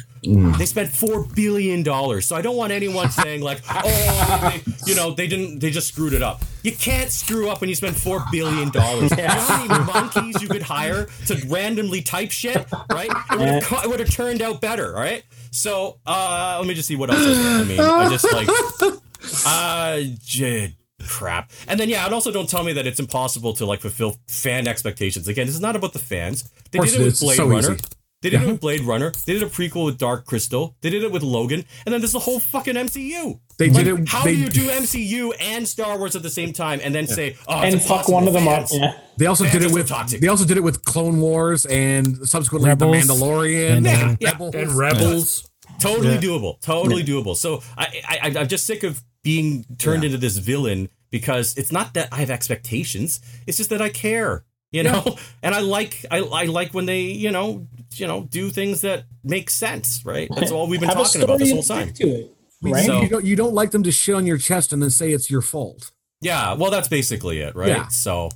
S6: They spent four billion dollars, so I don't want anyone saying like, "Oh, they, you know, they didn't, they just screwed it up." You can't screw up when you spend four billion dollars. You know how many monkeys you could hire to randomly type shit, right? It would have, co- it would have turned out better, all right? So uh, let me just see what else. I, got. I mean, I just like, uh, j- crap. And then yeah, and also don't tell me that it's impossible to like fulfill fan expectations. Again, this is not about the fans. They
S2: course
S6: did it
S2: it
S6: with
S2: is.
S6: Blade
S2: It's so
S6: Runner.
S2: easy.
S6: They did it with Blade Runner. They did a prequel with Dark Crystal. They did it with Logan, and then there's the whole fucking MCU.
S2: They
S6: Like,
S2: did it-
S6: How
S2: they-
S6: do you do MCU and Star Wars at the same time, and then say, "Oh, it's
S5: and fuck one of them up.
S6: impossible, fans."
S5: Yeah.
S2: They also did
S6: Fans are
S2: it
S6: so
S2: with.
S6: toxic.
S2: They also did it with Clone Wars and subsequently
S4: Rebels.
S2: the Mandalorian and,
S4: And, uh,
S6: yeah.
S2: Rebels.
S1: and rebels.
S6: Totally doable. Totally doable. So I, I, I- I'm just sick of being turned into this villain because it's not that I have expectations. It's just that I care, you know. And I like, I, I like when they, you know, you know, do things that make sense, right? That's all we've been
S5: Have a
S6: talking about
S5: story
S6: this whole
S5: and
S6: time.
S5: stick To it, right?
S2: You-
S6: So-
S2: you, don't, you don't like them to shit on your chest and then say it's your fault.
S6: Yeah, well, that's basically it, right?
S1: Yeah.
S6: So,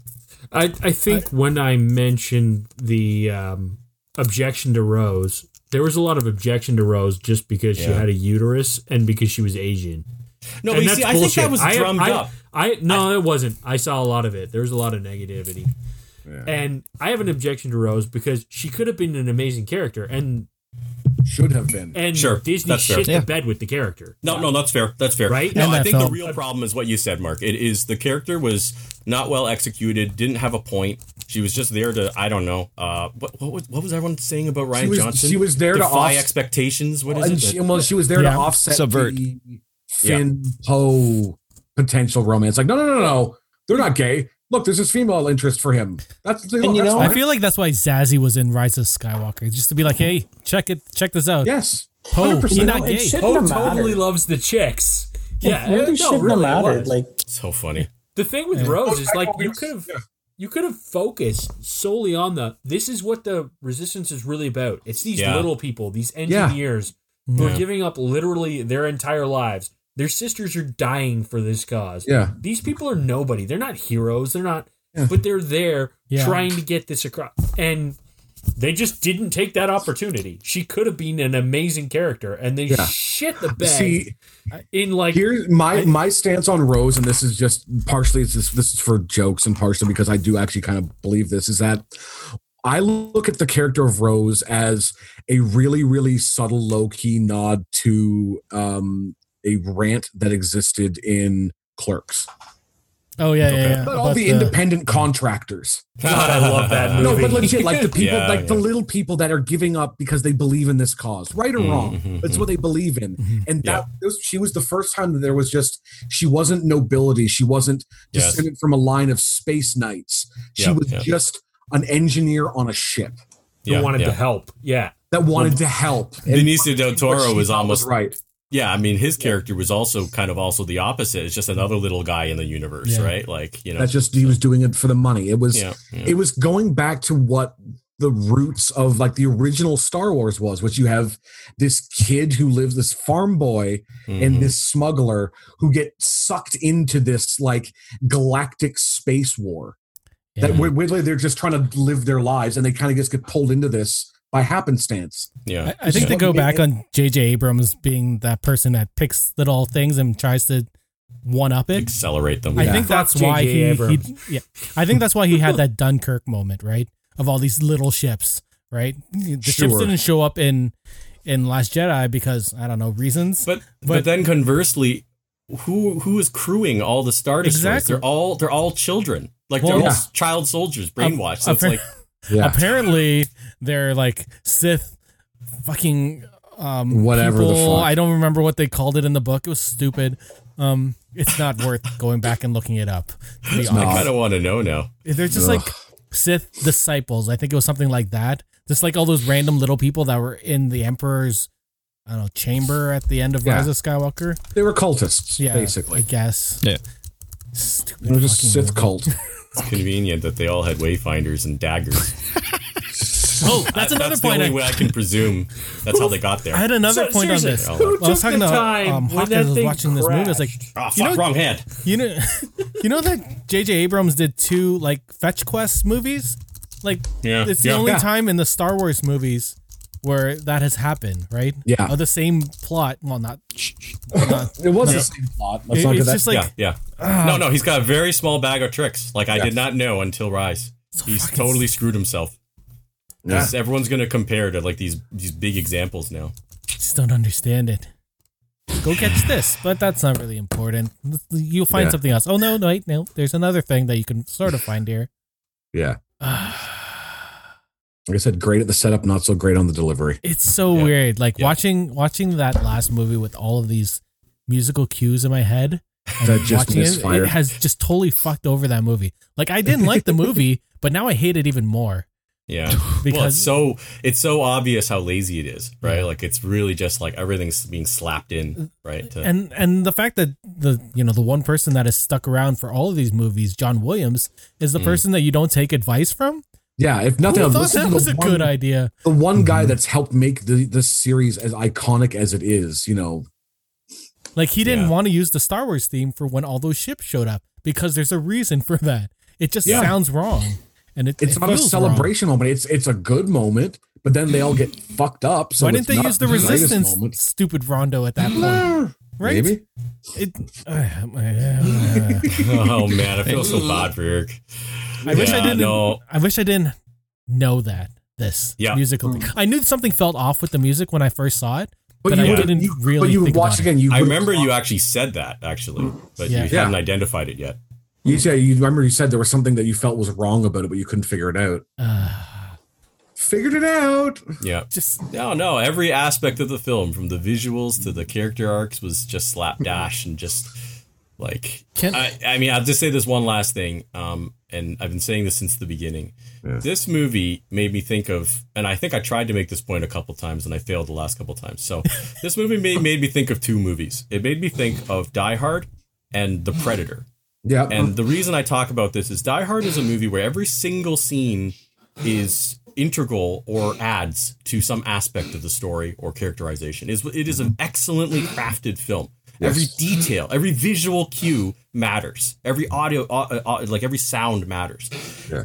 S1: I, I think when I mentioned the um, objection to Rose, there was a lot of objection to Rose just because she
S6: Yeah.
S1: had a uterus and because she was Asian.
S6: no, but
S1: and
S6: you
S1: that's
S6: see, I
S1: bullshit.
S6: think that was drummed
S1: I,
S6: up.
S1: I, no, it wasn't. I saw a lot of it. There was a lot of negativity, and I have an objection to Rose because she could have been an amazing character, and
S2: Should have been.
S1: and
S6: Sure,
S1: Disney
S6: that's fair.
S1: shit
S7: Yeah.
S1: the bed with the character.
S6: No, no, that's fair. That's fair.
S1: Right?
S6: No,
S4: And
S6: I
S4: that
S6: think the
S4: felt-
S6: real problem is what you said, Mark. It is the character was not well executed, didn't have a point. She was just there to, I don't know. Uh, what, what was what was everyone saying about Ryan
S2: was-
S6: Johnson?
S2: she was there to
S6: defy
S2: off-
S6: expectations. What is
S2: and
S6: it?
S2: she, well, she was there
S4: Yeah.
S2: to offset
S7: Subvert.
S2: the Finn Poe potential romance. Like, no, no, no, no, they're not gay. Look, there's this female interest for him. That's the
S5: And you know-
S4: I
S5: Alright.
S4: feel like that's why Zazie was in Rise of Skywalker, just to be like, "Hey, check it, check this out."
S2: yes,
S4: Poe, he's
S2: 100%.
S4: not
S5: It
S4: gay.
S5: should-
S1: Oh,
S5: Shouldn't have
S1: totally
S5: mattered.
S1: loves the chicks. Yeah,
S5: it really
S1: no,
S5: shouldn't
S1: really, it
S5: have mattered.
S1: was.
S5: Like,
S6: so funny.
S1: The thing with
S4: Yeah.
S1: Rose is like you could have you could have focused solely on the this is what the resistance is really about. It's these
S6: Yeah.
S1: little people, these
S2: Yeah.
S1: engineers who
S6: Yeah.
S1: are giving up literally their entire lives. Their sisters are dying for this cause.
S2: yeah.
S1: These people are nobody. They're not heroes. They're not
S2: Yeah.
S1: but they're there
S4: Yeah.
S1: trying to get this across and they just didn't take that opportunity. She could have been an amazing character and they
S2: Yeah.
S1: shit the bed
S2: See,
S1: in like
S2: Here's my my stance on Rose, and this is just partially it's just, this is for jokes and partially because I do actually kind of believe this is that I look at the character of Rose as a really really subtle low key nod to um, a rant that existed in Clerks,
S4: Oh yeah, yeah, yeah.
S2: but all
S4: About
S2: the independent contractors.
S1: God, I love that movie.
S2: No, but legit, like the people,
S6: Yeah,
S2: like the
S6: yeah.
S2: little people that are giving up because they believe in this cause, right or wrong.
S6: Mhm,
S2: It's what they believe in,
S6: mm-hmm.
S4: Mhm.
S2: and that was, she was the first time that there was just she wasn't nobility, she wasn't
S6: Yes.
S2: descended from a line of space knights. She
S6: Yeah,
S2: was
S6: yeah.
S2: just an engineer on a ship
S1: who
S6: Yeah,
S1: wanted
S6: yeah.
S1: to help. Yeah.
S2: that wanted to help. And
S6: Benicio del Toro
S2: she
S6: was
S2: thought
S6: almost
S2: right.
S6: yeah. I mean, his character was also kind of also the opposite. It's just another little guy in the universe,
S4: Yeah.
S6: right? Like you know,
S2: That's just he was doing it for the money. It was
S6: yeah, yeah.
S2: it was going back to what the roots of like the original Star Wars was, which you have this kid who lives this farm boy and
S4: Mm-hmm.
S6: Mhm.
S2: this smuggler who get sucked into this like galactic space war
S4: Yeah.
S2: that we're, weirdly they're just trying to live their lives and they kind of just get pulled into this by happenstance
S6: yeah.
S4: I, I think they go back on J.J. Abrams being that person that picks little things and tries to one up it.
S6: accelerate them.
S4: I
S2: Yeah.
S4: think that's
S1: Fuck
S4: why
S1: J.J.
S4: he, he
S1: Abrams.
S4: yeah. I think that's why he had that Dunkirk moment, right? Of all these little ships, right? The ships
S2: Sure.
S4: didn't show up in in Last Jedi because I don't know reasons.
S6: But, but
S4: But-
S6: then conversely, who who is crewing all the star destroyers?
S4: Exactly.
S6: They're all they're all children. Like
S4: Well,
S2: yeah.
S6: they're all child soldiers, brainwashed. so
S4: Um,
S6: it's like
S2: yeah
S4: Apparently, they're like Sith, fucking um,
S2: Whatever the
S4: people.
S2: fuck.
S4: I don't remember what they called it in the book. It was stupid. Um, it's not worth going back and looking it up. To be
S6: I
S4: honest.
S6: kind of want to know now.
S4: They're just like Sith disciples. I think it was something like that. Just like all those random little people that were in the Emperor's, I don't know, chamber at the end of
S2: Yeah.
S4: Rise of Skywalker.
S2: they were cultists
S4: Yeah, I
S2: basically
S4: guess.
S7: Yeah.
S4: Stupid.
S2: they were just
S4: fucking
S2: sith
S4: movie.
S2: cult
S6: It's convenient that they all had wayfinders and daggers.
S4: Oh, that's another
S6: That's the
S4: point.
S6: only
S4: I,
S6: way I can presume. That's how they got there.
S4: I had another
S1: So,
S4: point on
S1: seriously,
S4: this.
S6: who
S4: Well, I was
S1: took
S4: talking
S1: the
S4: to
S1: time
S4: um,
S1: when
S4: Hawkins
S1: that
S4: was
S1: thing
S4: watching this movie. I was like,
S6: Ah, fuck,
S4: you know,
S6: wrong hand.
S4: you know, you know that J.J. Abrams did two like fetch quest movies. Like,
S6: Yeah,
S4: it's the
S6: yeah.
S4: only
S2: Yeah.
S4: time in the Star Wars movies where that has happened, right?
S2: Yeah.
S4: Of the same plot. Well, not. not-
S2: it was the same plot let's
S4: it-
S2: not get
S4: it's
S2: that
S4: just like uh,
S6: yeah, yeah. no, no, he's got a very small bag of tricks. Like I did not know until Rise. He's
S4: fucking-
S6: totally screwed himself. 'Cause Everyone's gonna compare to like these these big examples now.
S4: just don't understand it. Go catch this, but that's not really important. You'll find
S2: Yeah.
S4: something else. Oh no, no, wait, no. There's another thing that you can sort of find here.
S2: yeah like i said great at the setup not so great on the delivery
S4: It's so
S6: Yeah.
S4: weird. Like
S6: Yeah.
S4: watching watching that last movie with all of these musical cues in my head. And
S2: That just
S4: watching it,
S2: misfired.
S4: it has just totally fucked over that movie. Like I didn't like the movie, but now I hate it even more
S6: Yeah. well, it's
S4: because
S6: so it's so obvious how lazy it is, right? Like it's really just like everything's being slapped in, right? To,
S4: and and the fact that the you know the one person that has stuck around for all of these movies, John Williams, is the person that you don't take advice from.
S2: Mm. yeah if
S4: Who
S2: nothing else,
S4: thought
S2: listen
S4: that
S2: to
S4: was
S2: the
S4: a
S2: one-
S4: good idea?
S2: the one guy that's helped make the, this series as iconic as it is you know
S4: Like he didn't
S6: Yeah.
S4: want to use the Star Wars theme for when all those ships showed up because there's a reason for that. It just
S2: Yeah.
S4: sounds wrong, and it,
S2: It's
S4: it
S2: not a
S4: feels
S2: celebration moment. It's it's a good moment, but then they all get fucked up. So
S4: Wrong. Why didn't
S2: it's
S4: they
S2: not
S4: use the
S2: greatest
S4: resistance,
S2: moment.
S4: stupid Rondo, at that point? Right?
S2: Maybe.
S4: It, uh, I
S6: Oh man, I feel so bad for Eric.
S4: wish I
S6: Yeah,
S4: didn't.
S6: no.
S4: I wish I didn't know that this
S6: Yeah.
S4: musical thing. I knew something felt off with the music when I first saw it, but, I
S6: you
S2: would've-
S4: didn't
S2: you-
S4: really.
S2: But you would
S4: think
S2: watch
S4: about it.
S2: again. You
S6: I
S2: would've
S6: remember you
S2: watched-
S6: actually said that actually, but
S4: Yeah.
S6: you
S2: Yeah.
S6: haven't identified it yet.
S2: You said you remember you said there was something that you felt was wrong about it, but you couldn't figure it out. Figured it out.
S6: Yeah.
S4: Just
S6: No, no. Every aspect of the film, from the visuals to the character arcs, was just slapdash and just like.
S4: Can-
S6: I, I mean, I'll just say this one last thing, um, and I've been saying this since the beginning. This movie made me think of, and I think I tried to make this point a couple times, and I failed the last couple times. So this movie made, made me think of two movies. It made me think of Die Hard and The Predator.
S2: Yeah.
S6: And the reason I talk about this is Die Hard is a movie where every single scene is integral or adds to some aspect of the story or characterization. Is it is an excellently crafted film. Every detail, every visual cue matters. Every audio, uh, uh, like every sound matters.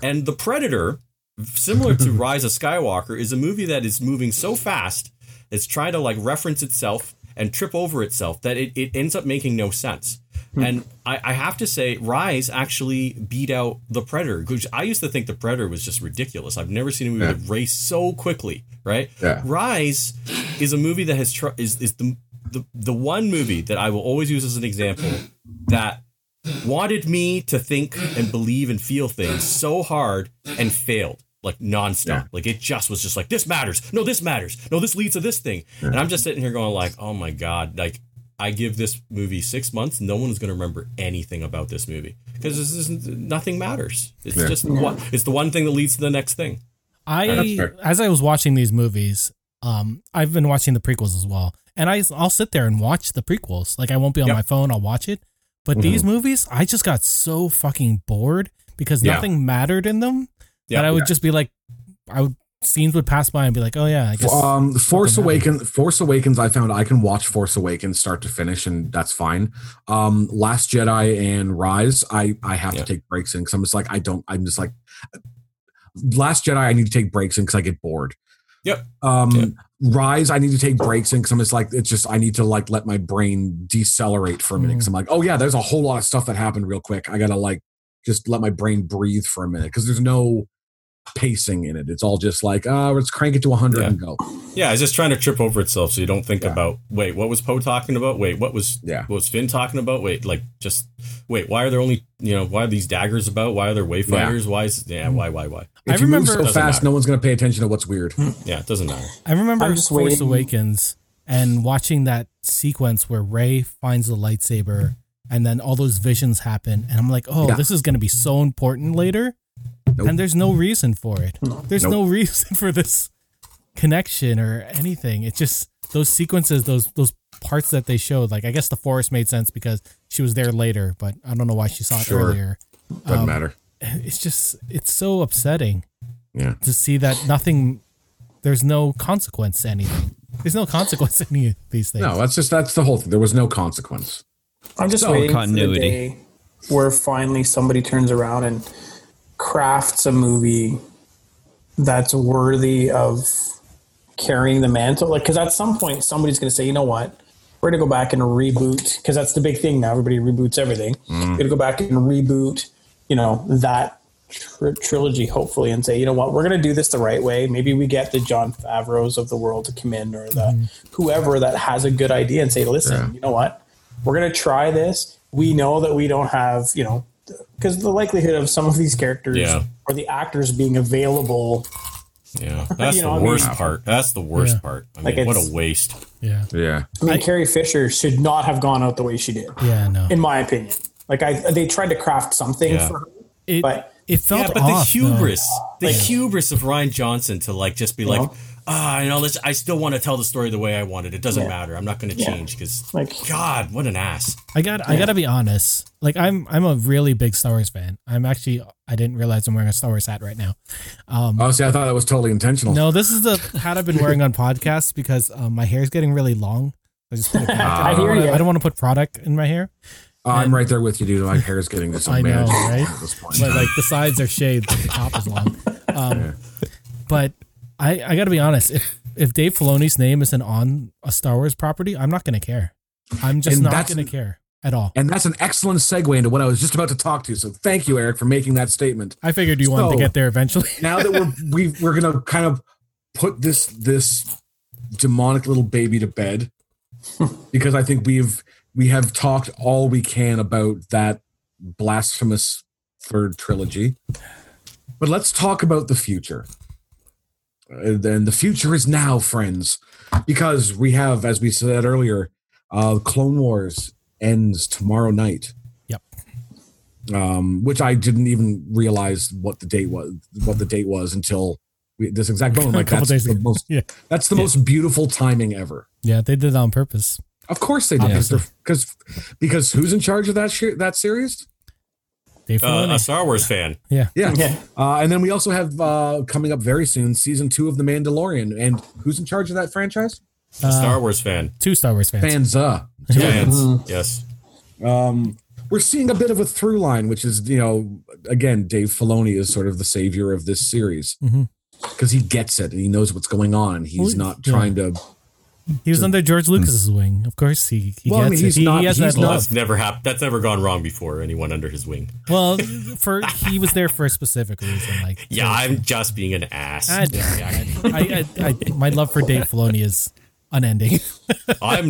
S6: And The Predator, similar to Rise of Skywalker, is a movie that is moving so fast, it's trying to like reference itself and trip over itself that it, it ends up making no sense. And I, I have to say, Rise actually beat out The Predator, which I used to think The Predator was just ridiculous. I've never seen a movie that raced so quickly, right?
S2: Yeah.
S6: Rise is a movie that has tr- is is the, the the one movie that I will always use as an example that wanted me to think and believe and feel things so hard and failed like nonstop. Like it just was just like this matters. No, this matters. No, this leads to this thing. And I'm just sitting here going like, oh my god, like. I give this movie six months. No one is going to remember anything about this movie because this is nothing matters. It's just one, it's the one thing that leads to the next thing.
S4: I as I was watching these movies, um, I've been watching the prequels as well, and I I'll sit there and watch the prequels. Like I won't be on
S6: Yep. Mm-hmm.
S4: my phone. I'll watch it. But these movies, I just got so fucking bored because
S6: Yeah.
S4: nothing mattered in them
S6: Yeah.
S4: that I would just be like, I would scenes would pass by and be like, oh yeah, I guess.
S2: um force
S4: something
S2: awakens force awakens i found i can watch force awakens start to finish and that's fine um last jedi and rise i i have
S6: Yeah.
S2: to take breaks in because i'm just like i don't i'm just like uh, last jedi i need to take breaks in because i get bored
S6: Yep.
S2: um
S6: Yeah.
S2: rise i need to take breaks in because i'm just like it's just i need to like let my brain decelerate for a minute
S6: Mm.
S2: because i'm like oh yeah there's a whole lot of stuff that happened real quick i gotta like just let my brain breathe for a minute because there's no pacing in it it's all just like uh let's crank it to 100
S6: Yeah.
S2: and go
S6: Yeah, it's just trying to trip over itself so you don't think
S2: Yeah.
S6: about wait, what was Poe talking about? Wait, what was
S2: Yeah.
S6: what was Finn talking about? Wait, like just wait, why are there only you know, why are these daggers about? Why are there wayfinders? Why is yeah, why, why, why?
S4: I
S2: If you move
S4: remember- Hmm.
S2: so
S6: Doesn't
S2: fast,
S6: matter.
S2: no one's going to pay attention to what's weird.
S6: Yeah, it doesn't matter.
S4: I remember
S5: I'm just
S4: Force
S5: waiting.
S4: Awakens and watching that sequence where Ray finds the lightsaber and then all those visions happen and I'm like, "Oh,
S2: Yeah.
S4: this is going to be so important later." And there's no reason for it. There's no reason for this connection or anything. It's just those sequences, those those parts that they showed. Like I guess the forest made sense because she was there later, but I don't know why she saw it
S2: Sure.
S4: earlier.
S2: Doesn't
S4: Um,
S2: matter.
S4: It's just it's so upsetting
S2: Yeah.
S4: to see that nothing there's no consequence to anything there's no consequence to any of these things
S2: No, that's just that's the whole thing. There was no consequence.
S5: I'm just
S2: So,
S5: waiting
S7: continuity.
S5: for the day where finally somebody turns around and crafts a movie that's worthy of carrying the mantle. Like, because at some point somebody's going to say, you know what? We're going to go back and reboot because that's the big thing now. Everybody reboots everything. We're going to go back and reboot, you know, that tr- trilogy hopefully and say, you know what? We're going to do this the right way. Maybe we get the John Favreau's of the world to come in or the
S6: Mm-hmm.
S5: whoever that has a good idea and say, listen, you know what? we're going to try this. We know that we don't have, you know, because the likelihood of some of these characters
S6: Yeah.
S5: or the actors being available,
S6: Yeah. That's
S5: You know, I
S6: the
S5: mean-
S6: worst part. That's the worst
S4: Yeah.
S6: part. I
S5: Like
S6: mean, what
S5: it's-
S6: a waste.
S4: yeah
S2: Yeah.
S5: I mean, Carrie Fisher should not have gone out the way she did,
S4: yeah no
S5: in my opinion. Like, I they tried to craft something
S6: Yeah.
S5: for her,
S4: it,
S5: but
S4: it felt
S6: Yeah, but
S4: off,
S6: the
S4: though.
S6: hubris, the hubris of Ryan Johnson to like just be like,
S5: know?
S6: ah, you know, let's, I still want to tell the story the way I want it. It doesn't matter. I'm not going to change because,
S5: Like-
S6: God, what an ass.
S4: i got i gotta be honest like i'm i'm a really big star wars fan i'm actually i didn't realize i'm wearing a star wars hat right now
S2: Oh, see, I thought that was totally intentional.
S4: no this is the hat i've been wearing on podcasts because um, my hair's getting really long i just put a cap
S2: Ah.
S5: I hear
S4: on it.
S5: you.
S4: i don't want to put product in my hair
S2: Oh, I'm right there with you, dude. My hair is getting this
S4: I know,
S2: unmanageable
S4: right?
S2: at this point.
S4: but like the sides are shaved, the top is long. Um, but I, I got to be honest. If if Dave Filoni's name isn't on a Star Wars property, I'm not going to care. I'm just
S2: And
S4: not
S2: that's-
S4: going to care at all.
S2: and that's an excellent segue into what I was just about to talk to. So thank you, Eric, for making that statement.
S4: I figured you wanted to
S2: So-
S4: get there eventually.
S2: Now that we're we, we're gonna kind of put this this demonic little baby to bed, because I think we've we have talked all we can about that blasphemous third trilogy. But let's talk about the future. Uh, Then the future is now, friends, because we have, as we said earlier, uh, Clone Wars ends tomorrow night.
S4: Yep.
S2: Um, which I didn't even realize what the date was. What the date was until we, this exact moment.
S4: A
S2: Like
S4: couple
S2: that's
S4: days
S2: the
S4: ago.
S2: most.
S4: Yeah.
S2: That's the most beautiful timing ever.
S4: yeah, they did it on purpose.
S2: Of course they did
S4: Obviously.
S2: because because who's in charge of that sh- that series?
S4: Dave
S6: Uh,
S4: Filoni.
S6: a Star Wars fan.
S2: Yeah.
S5: Yeah.
S2: Uh, and then we also have uh, coming up very soon season two of The Mandalorian. And who's in charge of that franchise?
S6: A
S4: Uh,
S6: Star Wars fan.
S4: two Star Wars fans.
S2: Fanza. Mm-hmm.
S6: Fans. Yes.
S2: Um, we're seeing a bit of a through line, which is you know again Dave Filoni is sort of the savior of this series because
S4: Mhm.
S2: he gets it and he knows what's going on. He's
S4: Well,
S2: not
S4: yeah.
S2: trying to.
S4: He was under George Lucas's wing, of course. He,
S2: Hmm.
S4: he
S2: Well, I
S4: gets
S2: mean,
S4: it.
S2: he's
S4: He, he
S2: not-
S4: has
S2: he's
S4: that
S6: Well,
S2: not-
S4: love.
S6: that's never happened. That's never gone wrong before. Anyone under his wing.
S4: Well, for he was there for a specific reason. Like,
S6: Yeah, I'm just being an ass.
S4: I, I, I, I, my love for Dave Filoni is unending.
S6: I'm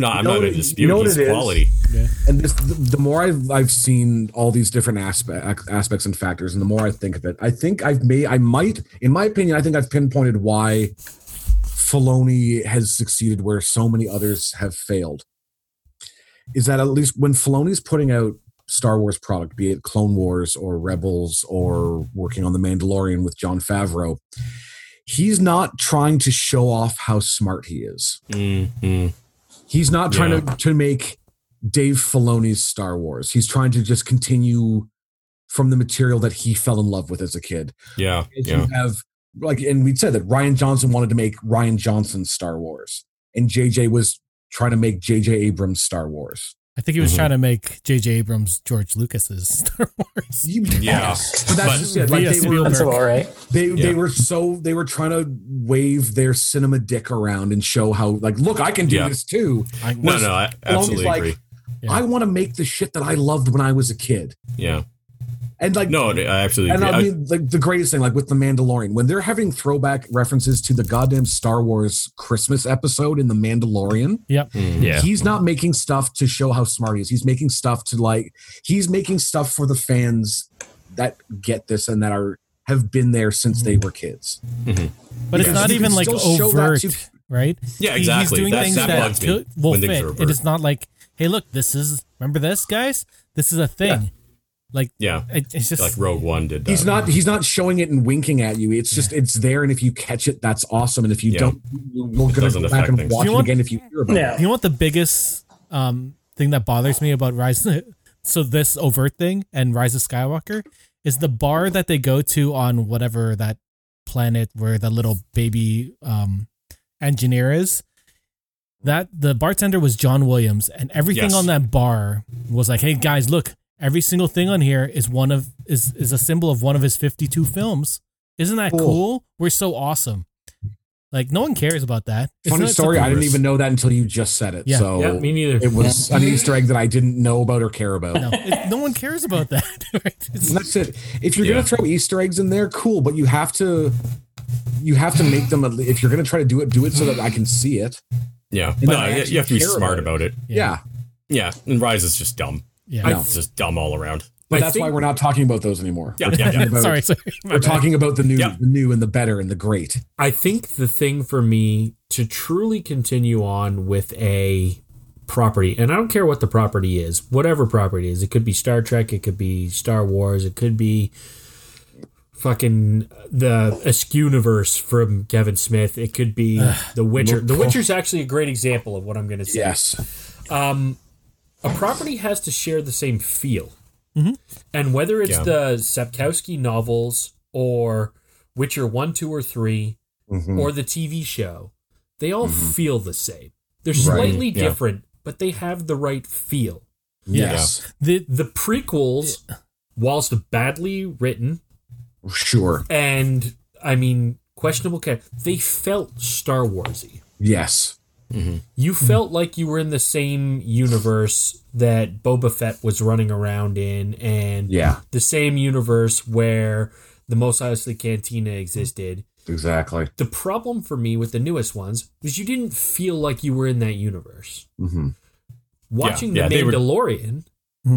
S2: You
S6: not. I'm
S2: know
S6: not
S2: what
S6: going
S2: it-
S6: to
S2: you
S6: dispute
S2: know what
S6: his
S2: it is?
S6: quality.
S2: And this, the, the more I've, I've seen all these different aspect, aspects and factors, and the more I think of it, I think I've made, I might, in my opinion, I think I've pinpointed why Filoni has succeeded where so many others have failed. Is that at least when Filoni's putting out Star Wars product, be it Clone Wars or Rebels or working on The Mandalorian with John Favreau, he's not trying to show off how smart he is.
S6: Mm-hmm.
S2: He's not trying to, to make Dave Filoni's Star Wars. He's trying to just continue from the material that he fell in love with as a kid.
S6: Yeah.
S2: If
S6: Yeah.
S2: You have like, and we said that Ryan Johnson wanted to make Ryan Johnson's Star Wars, and JJ was trying to make JJ Abrams Star Wars.
S4: I think he was
S6: Mhm.
S4: trying to make J.J. Abrams George Lucas's Star Wars.
S6: Yeah.
S2: but that's
S6: But-
S2: just it. Like
S4: Via
S2: they were,
S5: That's
S4: Spielberg.
S5: all right.
S2: they,
S6: Yeah.
S2: they were so they were trying to wave their cinema dick around and show how like look I can do
S6: Yeah.
S2: this too.
S4: I,
S6: No, no, I
S2: Filoni's
S6: absolutely
S2: like,
S6: agree.
S4: Yeah.
S2: I want to make the shit that I loved when I was a kid,
S6: Yeah.
S2: and like
S6: No, no, I absolutely
S2: And
S6: agree.
S2: I
S6: I-
S2: mean, like the greatest thing, like with the Mandalorian, when they're having throwback references to the goddamn Star Wars Christmas episode in the Mandalorian,
S4: Yep.
S3: Yeah.
S2: he's not making stuff to show how smart he is. He's making stuff to like, he's making stuff for the fans that get this and that are have been there since
S6: Mm-hmm.
S2: they were kids.
S4: But it's
S2: Because
S4: not
S2: you
S4: even
S2: can
S4: like
S2: still show that
S4: overt,
S2: to-
S4: right?
S6: Yeah,
S4: He- He's
S6: exactly.
S4: doing
S6: That-
S4: things
S6: that
S4: that,
S6: bugs me
S4: to- will
S6: when
S4: fit.
S6: things are overt.
S4: It is not like, hey, look, this is remember this, guys? This is a thing. Like,
S6: yeah.
S4: it, it's just
S6: Like Rogue One did that.
S2: He's not he's not showing it and winking at you. It's just it's there, and if you catch it, that's awesome. And if you
S6: Yeah.
S2: don't, you're gonna
S6: doesn't
S2: go back
S6: affect
S2: and
S6: things.
S2: watch
S4: You
S2: it
S4: want-
S2: again if you hear about
S5: Yeah.
S2: it.
S4: You know what the biggest um, thing that bothers me about Rise? So this overt thing and Rise of Skywalker is the bar that they go to on whatever that planet where the little baby um, engineer is. That the bartender was John Williams, and everything
S6: Yes.
S4: on that bar was like, "Hey guys, look! Every single thing on here is one of is is a symbol of one of his fifty-two films. Isn't that
S2: Cool.
S4: cool? We're so awesome! Like no one cares about that. It's
S2: Funny
S4: not- it's a
S2: story, I didn't
S6: Bruce.
S2: even know that until you just said it.
S4: Yeah.
S2: So
S1: yeah, me neither.
S2: It was an Easter egg that I didn't know about or care about.
S4: no, it, no one cares about that. right? It's-
S2: And that's it. If you're
S6: Yeah.
S2: gonna throw Easter eggs in there, cool, but you have to you have to make them. at le- If you're gonna try to do it, do it so that I can see it.
S6: Yeah.
S2: And
S6: No,
S2: I
S6: you,
S2: actually
S6: you have to be
S2: care
S6: smart
S2: about
S6: about it.
S2: Yeah,
S6: Yeah. And Rise is just dumb.
S4: yeah.
S2: I know.
S6: It's just dumb all around.
S2: but
S1: I
S2: that's
S1: think-
S2: why we're not talking about those anymore.
S6: Yeah. Yeah. yeah.
S2: about-
S4: sorry, sorry.
S2: We're talking about the new,
S6: Yeah.
S2: the new, and the better, and the great.
S1: I think the thing for me to truly continue on with a property, and I don't care what the property is, whatever property it is, it could be Star Trek, it could be Star Wars, it could be fucking the Askew universe from Kevin Smith, it could be The Witcher. The Witcher's actually a great example of what I'm going to say
S2: Yes,
S1: a property has to share the same feel. And whether it's
S6: Mm-hmm. Yeah.
S1: the Sapkowski novels or Witcher 1, 2, or 3,
S6: Mm-hmm.
S1: or the TV show, they all feel the same. They're slightly
S6: Yeah.
S1: different, but they have the right feel. Yes. The the prequels, whilst badly written
S2: Sure.
S1: and I mean questionable care, they felt Star Warsy.
S2: Yes.
S1: You
S6: Mm-hmm.
S1: felt like you were in the same universe that Boba Fett was running around in, and
S2: Yeah.
S1: the same universe where the Mos Eisley Cantina
S4: Hmm.
S1: existed.
S2: Exactly.
S1: The problem for me with the newest ones was you didn't feel like you were in that universe.
S4: Mm-hmm.
S2: Mhm.
S1: Watching
S6: yeah,
S1: the
S6: they were-
S1: Mandalorian,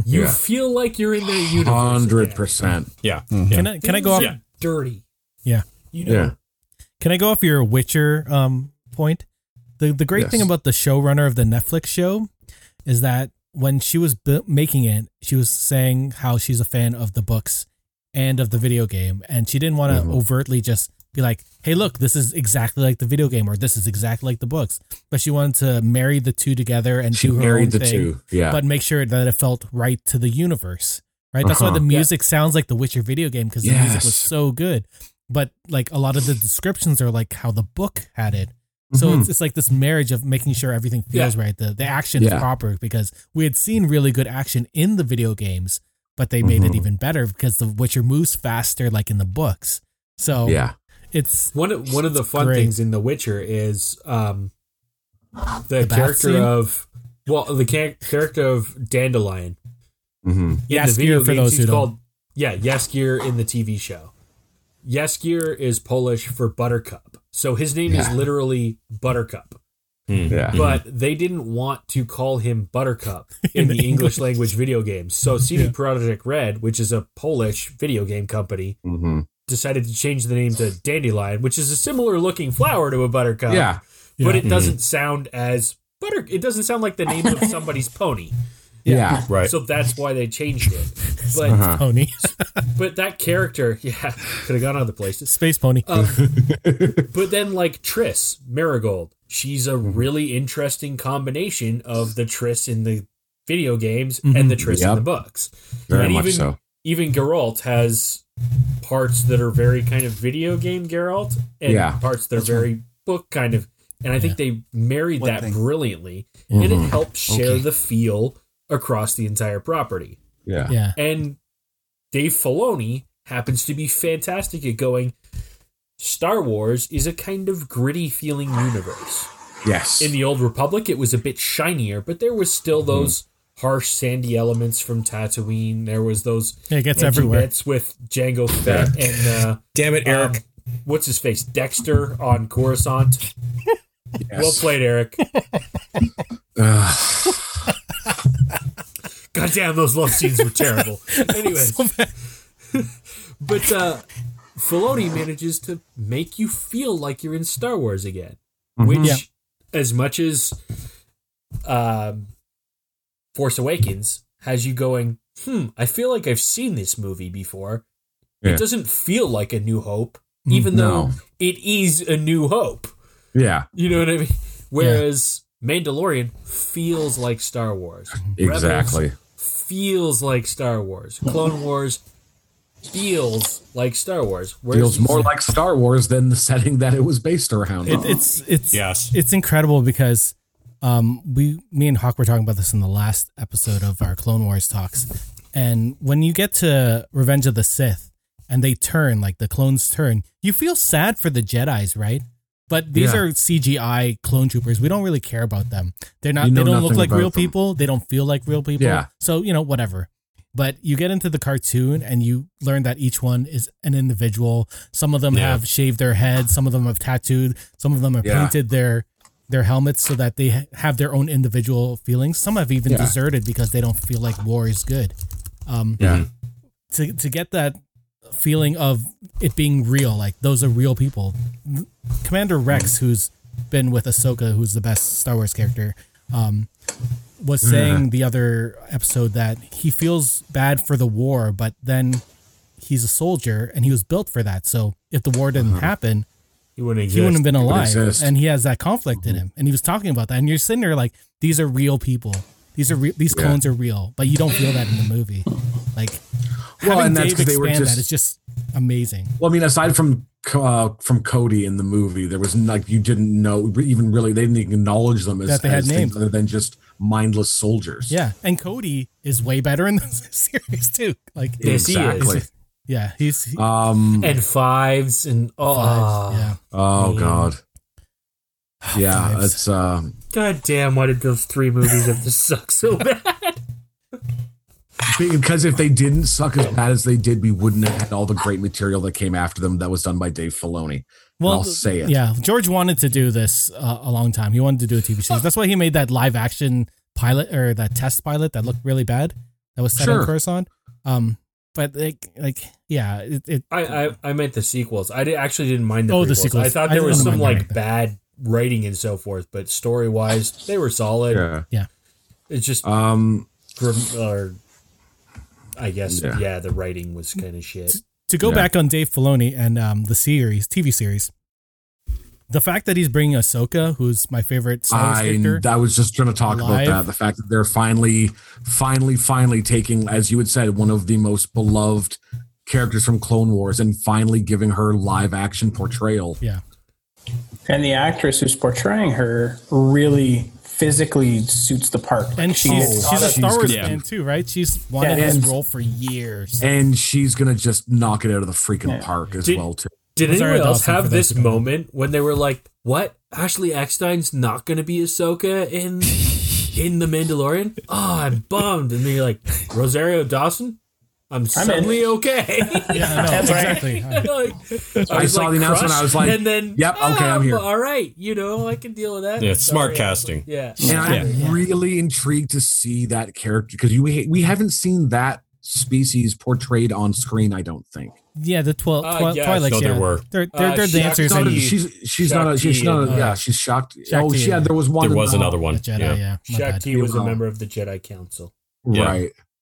S1: you
S2: Yeah.
S1: feel like you're in that universe.
S2: Hundred
S1: again.
S2: percent.
S6: Yeah.
S4: Can I can I go off?
S1: Things are dirty?
S4: Yeah.
S1: You know,
S2: Yeah.
S4: Can I go off your Witcher um point? The the great
S2: Yes.
S4: thing about the showrunner of the Netflix show is that when she was bu- making it, she was saying how she's a fan of the books and of the video game, and she didn't want to
S2: Mm-hmm.
S4: overtly just be like, "Hey, look, this is exactly like the video game," or "This is exactly like the books." But she wanted to marry the two together and
S2: She
S4: do her own
S2: married the
S4: thing,
S2: two. Yeah.
S4: but make sure that it felt right to the universe. Right, that's why
S2: Uh-huh.
S4: the music sounds like the Witcher video game because the music
S2: Yes.
S4: was so good but like a lot of the descriptions are like how the book had it. So
S2: Mhm.
S4: it's, it's like this marriage of making sure everything feels right. The the action is
S2: Yeah.
S4: proper because we had seen really good action in the video games, but they made it
S2: Mhm.
S4: even better because the Witcher moves faster like in the books. So
S2: yeah.
S4: it's
S1: One of, one of the fun
S4: Great.
S1: things in The Witcher is um, the,
S4: The bath
S1: character
S4: scene?
S1: of well, the ca- character of Dandelion.
S2: Mm-hmm.
S1: In
S4: Yaskir, for those who
S1: he's
S4: don't-
S1: yeah Yaskir in the TV show. Yaskir is Polish for buttercup, so his name is
S2: Yeah. Mhm.
S1: literally Buttercup.
S2: Yeah.
S1: But they didn't want to call him Buttercup in, the English language video games. So CD Projekt Red, which is a Polish video game company,
S2: Mm-hmm.
S1: decided to change the name to Dandelion, which is a similar looking flower to a buttercup.
S2: Yeah.
S1: But it doesn't sound as butter it doesn't sound like the name of somebody's pony.
S2: Yeah.
S6: Right.
S1: So that's why they changed it. But
S4: pony,
S1: but that character, yeah, could have gone other places.
S4: space pony.
S1: But then like Triss Marigold, she's a
S2: Mm-hmm.
S1: really interesting combination of the Triss in the video games and the Triss in
S2: Mm-hmm. Yep.
S1: the books.
S2: Very
S1: and
S2: much
S1: even,
S2: so.
S1: Even Geralt has parts that are very kind of video game Geralt, and
S2: Yeah.
S1: parts that are very book kind of. And I think they married that brilliantly, and
S2: Mm-hmm.
S1: it helped share the feel across the entire property.
S2: Yeah.
S4: yeah,
S1: And Dave Filoni happens to be fantastic at going. Star Wars is a kind of gritty feeling universe.
S2: Yes.
S1: In the Old Republic, it was a bit shinier, but there was still
S4: Mm-hmm.
S1: those harsh, sandy elements from Tatooine. There was those
S4: Yeah, it gets
S1: edgy
S4: everywhere.
S1: bits with Django Fett and uh,
S8: Damn it, Eric.
S1: um, what's his face, Dexter on Coruscant.
S2: Yes.
S1: Well played, Eric.
S2: Ugh.
S1: Goddamn, those love scenes were terrible. Anyways, but uh, Filoni manages to make you feel like you're in Star Wars again,
S2: Mm-hmm.
S1: which,
S4: Yeah.
S1: as much as um, Force Awakens has you going, hmm, I feel like I've seen this movie before.
S2: Yeah. Mm,
S1: It doesn't feel like A New Hope, even
S2: No.
S1: though it is A New Hope.
S2: Yeah.
S1: You know what I mean? Whereas Mandalorian feels like Star Wars. Rebels
S2: Exactly.
S1: feels like Star Wars. Clone Wars feels like Star Wars. Whereas
S2: Feels more like Star Wars than the setting that it was based around.
S4: it, it's it's
S6: Yes.
S4: it's incredible because um we me and Hawk were talking about this in the last episode of our Clone Wars talks, and when you get to Revenge of the Sith and they turn like the clones turn, you feel sad for the Jedi's, right? But these
S2: Yeah.
S4: are CGI clone troopers. We don't really care about them. They're not.
S2: You know
S4: they don't look
S2: nothing
S4: like
S2: about
S4: real
S2: them.
S4: people. They don't feel like real people.
S2: Yeah.
S4: So you know whatever. But you get into the cartoon and you learn that each one is an individual. Some of them
S6: Yeah.
S4: have shaved their heads. Some of them have tattooed. Some of them have
S2: Yeah.
S4: painted their their helmets so that they ha- have their own individual feelings. Some have even deserted because they don't feel like war is good. Um,
S2: Yeah.
S4: To to get that feeling of it being real, like those are real people. Commander Rex, who's been with Ahsoka, who's the best Star Wars character, um, was saying the other episode that he feels bad for the war, but then he's a soldier and he was built for that. So if the war
S2: Uh-huh.
S4: didn't happen,
S1: he wouldn't
S4: he wouldn't have been alive.
S2: exist. Mm-hmm.
S4: And he has that conflict in him. And he was talking about that. And you're sitting there like, these are real people. These are re- these
S2: Yeah.
S4: clones are real, but you don't feel that in the movie. Like,
S2: Well,
S4: having
S2: Oh, and that's
S4: Dave
S2: 'cause they were
S4: expand that
S2: just-
S4: is just amazing.
S2: Well, I mean, aside from co- uh, from Cody in the movie. There was like you didn't know even really they didn't acknowledge them as,
S4: That they had
S2: as things
S4: names.
S2: other than just mindless soldiers.
S4: Yeah, and Cody is way better in this series too. Like,
S1: Yes, he is.
S2: exactly.
S4: yeah, he's he,
S2: Um.
S1: and fives and oh
S4: yeah.
S2: Oh God. Yeah,
S4: Fives.
S2: it's um.
S1: god damn why did those three movies have to suck so bad
S2: Because if they didn't suck as bad as they did, we wouldn't have had all the great material that came after them that was done by Dave Filoni. Well, I'll say it.
S4: Yeah, George wanted to do this uh, a long time. He wanted to do a TV series. That's why he made that live action pilot or that test pilot that looked really bad. That was set
S2: Sure.
S4: on Coruscant. Um, but like, like, yeah, it, it
S1: I, I i meant the sequels i di- actually didn't mind the
S4: Oh,
S1: prequels.
S4: the sequels.
S1: i thought
S4: I
S1: there was
S4: didn't
S1: some
S4: mind
S1: like
S4: them.
S1: bad writing and so forth but story wise they were solid
S2: Yeah.
S1: it's just
S4: Uh,
S2: Um.
S1: grim, or i guess
S2: Yeah.
S1: yeah, the writing was kind of shit
S4: to go
S2: Yeah.
S4: back on Dave Filoni and um, the series, TV series. The fact that he's bringing Ahsoka, who's my favorite Star Wars
S2: I,
S4: character,
S2: I was just going to talk
S4: Alive.
S2: about that. The fact that they're finally, finally, finally taking, as you had said, one of the most beloved characters from Clone Wars and finally giving her live action portrayal.
S4: yeah,
S5: And the actress who's portraying her really physically suits the part.
S4: and she's
S2: Oh,
S4: she's a
S2: she's
S4: Star Wars
S2: gonna-
S4: fan too, right? She's wanted
S5: Yeah,
S4: this
S5: and-
S4: role for years.
S2: And she's going to just knock it out of the freaking
S5: Yeah.
S2: park as
S1: Did-
S2: well, too.
S1: Did
S4: Sorry,
S1: anyone else
S4: Dawson, for
S1: have
S4: those
S1: this
S4: who don't know.
S1: moment when they were like, "What? Ashley Eckstein's not going to be Ahsoka in in the Mandalorian?" Oh, I'm bummed. And then you're like, "Rosario Dawson, I'm suddenly okay."
S4: Yeah, no,
S5: That's right.
S4: exactly.
S1: Like,
S2: I saw the announcement, I was like,
S1: and then,
S2: "Yep, okay,
S1: "Ah,
S2: I'm here."
S1: All right, you know, I can deal with that. uh,
S6: Yeah, smart
S1: Sorry,
S6: casting.
S1: Ashley. Yeah,
S2: And I'm really intrigued to see that character because you we haven't seen that species portrayed on screen. I don't think
S4: Yeah, the twelve
S1: Uh,
S4: twi-
S1: yes.
S4: Twilights.
S6: No,
S4: yeah.
S6: there were.
S4: They're they're,
S1: Uh,
S4: they're
S1: Shaq-
S4: dancers
S2: she's
S1: Sorry.
S2: not a,
S4: and
S1: Shakti-
S2: she's she's not a she's not a,
S1: Shakti,
S2: yeah she's shocked. oh,
S4: uh, Shakti,
S2: she had there was one.
S6: There
S2: in
S6: was
S2: the-
S6: another one.
S4: the Jedi.
S6: Mm, yeah.
S4: Yeah,
S6: yeah,
S4: my
S1: Shaq
S4: bad.
S1: T was a
S2: Wow.
S1: member of the Jedi Council.
S6: Yeah.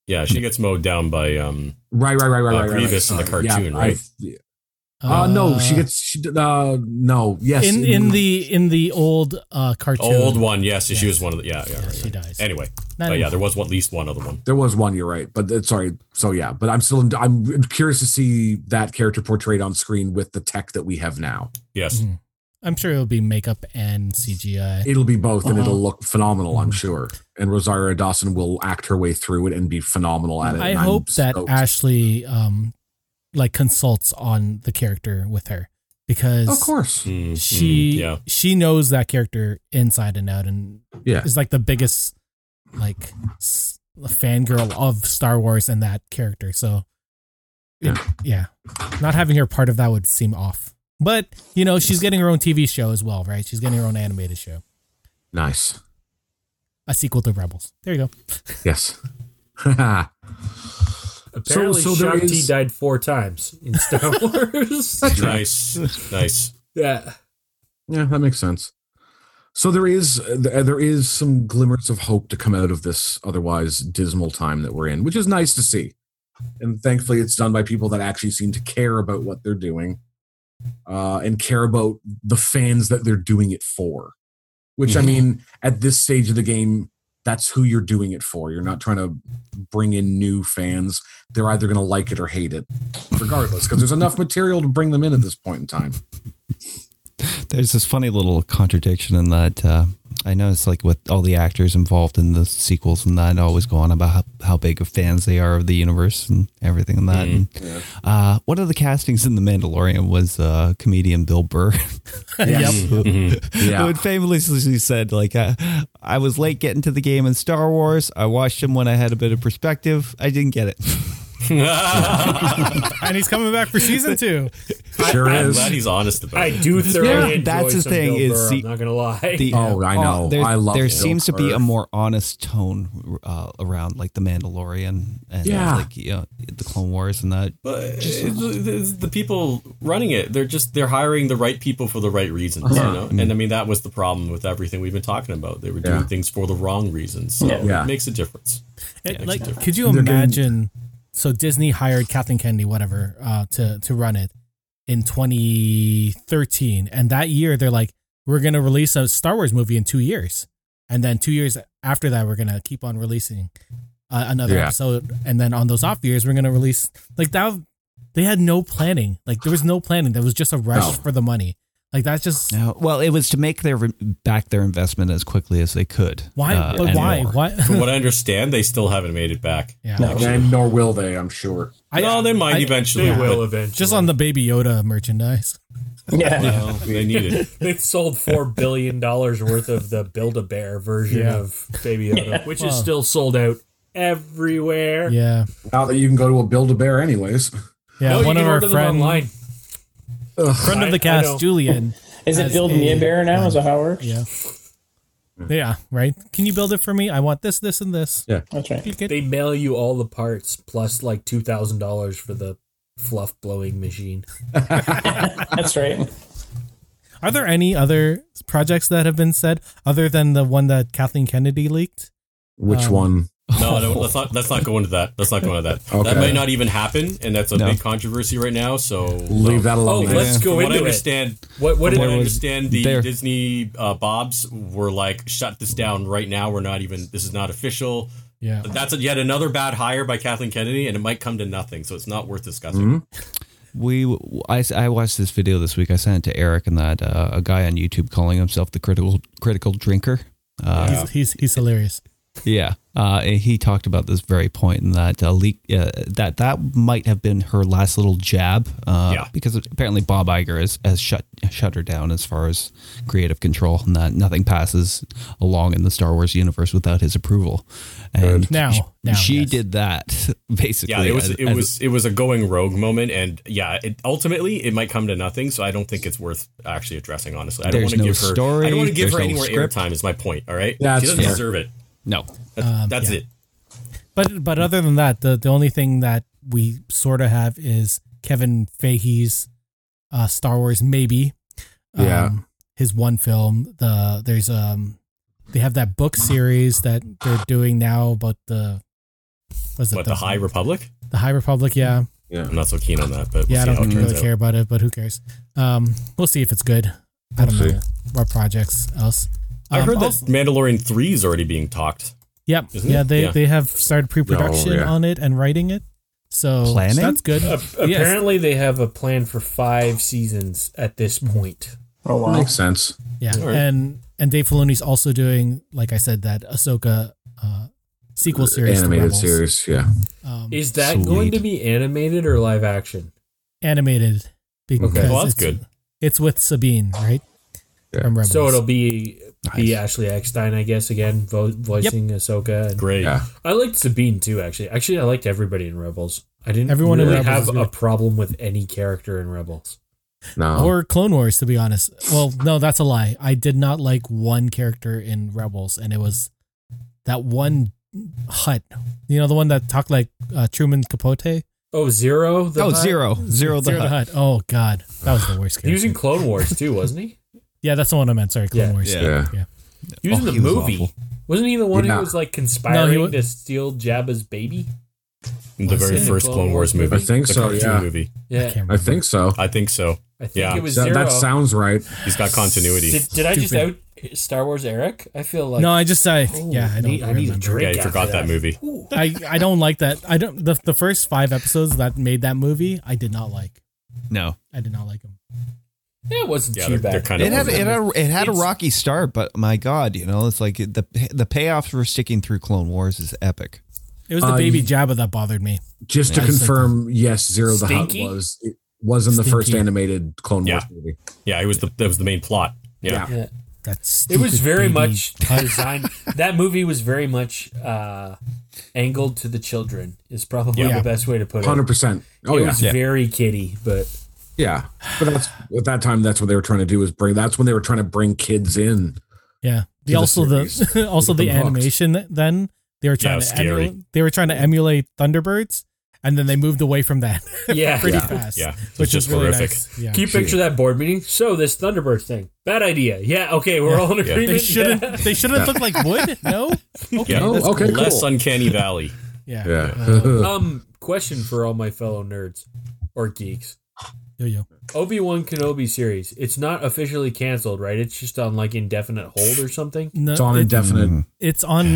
S2: right.
S6: She gets mowed down by um.
S2: Right, right, right, right,
S6: Uh,
S2: right. right,
S6: Grievous in the
S2: sorry.
S6: cartoon,
S2: I-
S6: right?
S2: uh, no, she gets. She, did- uh, no, yes,
S4: Ah. in in the in the old uh, cartoon.
S6: Old one, yes. She
S4: Yeah.
S6: was one of the. Yeah, yeah. right,
S4: she
S6: right.
S4: dies.
S6: Anyway,
S4: Not
S6: but yeah,
S4: anymore.
S6: there was one, at least one other one.
S2: there was one. You're right, but it's sorry. So yeah, but I'm still. I'm curious to see that character portrayed on screen with the tech that we have now.
S6: Yes.
S4: I'm sure it'll be makeup and CGI.
S2: It'll be both, and
S4: Uh-huh.
S2: it'll look phenomenal.
S4: Mm-hmm.
S2: I'm sure. And Rosario Dawson will act her way through it and be phenomenal at it.
S4: I
S2: and I'm
S4: hope that
S2: stoked.
S4: Ashley um like consults on the character with her because
S2: of course,
S6: Mm, mm,
S4: she
S6: yeah.
S4: she knows that character inside and out and
S2: Yeah.
S4: is like the biggest like s- fangirl of Star Wars and that character. So
S2: Yeah.
S4: yeah, not having her part of that would seem off. But you know, she's getting her own TV show as well, right? She's getting her own animated show,
S2: nice.
S4: a sequel to Rebels. There you go.
S2: Yes. That's
S1: Apparently,
S2: so there
S1: Shaq T
S2: is-
S1: died four times in Star Wars.
S2: right.
S6: Nice. nice.
S1: yeah.
S2: Yeah, that makes sense. So there is uh, there is some glimmers of hope to come out of this otherwise dismal time that we're in, which is nice to see. And thankfully, it's done by people that actually seem to care about what they're doing, uh, and care about the fans that they're doing it for. Which I mean, at this stage of the game, that's who you're doing it for. You're not trying to bring in new fans. They're either going to like it or hate it, regardless, because there's enough material to bring them in at this point in time.
S7: There's this funny little contradiction in that uh, I noticed, like with all the actors involved in the sequels and that, always go on about how, how big of fans they are of the universe and everything and that.
S6: Mm.
S7: And, uh, one of the castings in The Mandalorian was uh, comedian Bill Burr,
S2: Yes. Yeah.
S7: who had famously said, "Like uh, I was late getting to the game in Star Wars. I watched him when I had a bit of perspective. I didn't get it.
S4: And he's coming back for season two.
S2: Sure
S6: I'm
S2: is.
S6: glad he's honest about
S1: I
S6: it.
S1: do thoroughly
S7: Yeah,
S1: enjoy
S7: that's the
S1: some
S7: thing
S1: Bill
S7: is
S1: Burr,
S7: the-
S1: I'm not gonna lie.
S7: The- uh,
S2: Oh, I know.
S7: there-
S2: I love
S7: There
S2: Bill
S7: seems to be
S2: Burr.
S7: a more honest tone uh, around like the Mandalorian and uh,
S2: Yeah.
S7: like you know, the Clone Wars and that.
S6: But uh, it's- the people running it, they're just they're hiring the right people for the right reasons, you know. And I mean, that was the problem with everything we've been talking about. They were doing
S2: Yeah.
S6: things for the wrong reasons. So
S2: Yeah.
S6: it makes a difference.
S4: It,
S6: Yeah.
S4: like, could you
S2: They're getting-
S4: imagine? So Disney hired Kathleen Kennedy, whatever, uh, to to run it in 2013, and that year they're like, we're gonna release a Star Wars movie in two years, and then two years after that, we're gonna keep on releasing uh, another
S2: Yeah.
S4: episode, and then on those off years, we're gonna release like that. They had no planning. Like there was no planning. There was just a rush
S2: No.
S4: for the money. Like that's just
S7: No, well, it was to make their back their investment as quickly as they could.
S4: why.
S7: uh,
S4: but
S7: and
S4: why?
S7: more.
S4: Why?
S6: From what I understand, they still haven't made it back.
S4: yeah.
S5: No.
S2: and nor will they, I'm sure.
S4: I-
S6: no, they might
S4: I-
S6: eventually.
S1: They
S6: but
S1: will eventually.
S4: Just on the Baby Yoda merchandise.
S5: Yeah.
S6: They need it.
S1: They've sold four billion dollars worth of the Build a Bear version
S4: Yeah.
S1: of Baby Yoda, which
S4: Wow.
S1: is still sold out everywhere.
S4: Yeah.
S2: Now that you can go to a Build a Bear, anyways.
S4: Yeah.
S1: No, you
S4: one
S1: can
S4: of our
S1: order them
S4: friend,
S1: online.
S4: friend of
S1: I-
S4: the
S1: I
S4: cast,
S1: know.
S4: Julian.
S5: Is it
S4: As
S5: build me
S4: a-
S5: a bear now? Is that how it works?
S4: Yeah. Yeah. Right. Can you build it for me? I want this, this, and this.
S5: That's right.
S4: Click it.
S1: They mail you all the parts plus like two thousand dollars for the fluff blowing machine.
S5: That's right.
S4: Are there any other projects that have been said other than the one that Kathleen Kennedy leaked?
S2: Which one?
S6: No, no, let's not. Let's not go into that. Let's not go into that.
S2: Okay.
S6: That might not even happen, and that's a
S7: No.
S6: big controversy right now. So
S2: Leave that
S1: Oh,
S2: alone. man.
S1: let's
S6: From
S1: go
S6: what I
S1: into it.
S6: understand,
S1: What what did
S6: From what I
S1: I
S6: understand, the
S7: there-
S6: Disney uh, Bobs were like, "Shut this down right now. We're not even. This is not official."
S4: Yeah.
S6: But that's yet another bad hire by Kathleen Kennedy, and it might come to nothing. So it's not worth discussing.
S7: Hmm? We, I, I watched this video this week. I sent it to Eric and that uh, a guy on YouTube calling himself the critical critical drinker. Uh,
S4: He's, he's he's hilarious.
S7: yeah, uh, and he talked about this very point and that uh, leak uh, that that might have been her last little jab. Uh,
S6: Yeah.
S7: because apparently Bob Iger has, has shut shut her down as far as creative control and that nothing passes along in the Star Wars universe without his approval. And
S4: Now-
S7: she,
S4: now,
S7: she
S4: yes.
S7: did that basically.
S6: Yeah, it was
S7: as-
S6: it
S7: as-
S6: was it was a going rogue moment, and yeah, it, ultimately it might come to nothing. So I don't think it's worth actually addressing. Honestly, I don't
S7: There's
S6: want to
S7: no
S6: give her. I
S7: story,
S6: don't want to give
S7: there's
S6: her
S7: no
S6: any more
S7: script.
S6: airtime. Is my point. All right,
S2: That's
S6: she doesn't
S2: fair.
S6: deserve it.
S7: no.
S6: That's, that's
S4: yeah.
S6: it.
S4: But but other than that, the, the only thing that we sort of have is Kevin Feige's uh, Star Wars maybe. Um,
S2: Yeah.
S4: His one film. The there's um they have that book series that they're doing now about the was it
S6: But the High Republic,
S4: the High Republic, yeah.
S6: I'm not so keen on that. But
S4: Yeah, I
S6: we'll see
S4: don't
S6: how it
S4: really
S6: turns out.
S4: care about it, but who cares? Um, we'll see if it's good. I don't
S2: We'll
S4: know what projects else.
S6: I
S4: Um,
S6: heard that
S4: also-
S6: Mandalorian three is already being talked.
S4: Yep.
S6: Isn't
S4: Yeah,
S6: it?
S4: they
S6: Yeah.
S4: they have started pre-production
S2: Oh, yeah.
S4: on it and writing it. So so
S7: Planning?
S4: that's good. Yes.
S1: Apparently they have a plan for five seasons at this
S4: Mm.
S1: point.
S5: Oh wow.
S2: Makes sense.
S4: Yeah,
S6: All right.
S4: and and Dave Filoni's also doing, like I said, that Ahsoka uh, sequel series, to
S2: Animated
S4: Rebels.
S2: series. Yeah.
S4: um,
S1: Is that going
S7: Sweet.
S1: to be animated or live action?
S4: animated. Because
S6: Well, that's
S4: it's,
S6: good.
S4: It's with Sabine, right? From Rebels.
S1: So it'll be be
S7: Nice.
S1: Ashley Eckstein, I guess, again, vo- voicing Ahsoka. And
S6: Great.
S2: Yeah.
S1: I liked Sabine too, actually. Actually, I liked everybody in Rebels. I didn't
S4: Everyone in
S1: really
S4: Rebels is
S1: have a
S4: good.
S1: problem with any character in Rebels.
S2: No.
S4: or Clone Wars, to be honest. Well, no, that's a lie. I did not like one character in Rebels, and it was that one hut. You know, the one that talked like uh, Truman Capote.
S1: Oh, Zero. The
S7: Oh,
S1: Hutt?
S7: zero. Zero the
S4: Zero the
S7: hut.
S4: hut. Oh God, that was the worst
S1: He was
S4: character.
S1: in Clone Wars too, wasn't he?
S4: Yeah, that's the one I meant. Sorry, Clone
S1: Yeah.
S4: Wars.
S7: Yeah.
S2: yeah.
S1: He was
S7: Oh,
S1: in the
S7: he was
S1: movie.
S7: awful.
S1: Was not he the one
S2: Yeah.
S1: who was like conspiring
S4: wa-
S1: to steal Jabba's baby?
S6: The
S4: Was
S6: very
S4: it?
S6: first Clone Wars movie.
S2: I think
S6: the
S2: so,
S6: cartoon
S2: yeah.
S6: Movie.
S1: Yeah,
S4: I can't
S2: I
S4: remember.
S2: think so.
S6: I think so.
S1: I think
S6: Yeah.
S1: it was
S2: That,
S1: Zero.
S2: that sounds right.
S6: He's got continuity.
S1: did, did I just out
S4: Stupid.
S1: Star Wars Eric? I feel like
S4: no, I just I
S1: Oh,
S4: yeah, I, don't
S1: need, I need a
S4: remember.
S1: drink.
S6: yeah, I
S1: after
S6: forgot that movie.
S1: Ooh.
S4: I I don't like that. I don't the the first five episodes that made that movie. I did not like.
S7: No.
S4: I did not like them.
S1: Yeah, it wasn't
S6: Yeah,
S1: too
S6: they're,
S1: bad.
S6: they're kind
S7: It had,
S6: of.
S7: it had a- it had a
S1: It's-
S7: rocky start, but my God, you know, it's like the the payoffs for sticking through Clone Wars is epic.
S4: It was the
S2: Uh,
S4: baby Jabba that bothered me.
S2: Just to
S4: Yeah.
S2: confirm, yes, Zero the Hutt
S1: Stinky?
S2: was it was in the first
S4: Stinky.
S2: animated Clone Wars
S6: Yeah.
S2: movie.
S6: yeah, it was the that was the main plot. Yeah.
S1: Yeah.
S4: That's
S1: It was very much designed. that movie was very much uh, angled to the children. Is probably
S4: Yeah.
S1: the best way to put it.
S2: Hundred percent. Oh
S1: it
S2: yeah,
S1: was very kiddie, but
S2: yeah. But that's at that time. That's what they were trying to do. Is bring. That's when they were trying to bring kids in.
S4: yeah. The,
S2: the
S4: also
S2: series.
S4: the also
S2: With the
S4: the
S2: box.
S4: animation. Then they were trying to
S6: scary.
S4: emulate, they were trying to emulate Thunderbirds, and then they moved away from that
S1: yeah.
S4: pretty
S2: Yeah.
S4: fast.
S6: Yeah, it's
S4: which
S6: just
S4: is really
S6: horrific.
S4: nice. Yeah.
S1: Can you picture that board meeting? So this Thunderbird thing, bad idea. Yeah, okay, we're all in
S6: They
S1: agreement.
S4: they shouldn't. They shouldn't look like wood. No. Okay.
S6: Yeah.
S2: Oh,
S4: that's
S2: okay,
S4: cool.
S2: cool.
S6: Less Uncanny Valley.
S4: Yeah.
S2: Yeah.
S1: um, question for all my fellow nerds or geeks:
S4: Yo yo.
S1: Obi Wan Kenobi series. It's not officially canceled, right? It's just on like indefinite hold or something.
S4: No,
S2: It's on
S4: it-
S2: indefinite.
S4: it's on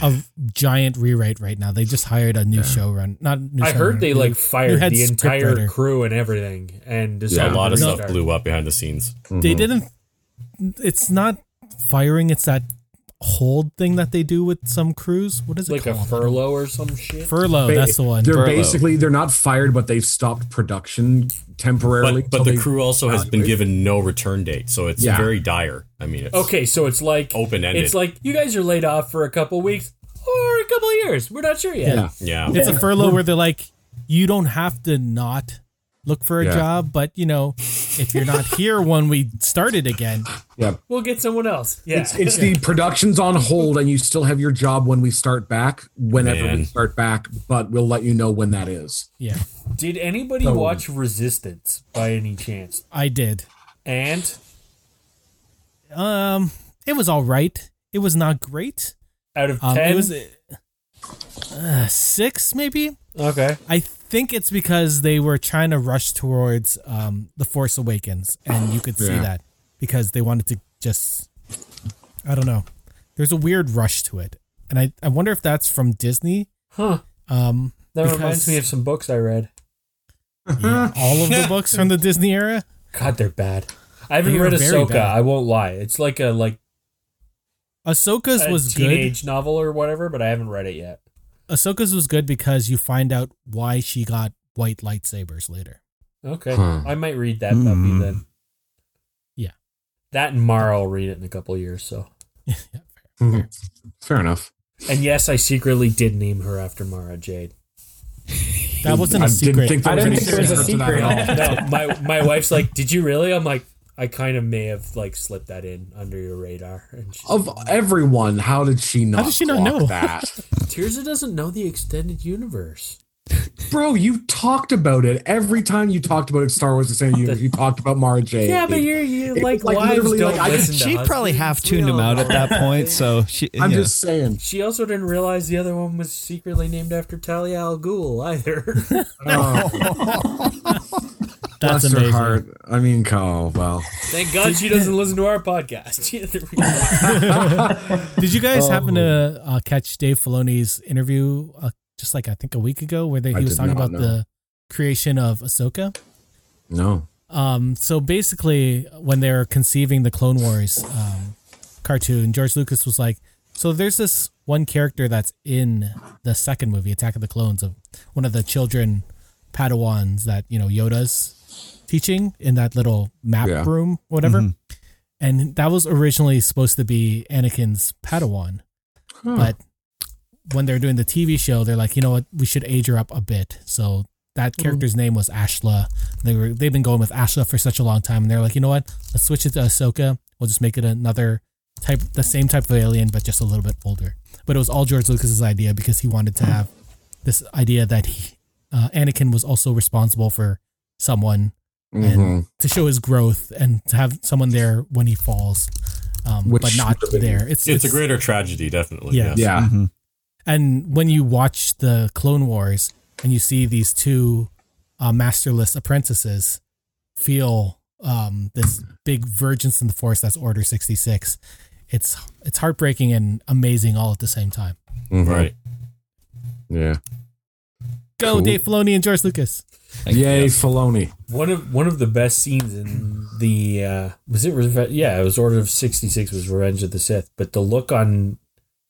S4: a giant rewrite right now. They just hired a new showrun. Not new
S1: I heard
S4: showrunner,
S1: they
S4: new-
S1: like
S4: new
S1: fired
S4: head
S1: the entire
S4: scriptwriter.
S1: crew and everything, and
S6: Yeah,
S1: decided
S6: a lot of
S1: to
S6: stuff
S1: restart.
S6: blew up behind the scenes.
S4: They didn't. It's not firing. It's that hold thing that they do with some crews. What is it
S1: like a
S4: called?
S1: furlough or some shit.
S4: Furlough. Oh, That's the one.
S2: They're
S7: Furlough.
S2: basically they're not fired, but they've stopped production temporarily.
S6: But, but
S2: till
S6: the
S2: they-
S6: crew also has been given no return date, so it's
S2: Yeah.
S6: very dire. I mean, it's,
S1: Okay, so it's like
S6: Open-ended.
S1: It's like you guys are laid off for a couple weeks or a couple years. We're not sure yet.
S2: Yeah.
S6: yeah,
S4: It's a furlough where they're like, you don't have to not look for a
S2: Yeah.
S4: job, but you know, if you're not here when we start it again,
S2: Yeah.
S1: We'll get someone else. Yeah.
S2: It's, it's the production's on hold, and you still have your job when we start back, whenever we
S6: Man.
S2: start back, but we'll let you know when that is.
S4: yeah,
S1: Did anybody watch Resistance by any chance?
S4: I did.
S1: And
S4: Um, it was all right. It was not great.
S1: out of
S4: Um,
S1: ten,
S4: it was uh, six, maybe.
S1: okay.
S4: I think it's because they were trying to rush towards um, the Force Awakens, and you could see
S2: Yeah.
S4: that because they wanted to just, I don't know. There's a weird rush to it, and I, I wonder if that's from Disney.
S1: Huh.
S4: Um,
S1: That
S4: Because-
S1: reminds me of some books I read.
S4: yeah, all of the books from the Disney era.
S1: God, they're bad. I haven't
S4: They
S1: read
S4: are very
S1: Ahsoka.
S4: bad.
S1: I won't lie. It's like a like
S4: Ahsoka's
S1: a
S4: was
S1: teenage novel or whatever, but I haven't read it yet.
S4: good. Ahsoka's was good because you find out why she got white lightsabers later.
S1: Okay,
S2: Huh.
S1: I might read that
S7: Hmm.
S1: puppy then.
S4: Yeah.
S1: that and Mara will read it in a couple years. So,
S4: yeah,
S2: Fair enough.
S1: and yes, I secretly did name her after Mara Jade.
S4: that wasn't a
S2: I didn't
S4: secret.
S2: think there
S5: I
S2: was
S5: didn't
S2: any
S5: think there was a
S2: secret to that at all.
S5: secret.
S1: Oh, No, my my wife's like, "Did you really?" I'm like, "I kind of may have like slipped that in under your radar." And she's
S2: Of everyone, how did she not?
S4: did she not
S2: clock
S4: know?
S2: that?
S1: Tirza doesn't know the extended universe.
S2: Bro, you talked about it every time you talked about it. Star Wars: The Same Universe. You talked about Mara Jade.
S1: Yeah, but you're you
S2: It
S1: like,
S2: was like
S1: wives
S2: literally,
S1: don't
S2: like, I could-
S1: listen to
S7: She probably
S1: husbands.
S7: half
S1: We
S7: tuned him
S1: all
S7: out at
S1: know
S7: that point, so she.
S2: I'm
S7: yeah.
S2: just saying.
S1: She also didn't realize the other one was secretly named after Talia al Ghul either.
S4: That's
S2: Bless her
S4: amazing.
S2: heart. I mean, Kyle. Well,
S1: Thank God she doesn't listen to our podcast.
S4: Did you guys happen to uh, catch Dave Filoni's interview uh, just like I think a week ago, where they,
S2: I
S4: he
S2: did
S4: was talking
S2: not
S4: about
S2: know.
S4: the creation of Ahsoka?
S2: no.
S4: Um, so basically, when they were conceiving the Clone Wars um, cartoon, George Lucas was like, "So there's this one character that's in the second movie, Attack of the Clones, of one of the children Padawans that you know Yoda's teaching in that little map
S2: Yeah.
S4: room, whatever." And that was originally supposed to be Anakin's Padawan, but when they're doing the TV show, they're like, you know what, we should age her up a bit. So that character's name was Ashla. They were they've been going with Ashla for such a long time, and they're like, you know what, let's switch it to Ahsoka. We'll just make it another type, the same type of alien, but just a little bit older. But it was all George Lucas's idea because he wanted to have this idea that he, uh, Anakin was also responsible for someone
S2: Mhm.
S4: and to show his growth and to have someone there when he falls, um,
S2: Which
S4: but not
S2: should've been-
S4: there. It's,
S6: it's a greater tragedy, definitely.
S4: Yeah.
S6: Yeah,
S2: Yeah.
S4: and when you watch the Clone Wars and you see these two uh, masterless apprentices feel um, this big vergence in the Force, that's Order sixty six. It's it's heartbreaking and amazing all at the same time.
S7: Mm-hmm.
S2: Mhm.
S6: right.
S2: Yeah.
S4: Go
S2: Cool.
S4: Dave Filoni and George Lucas.
S2: Yay, Filoni.
S1: one of one of the best scenes in the uh, was it Reve- yeah it was Order of sixty six was Revenge of the Sith, but the look on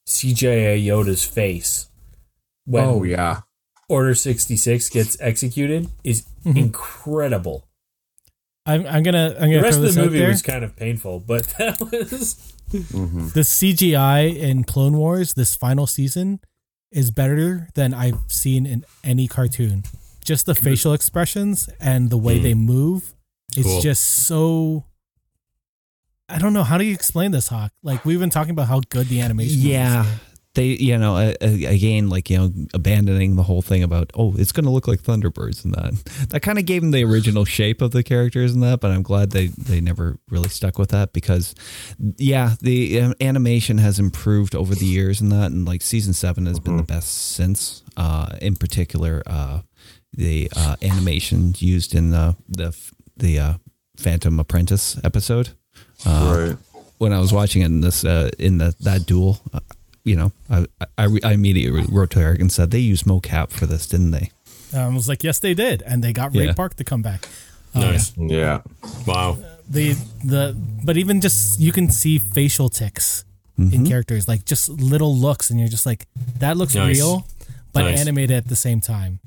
S1: CJ Yoda's face when
S2: oh yeah.
S1: Order sixty six gets executed is
S2: Mm-hmm.
S1: incredible.
S4: I'm, I'm gonna I'm gonna
S1: The rest
S4: throw
S1: of
S4: this
S1: the
S4: out
S1: movie
S4: there.
S1: was kind of painful, but that was
S4: the CGI in Clone Wars this final season is better than I've seen in any cartoon. Just the facial expressions and the way they move is
S6: Mm. Cool.
S4: just so. I don't know how do you explain this, Hawk. Like we've been talking about how good the animation.
S7: Yeah. They, you know, a- a- again, like, you know, abandoning the whole thing about, oh, it's going to look like Thunderbirds and that. That kind of gave them the original shape of the characters and that, but I'm glad they, they never really stuck with that because, yeah, the um, animation has improved over the years and that. And like season seven has been the best since, uh, in particular, uh, the uh, animation used in the, the f- the uh, Phantom Apprentice episode.
S8: right.
S7: when I was watching it in this uh, in the that duel, uh, you know, I I, re- I immediately wrote to Eric and said they used mocap for this, didn't they?
S4: Um, I was like, yes, they did, and they got Ray
S7: Yeah.
S4: Park to come back.
S6: Nice.
S8: Yeah.
S6: Oh, Wow.
S4: The the but even just you can see facial ticks in
S6: Mm-hmm.
S4: characters, like just little looks, and you're just like, that looks
S6: Nice.
S4: real, but
S6: Nice.
S4: animated at the same time.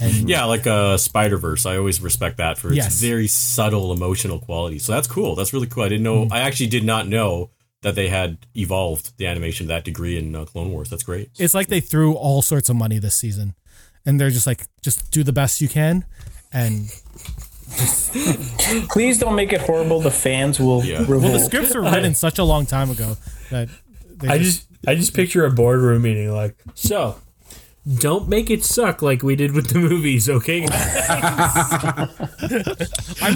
S4: And
S6: Yeah, like uh, Spider Verse. I always respect that for its
S4: Yes.
S6: very subtle emotional quality. So that's cool. That's really cool. I didn't
S2: Mm-hmm.
S6: know. I actually did not know that they had evolved the animation to that degree in uh, Clone Wars. That's great.
S4: it's like they threw all sorts of money this season, and they're just like, just do the best you can, and
S5: Please don't make it horrible. The fans will
S6: Yeah.
S5: revolt.
S4: well, the scripts were written such a long time ago that they
S9: I just I just picture a boardroom meeting like
S1: So, don't make it suck like we did with the movies, okay?
S4: I'm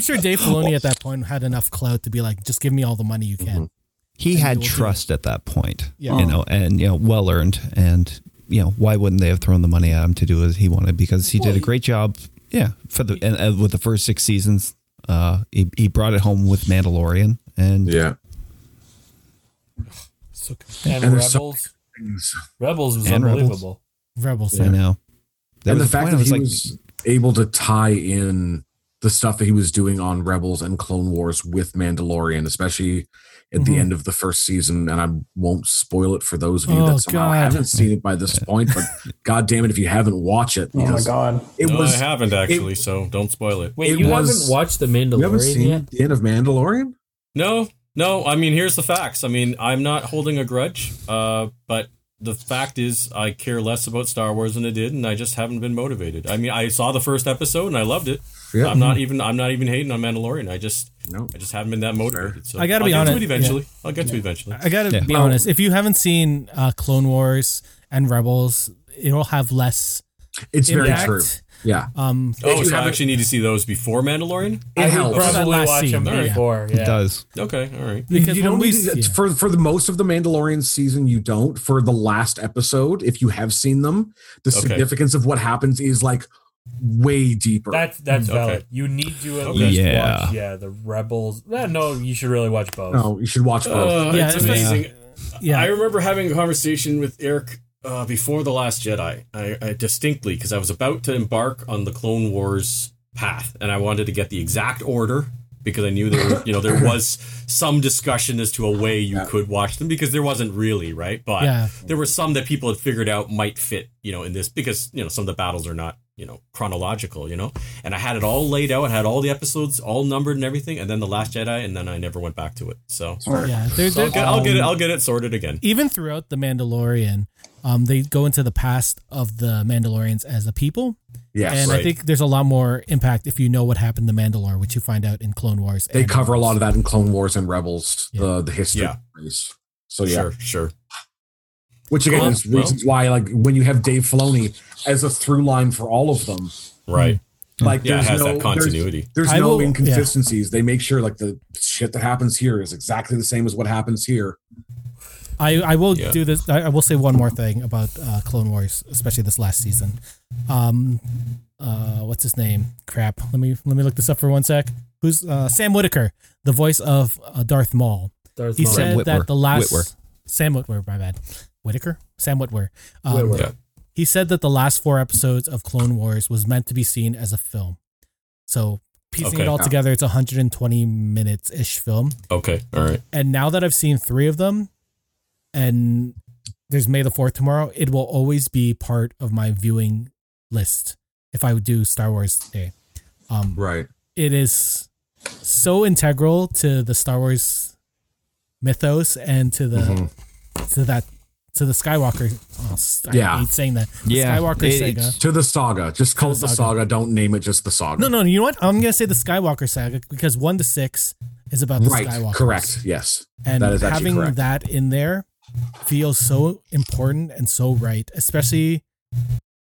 S4: sure Dave Filoni at that point had enough clout to be like, just give me all the money you can.
S7: He had trust at that point,
S4: Yeah.
S7: you know, and you know, well earned, and you know, why wouldn't they have thrown the money at him to do as he wanted? Because he did a great job, yeah, for the and, and with the first six seasons, uh, he he brought it home with Mandalorian, and
S8: Yeah.
S9: and,
S2: And there's so-
S9: Rebels. Rebels was
S7: And Rebels.
S9: unbelievable.
S2: Mm-hmm.
S4: Rebels.
S7: you know, There
S2: and the
S7: was a
S2: fact
S7: point I
S2: that
S7: was
S2: he
S7: like,
S2: was able to tie in the stuff that he was doing on Rebels and Clone Wars with Mandalorian, especially at
S7: Mm-hmm.
S2: the end of the first season, and I won't spoil it for those of you
S4: Oh,
S2: that somehow
S4: God.
S2: haven't seen it by this point. But god damn it, if you haven't, watch it.
S5: Oh my
S2: because
S5: god!
S2: It
S6: No,
S2: was
S6: I haven't actually, so don't spoil it.
S1: Wait,
S2: It
S1: you
S2: was-
S1: haven't watched The
S2: you haven't
S1: Mandalorian
S2: seen
S1: yet?
S2: the end of Mandalorian?
S6: No, no. I mean, here's the facts. I mean, I'm not holding a grudge, uh, but the fact is, I care less about Star Wars than I did, and I just haven't been motivated. I mean, I saw the first episode and I loved it.
S2: Yeah. Mm-hmm.
S6: I'm not even. I'm not even hating on Mandalorian. I just.
S2: No.
S6: I just haven't been that motivated. So
S4: I gotta
S6: I'll
S4: be
S6: get
S4: honest,
S6: To it eventually, I'll get to it eventually.
S4: I gotta be honest. If you haven't seen uh, Clone Wars and Rebels, it'll have less
S2: It's very
S4: impact.
S2: true. Yeah,
S4: Um,
S6: Oh, so I
S2: haven't-
S6: actually need to see those before Mandalorian.
S2: it
S9: I would
S2: helps.
S9: probably
S4: That last
S9: watch them
S4: scene, yeah.
S9: before.
S7: it
S9: Yeah.
S7: does.
S6: Okay, all right.
S4: because
S2: you don't
S4: when we
S2: need to,
S4: yeah.
S2: for for the most of the Mandalorian season. You don't for the last episode. If you have seen them, the
S6: Okay.
S2: significance of what happens is like way deeper.
S9: That's that's
S6: Okay.
S9: valid. You need to at
S6: Okay.
S9: least
S7: Yeah.
S9: watch yeah the rebels. Eh, no, you should really watch both.
S2: no, you should watch both.
S6: Uh,
S4: Yeah,
S6: it's
S4: it's-
S6: amazing.
S4: yeah.
S6: I remember having a conversation with Eric uh, before The Last Jedi, I, I distinctly, because I was about to embark on the Clone Wars path, and I wanted to get the exact order because I knew there, were, you know, there was some discussion as to a way you could watch them because there wasn't really, right? But
S4: Yeah.
S6: there were some that people had figured out might fit, you know, in this because you know some of the battles are not, you know, chronological, you know. And I had it all laid out, I had all the episodes all numbered and everything, and then The Last Jedi, and then I never went back to it. So.
S4: yeah, there-
S6: So
S4: there-
S6: I'll get, I'll get
S2: Um,
S6: it. I'll get it sorted again.
S4: even throughout the Mandalorian, um, they go into the past of the Mandalorians as a people,
S2: Yes,
S4: and I
S6: Right.
S4: think there's a lot more impact if you know what happened to Mandalore, which you find out in Clone Wars.
S2: they
S4: and-
S2: cover a lot of that in Clone Wars and Rebels,
S4: Yeah.
S2: the the history.
S6: Yeah.
S2: series. So oh, yeah,
S6: Sure, sure.
S2: which again
S6: Cool.
S2: is reasons why like when you have Dave Filoni as a through line for all of them,
S6: Right.
S2: like
S6: Yeah, it
S2: there's
S6: has
S2: no
S6: that
S2: there's-
S6: continuity.
S2: There's
S4: I
S2: no
S4: will- yeah.
S2: inconsistencies. They make sure like the shit that happens here is exactly the same as what happens here.
S4: I, I will
S6: Yeah.
S4: do this. I, I will say one more thing about uh, Clone Wars, especially this last season. Um, uh, what's his name? Crap. Let me let me look this up for one sec. Who's uh, Sam Whitaker, the voice of uh, Darth Maul?
S9: Darth
S4: He
S9: Maul.
S4: said
S7: Whitwer.
S4: that the last
S7: Whitwer.
S4: Sam Whitwer. My bad. Whitaker. Sam Whitwer. Um,
S9: Whitwer.
S6: Yeah.
S4: He said that the last four episodes of Clone Wars was meant to be seen as a film. So piecing
S6: Okay.
S4: it all together, it's a 120 minutes ish film
S6: Okay. All right.
S4: and now that I've seen three of them, and there's May the Fourth tomorrow, it will always be part of my viewing list if I would do Star Wars Day. Um,
S2: Right.
S4: It is so integral to the Star Wars mythos and to the to that to the Skywalker. Oh, s- I
S2: Mm-hmm. Yeah.
S4: hate saying that. The
S7: Yeah,
S4: Skywalker
S7: it-
S4: saga.
S2: To the saga. Just call it the
S4: saga.
S2: saga. Don't name it just the saga.
S4: No, no, you know what? I'm gonna say the Skywalker saga because one to six is about the
S2: Right.
S4: Skywalker.
S2: Correct. Yes.
S4: and
S2: That is actually
S4: having
S2: correct.
S4: that in there feels so important and so right, especially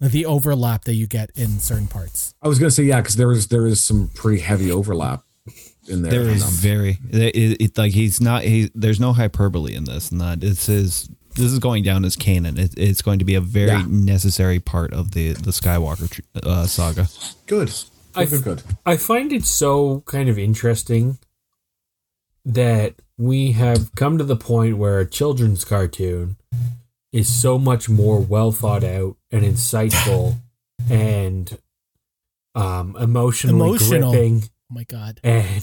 S4: the overlap that you get in certain parts.
S2: I was gonna say yeah, because there is there is some pretty heavy overlap in there.
S7: There is
S2: Um,
S7: very it, it, it- like he's not he there's no hyperbole in this and that it's his this is going down as canon it, it's going to be a very
S2: Yeah.
S7: necessary part of the the skywalker tr- uh, saga
S2: good.
S1: I,
S2: good, good.
S1: I find it so kind of interesting that we have come to the point where a children's cartoon is so much more well thought out and insightful and um, emotionally
S4: Emotional.
S1: gripping.
S4: Oh my god.
S1: And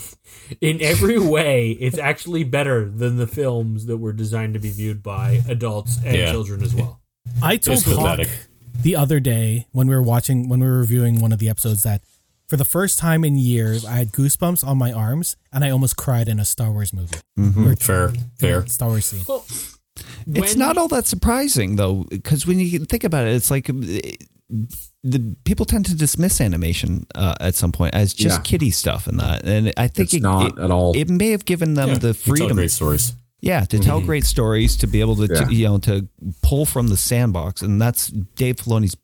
S1: in every way, it's actually better than the films that were designed to be viewed by adults and
S6: Yeah.
S1: children as well.
S4: I told
S6: It's pathetic.
S4: Hawk the other day when we were watching when we were reviewing one of the episodes that for the first time in years I had goosebumps on my arms and I almost cried in a Star Wars movie.
S2: Mm-hmm.
S4: Or
S6: Fair, fair.
S4: Star Wars scene.
S7: It's not all that surprising though, because when you think about it, it's like uh, the people tend to dismiss animation uh, at some point as just
S2: Yeah.
S7: kiddie stuff and that. And I think
S2: It's not at all.
S7: It may have given them
S6: Yeah,
S7: the
S6: you tell
S7: freedom,
S6: great stories.
S7: yeah, to tell great stories, to be able to,
S2: Yeah.
S7: to you know to pull from the sandbox, and that's Dave Filoni's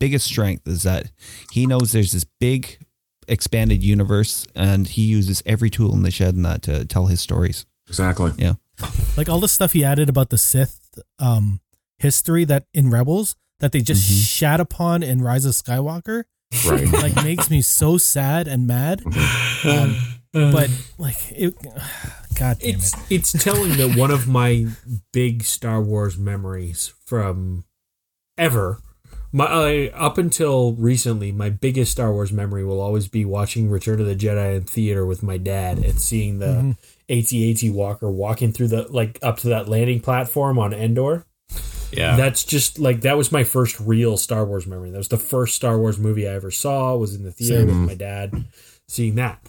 S7: biggest strength is that he knows there's this big expanded universe, and he uses every tool in the shed in that to tell his stories.
S2: Exactly.
S4: Like all the stuff he added about the Sith um history that in Rebels that they just
S6: Mm-hmm.
S4: shat upon in Rise of Skywalker
S2: Right.
S4: like makes me so sad and mad. Um, but like it god damn
S1: It's
S4: it.
S1: it's telling that one of my big Star Wars memories from ever, my I up until recently, my biggest Star Wars memory will always be watching Return of the Jedi in theater with my dad and seeing the AT-AT Walker walking through the like up to that landing platform on Endor.
S6: Yeah.
S1: That's just like that was my first real Star Wars memory. That was the first Star Wars movie I ever saw. Was in the theater
S4: Same.
S1: with my dad, seeing that.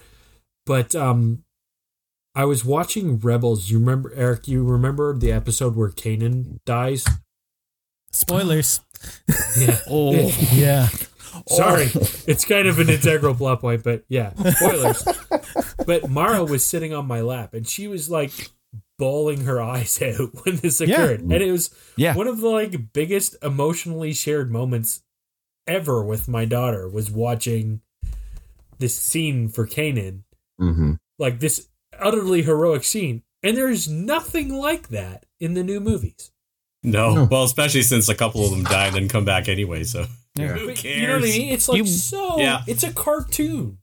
S1: But um, I was watching Rebels. You remember Eric? You remember the episode where Kanan dies?
S4: Spoilers.
S1: Yeah.
S7: Oh.
S4: Yeah.
S1: Sorry, it's kind of an integral plot point, but yeah, spoilers. but Mara was sitting on my lap, and she was like bawling her eyes out when this
S4: Yeah.
S1: occurred, and it was
S7: Yeah.
S1: one of the like biggest emotionally shared moments ever with my daughter was watching this scene for Kanan,
S2: Mm-hmm.
S1: like this utterly heroic scene, and there is nothing like that in the new movies.
S6: No. Well, especially since a couple of them die and then come back anyway. So who
S1: But You know what I
S6: cares?
S1: mean? It's like
S7: You-
S1: so.
S6: Yeah.
S1: It's a cartoon.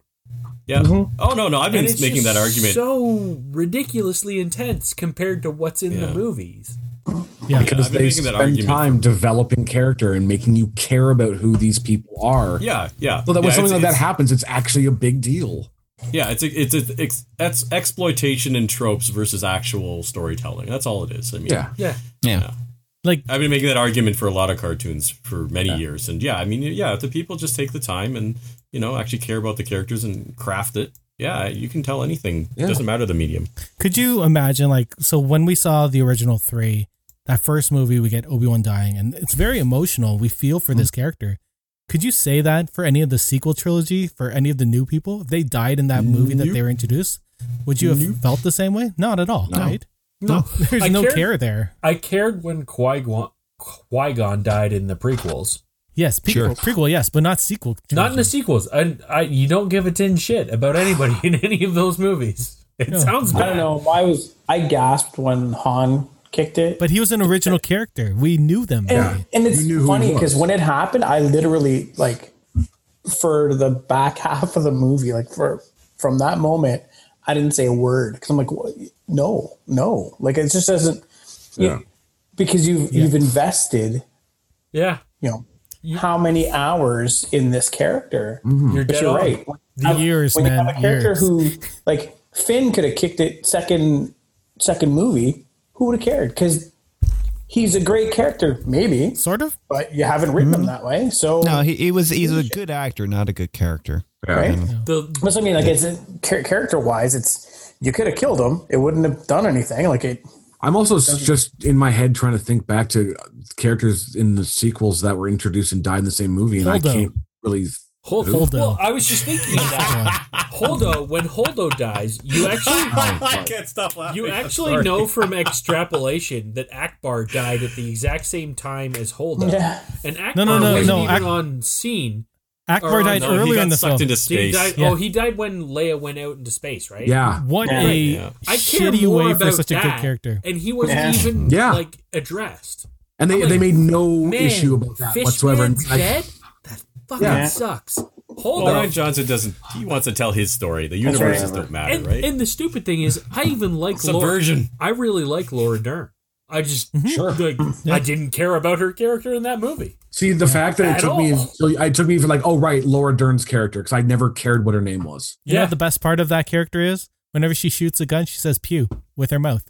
S6: Yeah.
S2: Mm-hmm.
S6: Oh no, no, I've been
S1: And it's
S6: making
S1: just
S6: that argument.
S1: so ridiculously intense compared to what's in the
S6: Yeah.
S1: movies.
S4: Yeah.
S6: Yeah, I've been
S2: They
S6: making that
S2: spend
S6: argument.
S2: time developing character and making you care about who these people are.
S6: Yeah, yeah.
S2: So that
S6: yeah,
S2: when something
S6: it's-
S2: like that
S6: it's-
S2: happens, it's actually a big deal.
S6: Yeah, it's it's, it's, it's that's exploitation and tropes versus actual storytelling. That's all it is. I mean,
S2: Yeah.
S1: Yeah,
S7: Yeah,
S4: Like
S6: I've been making that argument for a lot of cartoons for many years, and yeah, I mean, yeah, if the people just take the time and you know actually care about the characters and craft it, yeah, you can tell anything.
S2: Yeah.
S6: It doesn't matter the medium.
S4: Could you imagine, like, so when we saw the original three, that first movie, we get Obi Wan dying, and it's very emotional. We feel for this character. Could you say that for any of the sequel trilogy, for any of the new people? If they died in that movie that they were introduced, would you have felt the same way? Not at all, right?
S1: no,
S4: There's
S1: I
S4: no
S1: cared-
S4: care there.
S1: I cared when Qui Gon died in the prequels,
S4: Yes,
S7: Sure.
S4: prequel, prequel, yes, but not sequel.
S1: not in the
S4: trilogy.
S5: Mhm.
S1: sequels. I, I, you don't give a tin shit about anybody in any of those movies. It sounds bad.
S5: I don't know. I was I gasped when Han kicked it.
S4: But he was an original character. We knew them.
S5: and, and it's
S2: knew who
S5: funny
S2: he was.
S5: because when it happened, I literally like for the back half of the movie, like for from that moment, I didn't say a word because I'm like, "What? no, no, like it just doesn't.
S2: Yeah.
S5: because you've you've invested,
S1: Yeah,
S5: you know, how many hours in this character?
S2: Mm-hmm.
S1: you're dead
S5: Hmm. But you're
S1: on.
S5: right.
S4: The years,
S5: when you have
S4: man,
S5: a character
S4: years.
S5: who like Finn could have kicked it second second movie, who would have cared? Because he's a great character, maybe,
S4: Sort of.
S5: but you haven't written
S4: Hmm.
S5: him that way. So
S7: no, he, he was he's a good actor, not a good character.
S5: right?
S4: Hmm.
S1: The
S5: But I mean, like it's char- character wise, it's you could have killed him. It wouldn't have done anything. Like it.
S2: I'm also s- just in my head trying to think back to characters in the sequels that were introduced and died in the same movie, and
S4: Holdo.
S2: I can't really.
S1: Holdo.
S4: Holdo.
S1: Well, I was just thinking of that. Holdo. When Holdo dies, you
S4: Oh
S1: actually.
S6: I can't stop laughing.
S1: You
S6: I'm
S1: actually
S6: sorry.
S1: know from extrapolation that Akbar died at the exact same time as Holdo.
S5: Yeah.
S1: And
S4: No,
S1: Akbar
S4: no, no,
S1: wasn't
S4: no,
S1: even
S4: Ak-
S1: on scene.
S4: Akbar
S1: Oh,
S4: died
S1: no,
S6: he
S4: earlier
S6: got
S4: in the
S6: sucked
S4: film.
S6: into
S1: So he
S6: space.
S1: died,
S4: Yeah.
S1: Oh, he died when Leia went out into space, right?
S2: Yeah.
S4: What
S5: Yeah.
S4: a
S6: Yeah.
S1: I care
S4: shitty
S1: more
S4: way for
S1: about
S4: such a good
S1: that,
S4: character.
S1: And he wasn't
S5: Yeah.
S1: even
S2: Yeah.
S1: like addressed.
S2: And they,
S1: I'm like,
S2: they made no
S1: Man,
S2: issue about that whatsoever.
S1: Fishman's
S2: And I-
S1: dead? That fucking
S5: Yeah.
S1: sucks.
S6: Hold
S9: Well-
S6: on, Johnson doesn't. He wants to tell his story. The
S5: That's right.
S6: universes don't matter,
S1: And,
S6: right?
S1: and the stupid thing is, I even like Laura.
S6: Subversion.
S1: I really like Laura Dern. I just
S4: Mm-hmm.
S1: like
S9: I didn't care about her character in that movie.
S2: See the fact that
S9: At
S2: it took me,
S9: all.
S2: till- it took me for like, oh right, Laura Dern's character because I never cared what her name was.
S4: You know
S9: Yeah.
S4: what the best part of that character is? Whenever she shoots a gun, she says pew with her mouth.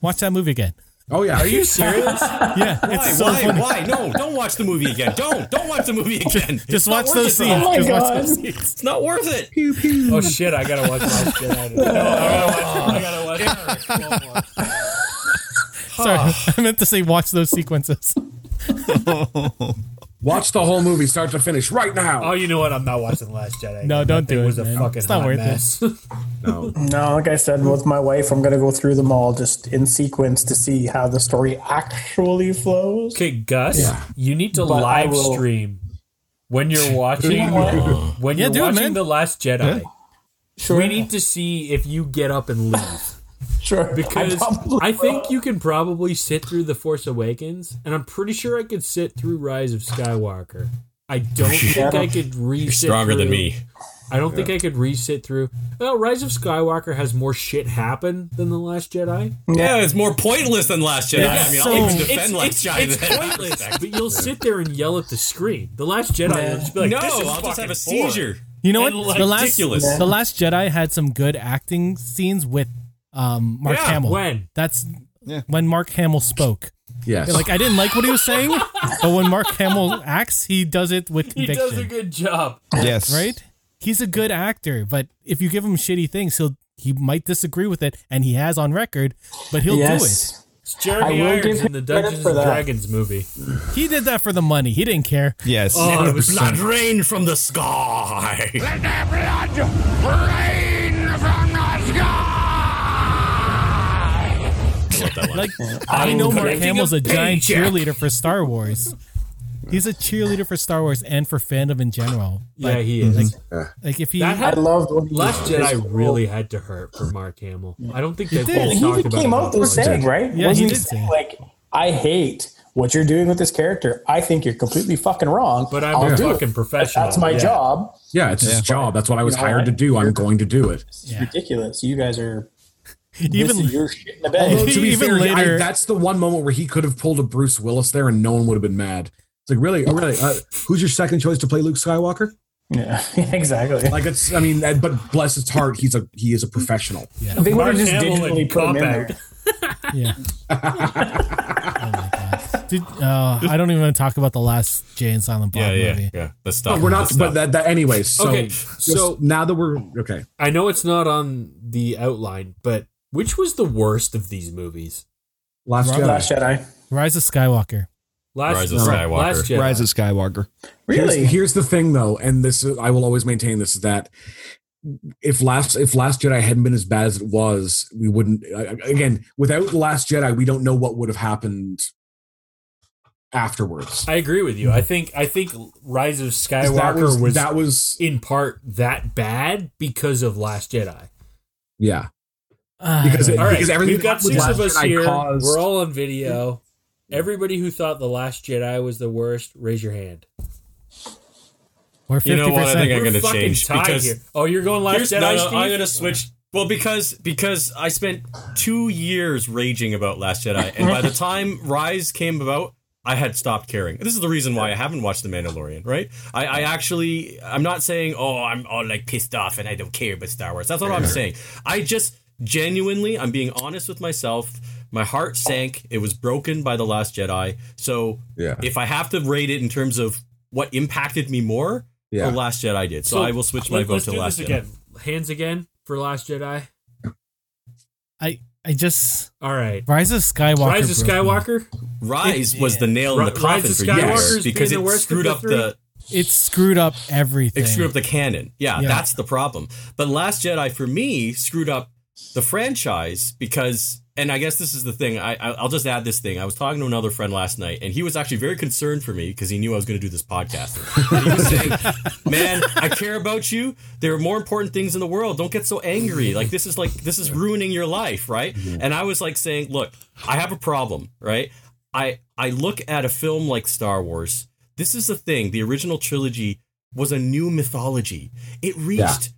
S4: Watch that movie again.
S2: Oh yeah,
S6: Are you serious?
S4: Yeah,
S6: Why?
S4: it's so
S6: why?
S4: funny.
S6: Why? No! Don't watch the movie again. Don't! Don't watch the movie again. It's
S4: Just
S6: not
S4: watch
S6: worth
S4: those
S6: it,
S4: scenes.
S6: Rob.
S5: Oh my
S4: Just watch
S5: God.
S4: those scenes.
S6: It's not worth it.
S9: Oh shit! I gotta watch that shit. I gotta watch. I gotta watch. I gotta watch.
S4: Sorry, I meant to say watch those sequences.
S2: watch the whole movie start to finish right now.
S9: Oh, you know what? I'm not watching The Last Jedi.
S4: No,
S9: again.
S4: don't
S9: That thing
S4: do it,
S9: Was a
S4: man.
S9: fucking
S4: It's not
S9: hot
S4: worth it.
S9: mess.
S5: No, like I said, with my wife, I'm going to go through them all just in sequence to see how the story actually flows.
S9: Okay, Gus, you need to
S5: But I
S9: live
S5: will-
S9: stream when you're watching when
S4: Yeah,
S9: you're
S4: do it,
S9: watching
S4: man.
S9: The Last Jedi.
S5: Sure,
S9: We need to see if you get up and leave
S5: sure.
S9: because
S5: probably
S1: I think you can probably sit through The Force Awakens, and I'm pretty sure I could sit through Rise of Skywalker. I don't think I could re. You're
S6: Stronger than me.
S1: I don't think I could re-sit through. Well, Rise of Skywalker has more shit happen than The Last Jedi.
S6: Yeah, it's more pointless than Last Jedi. I mean, I'll even
S1: It's-
S6: defend Last Jedi.
S1: It's
S6: then.
S1: pointless, but you'll sit there and yell at the screen. The Last Jedi, will just be like,
S6: no,
S1: "This is
S6: I'll just have a
S1: fucking boring."
S6: seizure.
S4: You know what?
S6: And
S4: The last,
S6: ridiculous.
S4: the last Jedi had some good acting scenes with um, Mark
S6: Yeah,
S4: Hamill.
S1: when?
S4: That's when Mark Hamill spoke.
S2: yes,
S4: Like I didn't like what he was saying, but when Mark Hamill acts, he does it with
S9: he
S4: conviction.
S9: does a good job.
S7: Yes.
S4: right? He's a good actor, but if you give him shitty things, he'll he might disagree with it, and he has on record, but he'll
S5: yes.
S9: It's Jeremy
S5: I will
S9: Irons
S5: give him
S9: in the
S5: credit
S9: Dungeons
S5: for
S9: and
S5: that.
S9: Dragons movie.
S4: do it. He did that for the money. He didn't care.
S7: Yes.
S6: Oh, blood rain from the sky.
S4: Like I know Mark Hamill's a giant cheerleader for Star Wars. He's a cheerleader for Star Wars and for fandom in general.
S1: Yeah, he is.
S4: Like if he
S1: That
S5: I
S1: had,
S5: loved when he-
S1: Last Jedi really had to hurt for Mark Hamill. I don't think they've all
S5: He
S1: talked
S5: even
S1: about
S5: came
S1: it
S5: out there
S1: enough.
S5: saying, right?
S4: Yeah, he
S5: Wasn't
S4: did say.
S5: Like, I hate what you're doing with this character. I think you're completely fucking wrong.
S1: But I'm
S5: I'll
S1: a
S5: do it.
S1: fucking professional.
S5: That's my
S1: Yeah.
S5: job.
S2: yeah, it's his job. That's what I was
S5: You know
S2: hired
S5: what?
S2: to do. I'm going to do it.
S5: It's ridiculous. You guys are
S4: even
S5: missing your shit in the bed.
S2: Although, to be
S4: Even
S2: fair, I-
S4: later-
S2: that's the one moment where he could have pulled a Bruce Willis there, and no one would have been mad. It's like really, oh, really, uh, who's your second choice to play Luke Skywalker?
S5: yeah, exactly.
S2: Like it's, I mean, uh, but bless his heart, he's a he is a professional.
S5: they would
S9: Mark
S5: have just
S9: Hamill and
S5: digitally put him in
S9: cop-out.
S5: there.
S4: yeah. oh my god! Did, uh, I don't even want to talk about the last Jay and Silent Bob
S6: Yeah,
S4: movie.
S6: yeah, yeah. Let's stop.
S2: But we're not,
S6: Let's
S2: but
S6: stop.
S2: that, that anyways. So,
S1: Okay,
S2: just
S1: so-
S2: now that we're okay,
S1: I know it's not on the outline, but which was the worst of these movies?
S2: last Jedi.
S5: Last Jedi.
S4: Rise of Skywalker.
S1: Last
S6: Rise of
S1: no,
S6: Skywalker.
S1: Last Jedi.
S7: Rise of Skywalker.
S2: Here's-
S5: Really?
S2: Here's, the thing, though, and this is, I will always maintain this: is that if last if Last Jedi hadn't been as bad as it was, we wouldn't. I- I- Again, without The Last Jedi, we don't know what would have happened afterwards.
S9: I agree with you. I think I think Rise of
S2: 'Cause
S9: Skywalker
S2: That was,
S9: was,
S2: that was
S1: in part that bad because of Last Jedi.
S2: yeah.
S4: Ah,
S2: Because it-
S9: all right.
S2: because everything
S9: we've got
S2: with
S9: six
S2: Last
S9: of us
S2: Jedi
S9: here.
S2: caused-
S9: We're all on video. Everybody who thought the Last Jedi was the worst, raise your hand.
S4: we're
S6: You know
S4: fifty
S6: what? I
S4: percent.
S6: think I'm
S9: We're
S6: going to
S9: fucking
S6: change
S9: tied
S6: because
S9: here. oh, you're going Last
S6: Here's-
S9: Jedi.
S6: no, no,
S9: Steve?
S6: I'm gonna switch. Well, because because I spent two years raging about Last Jedi, and by the time Rise came about, I had stopped caring. This is the reason why I haven't watched The Mandalorian. Right? I, I actually I'm not saying oh I'm all like pissed off and I don't care about Star Wars. That's not what I'm saying. I just genuinely I'm being honest with myself. My heart sank. It was broken by The Last Jedi. So
S2: Yeah.
S6: if I have to rate it in terms of what impacted me more,
S2: Yeah.
S6: The Last Jedi did. So,
S1: So,
S6: I will switch my
S1: Let,
S6: vote
S1: us
S6: to
S1: do
S6: Last
S1: this
S6: Jedi.
S1: again. Hands again for Last Jedi.
S4: I I just
S1: All right.
S4: Rise of Skywalker.
S1: Rise of
S4: broke me.
S1: Skywalker.
S6: Rise was the nail in the
S1: Ri- Rise
S6: coffin for
S1: of
S6: years
S1: Skywalker's
S6: because
S1: been the
S6: it
S1: worst of
S6: screwed
S1: the
S6: up
S1: three.
S6: the
S4: It screwed up everything.
S6: it screwed up the canon. Yeah,
S4: Yeah.
S6: that's the problem. But Last Jedi for me screwed up the franchise because, and I guess this is the thing. I I- I'll just add this thing. I was talking to another friend last night, and he was actually very concerned for me because he knew I was going to do this podcast. And he was saying, "Man, I care about you. There are more important things in the world. Don't get so angry. Like this is like this is ruining your life, right?" And I was like saying, "Look, I have a problem, right? I I look at a film like Star Wars." This is the thing. The original trilogy was a new mythology. It reached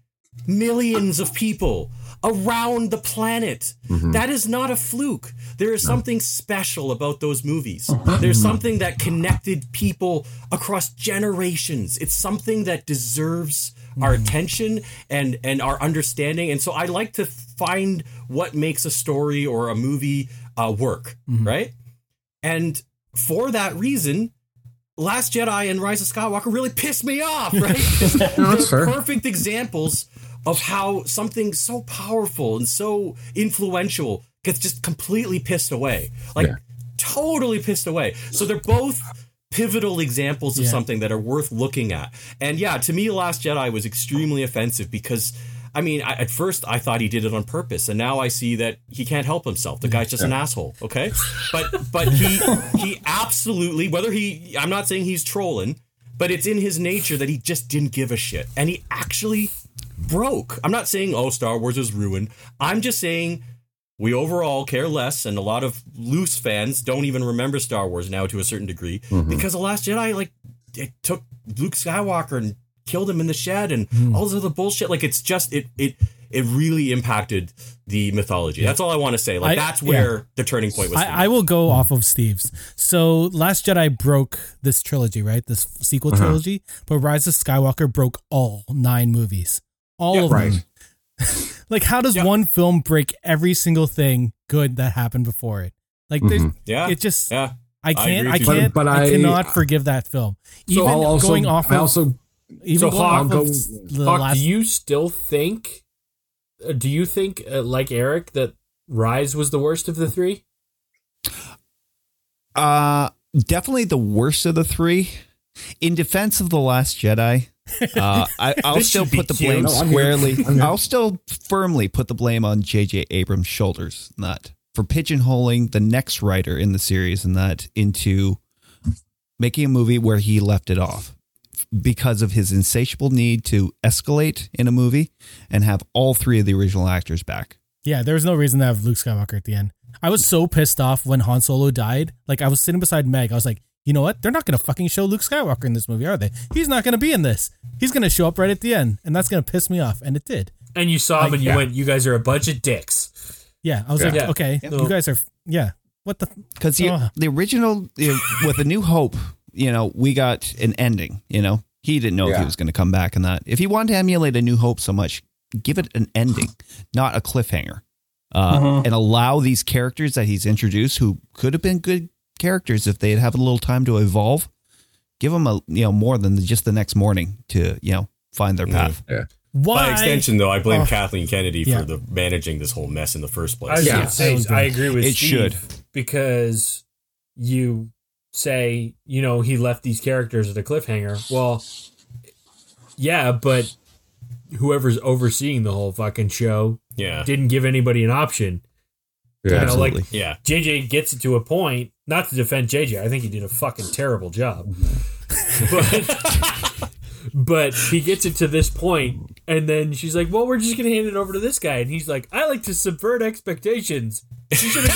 S6: millions of people around the planet. That is not a fluke. There is something special about those movies. There's something that connected people across generations. It's something that deserves our attention and and our understanding. And so I like to find what makes a story or a movie uh, work, right? And for that reason, Last Jedi and Rise of Skywalker really pissed me off, right? They're
S2: fair.
S6: perfect examples of how something so powerful and so influential gets just completely pissed away. Like totally pissed away. So they're both pivotal examples of
S4: Yeah.
S6: something that are worth looking at. And yeah, to me Last Jedi was extremely offensive because I mean, I, at first I thought he did it on purpose, and now I see that he can't help himself. The guy's just an asshole, okay? But but he he absolutely whether he I'm not saying he's trolling, but it's in his nature that he just didn't give a shit, and he actually broke. I'm not saying oh Star Wars is ruined. I'm just saying we overall care less, and a lot of loose fans don't even remember Star Wars now to a certain degree
S4: Mm-hmm.
S6: because The Last Jedi, like, it took Luke Skywalker and killed him in the shed and
S4: Mm-hmm.
S6: all this other bullshit. Like, it's just it it it really impacted the mythology. That's all I want to say. Like,
S4: I-
S6: that's where the turning point was. for me.
S4: I, I will go off of Steve's. So Last Jedi broke this trilogy, right? This sequel
S2: Uh-huh.
S4: trilogy, but Rise of Skywalker broke all nine movies, all of them. like, how does
S6: Yeah.
S4: one film break every single thing good that happened before it? Like, there's
S6: yeah,
S4: it just
S6: yeah.
S4: I can't,
S6: agree
S4: I,
S6: with
S4: can't,
S6: you.
S2: Mm-hmm. But- but
S4: I,
S2: I-
S4: cannot forgive that film. Even
S2: so I'll also,
S4: going off, of,
S2: I also
S1: So
S4: even going
S1: Hawk-
S4: off
S2: I'll
S4: of
S2: go-
S4: the
S1: Hawk,
S4: last
S1: do you still think? uh, Do you think, uh, like Eric, that Rise was the worst of the three?
S7: Uh, definitely the worst of the three. In defense of the Last Jedi, uh, I, I'll
S1: This
S7: still
S1: should be
S7: put the
S1: cute.
S7: blame
S1: No,
S2: I'm here.
S7: squarely.
S2: I'm here.
S7: I'll still firmly put the blame on J.J. Abrams' shoulders, not for pigeonholing the next writer in the series and that into making a movie where he left it off because of his insatiable need to escalate in a movie and have all three of the original actors back.
S4: Yeah, there was no reason to have Luke Skywalker at the end. I was so pissed off when Han Solo died. Like I was sitting beside Meg. I was like, you know what? They're not gonna fucking show Luke Skywalker in this movie, are they? He's not gonna be in this. He's gonna show up right at the end, and that's gonna piss me off. And it did.
S1: And you saw him and you went, you guys are a bunch of dicks.
S4: Yeah, I was like,
S1: Yeah.
S4: okay, you guys are. Yeah, what the?
S7: because the,
S4: Oh.
S7: the original the- with a new hope you know we got an ending you know he didn't know if he was going to come back and that if he wanted to emulate a new hope so much give it an ending not a cliffhanger uh,
S1: Uh-huh.
S7: and allow these characters that he's introduced who could have been good characters if they'd have a little time to evolve give them a you know more than just the next morning to you know find their path
S4: Why?
S6: By extension, though, I blame
S4: Oh.
S6: Kathleen Kennedy
S4: Yeah.
S6: for the managing this whole mess in the first
S1: I
S6: place.
S1: was
S2: Yeah.
S1: gonna say, I agree with
S7: It
S1: Steve
S7: should.
S1: because you say, you know, he left these characters at a cliffhanger. Well, yeah, but whoever's overseeing the whole fucking show
S6: Yeah,
S1: didn't give anybody an option. You know, like
S7: Absolutely.
S6: yeah.
S1: JJ gets it to a point. Not to defend JJ, I think he did a fucking terrible job. But, but he gets it to this point, and then she's like, "Well, we're just gonna hand it over to this guy," and he's like, "I like to subvert expectations. She should have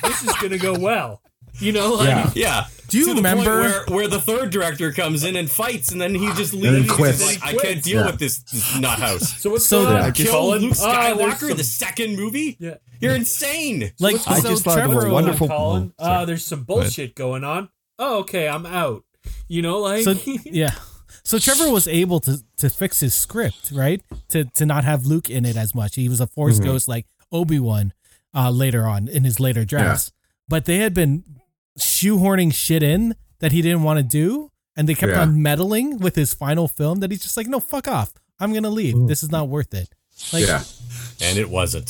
S1: gone. this is gonna go well." You know, like,
S2: Yeah.
S6: Yeah.
S4: Do you
S6: To the point
S4: remember-
S6: where, where the third director comes in and fights, and then he just leaves?
S2: then
S6: He's
S2: quits.
S6: like, I can't deal with this, this nut house.
S1: So what's
S4: So
S1: going
S4: the-
S1: on?
S6: Kill
S1: Colin?
S6: Luke
S1: Ah,
S6: Skywalker
S1: there's
S6: in
S1: some-
S6: the second movie?
S1: Yeah.
S6: You're insane.
S4: like
S7: I
S4: so
S7: just thought it was
S4: Trevor-
S7: wonderful-
S1: Colin.
S7: Oh, sorry.
S1: Ah, there's some bullshit going on. Oh, okay, I'm out. You know, like
S4: So ah, yeah, so Trevor was able to to fix his script, right? To to not have Luke in it as much. He was a Force
S2: Mm-hmm.
S4: Ghost like Obi Wan uh, later on in his later drafts. But they had been shoehorning shit in that he didn't want to do, and they kept
S2: Yeah.
S4: on meddling with his final film. That he's just like, no, fuck off. I'm gonna leave. This is not worth it. Like,
S2: Mm. Yeah.
S6: And it wasn't.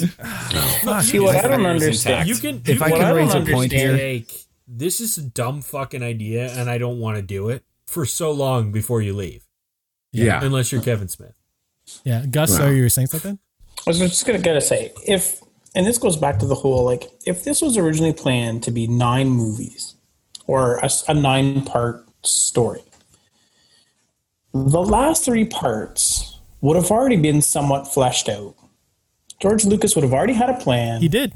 S4: fuck.
S5: See what I don't
S6: It was intact.
S5: understand.
S1: You can.
S7: If
S1: you-
S7: I
S1: what
S7: can
S1: don't
S7: raise a point
S1: understand,
S7: here-
S1: like, this is a dumb fucking idea, and I don't want to do it for so long before you leave,
S2: yeah.
S1: unless you're Kevin Smith.
S4: yeah, Gus,
S2: Wow.
S4: are you were saying something?
S5: I was just gonna gotta say if, and this goes back to the whole like if this was originally planned to be nine movies, or a, s- a nine part story, the last three parts would have already been somewhat fleshed out. George Lucas would have already had a plan.
S4: He did.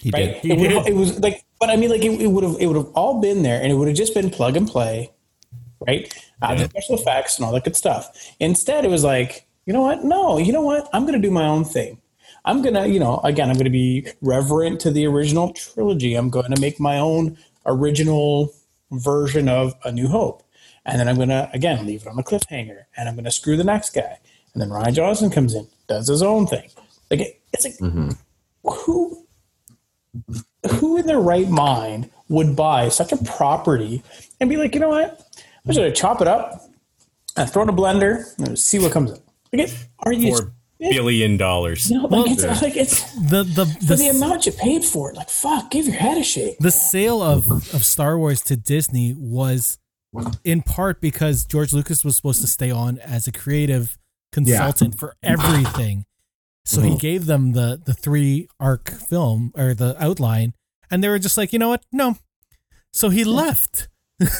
S7: he
S5: right?
S7: did
S5: It, would, it was like, but I mean, like it, it would have it would have all been there, and it would have just been plug and play, right? Uh, the special effects and all that good stuff. Instead, it was like, you know what? No, you know what? I'm going to do my own thing. I'm going to, you know, again, I'm going to be reverent to the original trilogy. I'm going to make my own original version of A New Hope. And then I'm going to, again, leave it on a cliffhanger. And I'm going to screw the next guy. And then Ryan Johnson comes in, does his own thing. Like, it- it's like, who who in their right mind would buy such a property and be like, you know what? I'm just gonna chop it up and throw it in a blender and see what comes up. Like, it- are you?
S6: Four billion dollars.
S5: you know, like, it's, like it's
S4: The the
S5: for
S4: the,
S5: the amount you paid for it. Like, fuck, give your head a shake.
S4: the sale of, of Star Wars to Disney was in part because George Lucas was supposed to stay on as a creative consultant for everything. So
S6: Mm-hmm.
S4: he gave them the the three arc film or the outline and they were just like, "You know what? No." So he left.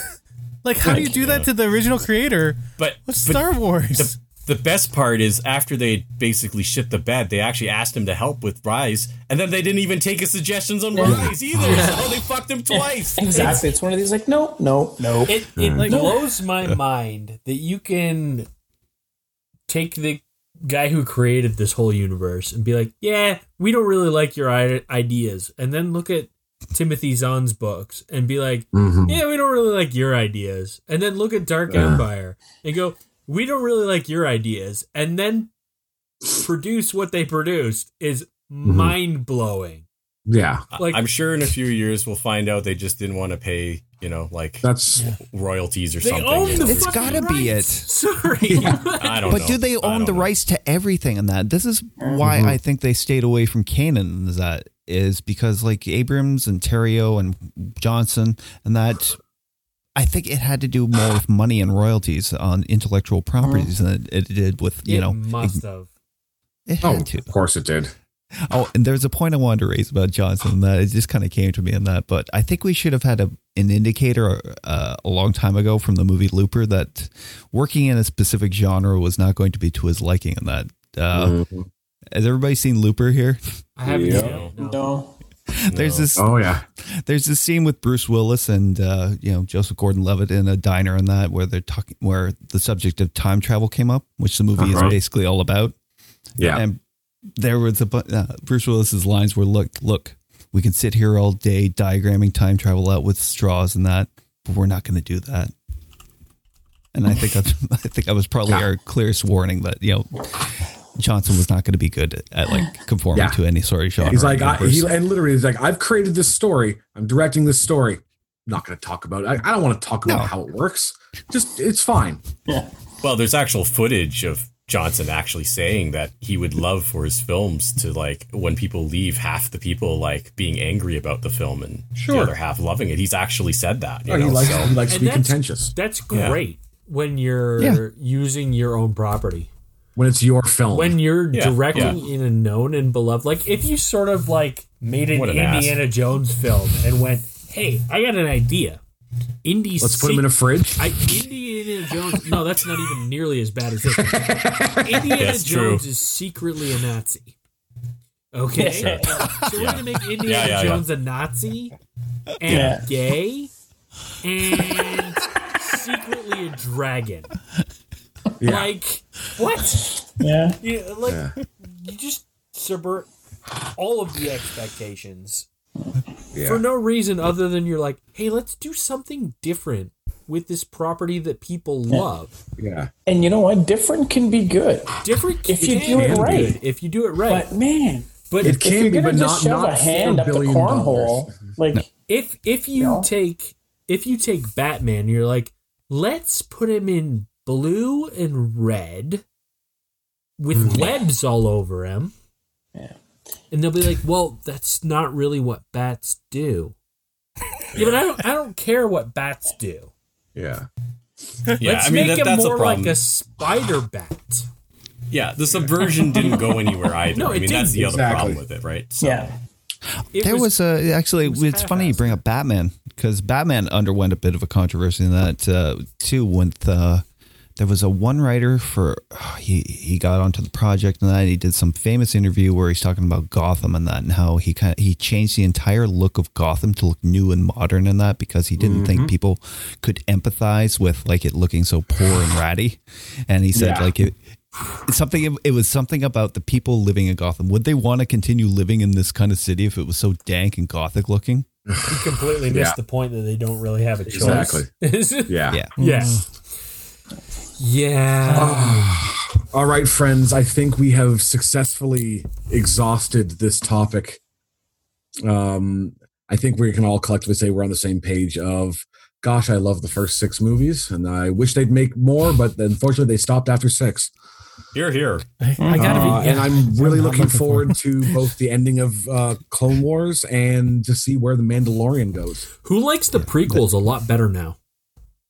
S4: like how do you do that to the original creator
S6: But,
S4: of
S6: but
S4: Star Wars?
S6: the, the best part is after they basically shit the bed, they actually asked him to help with Rise, and then they didn't even take his suggestions on Rise either. So they fucked him twice.
S5: Exactly. It's one of these like, no, no, no.
S1: It it
S4: Like-
S1: blows my mind that you can take the guy who created this whole universe and be like, "Yeah, we don't really like your i- ideas," and then look at Timothy Zahn's books and be like, "Yeah, we don't really like your ideas," and then look at Dark Empire and go, "We don't really like your ideas," and then produce what they produced is mind blowing.
S2: Yeah,
S1: Like-
S6: I'm sure in a few years we'll find out they just didn't want to pay, you know, like
S2: that's
S6: royalties or
S1: They
S6: something.
S1: own the
S6: you know.
S1: fucking
S7: It's gotta be
S1: rights.
S7: it.
S1: Sorry.
S6: I don't
S7: But
S6: know.
S7: do they
S6: I
S7: own
S6: don't
S7: the
S6: know. Mm-hmm.
S7: rights to everything on that? This is why I think they stayed away from Canon. Is that is because like Abrams and Terrio and Johnson and that. I think it had to do more with money and royalties on intellectual properties
S6: Mm-hmm.
S7: than it, it did with you
S1: it
S7: know.
S1: must have.
S7: It
S2: oh,
S7: had to.
S2: of course it did.
S7: Oh, and there's a point I wanted to raise about Johnson that it just kind of came to me in that, but I think we should have had a, an indicator uh, a long time ago from the movie Looper that working in a specific genre was not going to be to his liking. And that uh, has everybody seen Looper here?
S1: I haven't
S2: Yeah.
S1: seen it. No.
S5: No.
S7: there's this
S2: Oh yeah,
S7: there's this scene with Bruce Willis and uh, you know Joseph Gordon-Levitt in a diner and that where they're talking where the subject of time travel came up, which the movie
S2: Uh-huh.
S7: is basically all about.
S2: yeah.
S7: And there was a bu- uh, Bruce Willis's lines were look, look, we can sit here all day diagramming time travel out with straws and that, but we're not going to do that. And I think that's, I think I was probably our clearest warning that you know Johnson was not going to be good at, at, like conforming
S2: Yeah.
S7: to any sort of genre.
S2: He's like, I,
S7: universe.
S2: he, and literally, he's like, I've created this story. I'm directing this story. I'm not going to talk about it. I, I don't want to talk about
S7: No.
S2: how it works. Just, it's fine.
S6: Well, there's actual footage of Johnson actually saying that he would love for his films to like when people leave, half the people like being angry about the film and the
S2: Sure.
S6: other half loving it. He's actually said that.
S1: Oh,
S6: You
S2: he
S6: know,
S2: likes,
S6: so
S2: he likes to
S1: And
S2: be
S1: that's-
S2: contentious
S1: That's
S6: Yeah.
S1: great when you're
S7: Yeah.
S1: using your own property.
S2: when it's your film.
S1: When you're
S6: Yeah,
S1: directing in a known and beloved, like if you sort of like made an,
S6: What an ass.
S1: Indiana Jones film and went, "Hey, I got an idea." Indie
S2: Let's put him in a fridge.
S1: I, Indiana Jones. No, that's not even nearly as bad as this. Indiana
S6: That's true.
S1: Jones is secretly a Nazi. Okay, so we're gonna make Indiana
S6: Yeah, yeah, yeah.
S1: Jones a Nazi and
S5: Yeah.
S1: gay and secretly a dragon. Like what?
S5: Yeah.
S1: You, like you just subvert all of the expectations for no reason other than you're like, hey, let's do something different with this property that people love.
S2: yeah.
S5: And you know what? Different can be good.
S1: Different
S5: If you
S1: can
S5: do it
S1: be good
S5: right.
S1: if you do it right.
S5: But man,
S1: But,
S2: It
S5: if you're
S2: can be,
S5: gonna
S2: but
S5: just
S2: not,
S5: shove
S2: not
S5: a hand
S2: $4
S5: up the
S2: billion
S5: cornhole, like
S1: if if you
S5: No.
S1: take if you take Batman, you're like, let's put him in blue and red with webs all over him.
S5: Mm-hmm. Yeah.
S1: And they'll be like, Well, that's not really what bats do. yeah, but I don't I don't care what bats do.
S2: Yeah.
S6: yeah,
S1: let's
S6: I mean
S1: make
S6: that,
S1: him
S6: that's a
S1: more
S6: problem.
S1: like a spider bat.
S6: yeah, the subversion didn't go anywhere either.
S1: No,
S6: I
S1: it
S6: mean that's
S1: didn't.
S6: the other problem
S2: Exactly.
S6: with it, right? So,
S5: yeah.
S1: It
S7: there was, a actually
S1: was
S7: it's funny you
S1: half-assed.
S7: bring up batman because batman underwent a bit of a controversy in that uh, too with uh, there was a one writer for he he got onto the project and then he did some famous interview where he's talking about Gotham and that and how he kind of, he changed the entire look of Gotham to look new and modern and that because he didn't think people could empathize with like it looking so poor and ratty and he said
S5: Yeah.
S7: like it it's something it was something about the people living in Gotham would they want to continue living in this kind of city if it was so dank and gothic looking
S1: You completely missed
S2: Yeah.
S1: the point that they don't really have a choice.
S2: Exactly. Yeah.
S7: yeah
S1: yeah. Yeah.
S2: All right, friends. I think we have successfully exhausted this topic. Um, I think we can all collectively say we're on the same page of, gosh, I love the first six movies, and I wish they'd make more, but unfortunately they stopped after six.
S6: You're here.
S4: I,
S1: Oh,
S4: I gotta
S2: Uh,
S4: be,
S2: and I'm really looking
S4: not looking for
S2: forward to both the ending of uh, Clone Wars and to see where the Mandalorian goes.
S1: Who likes the prequels a lot better now?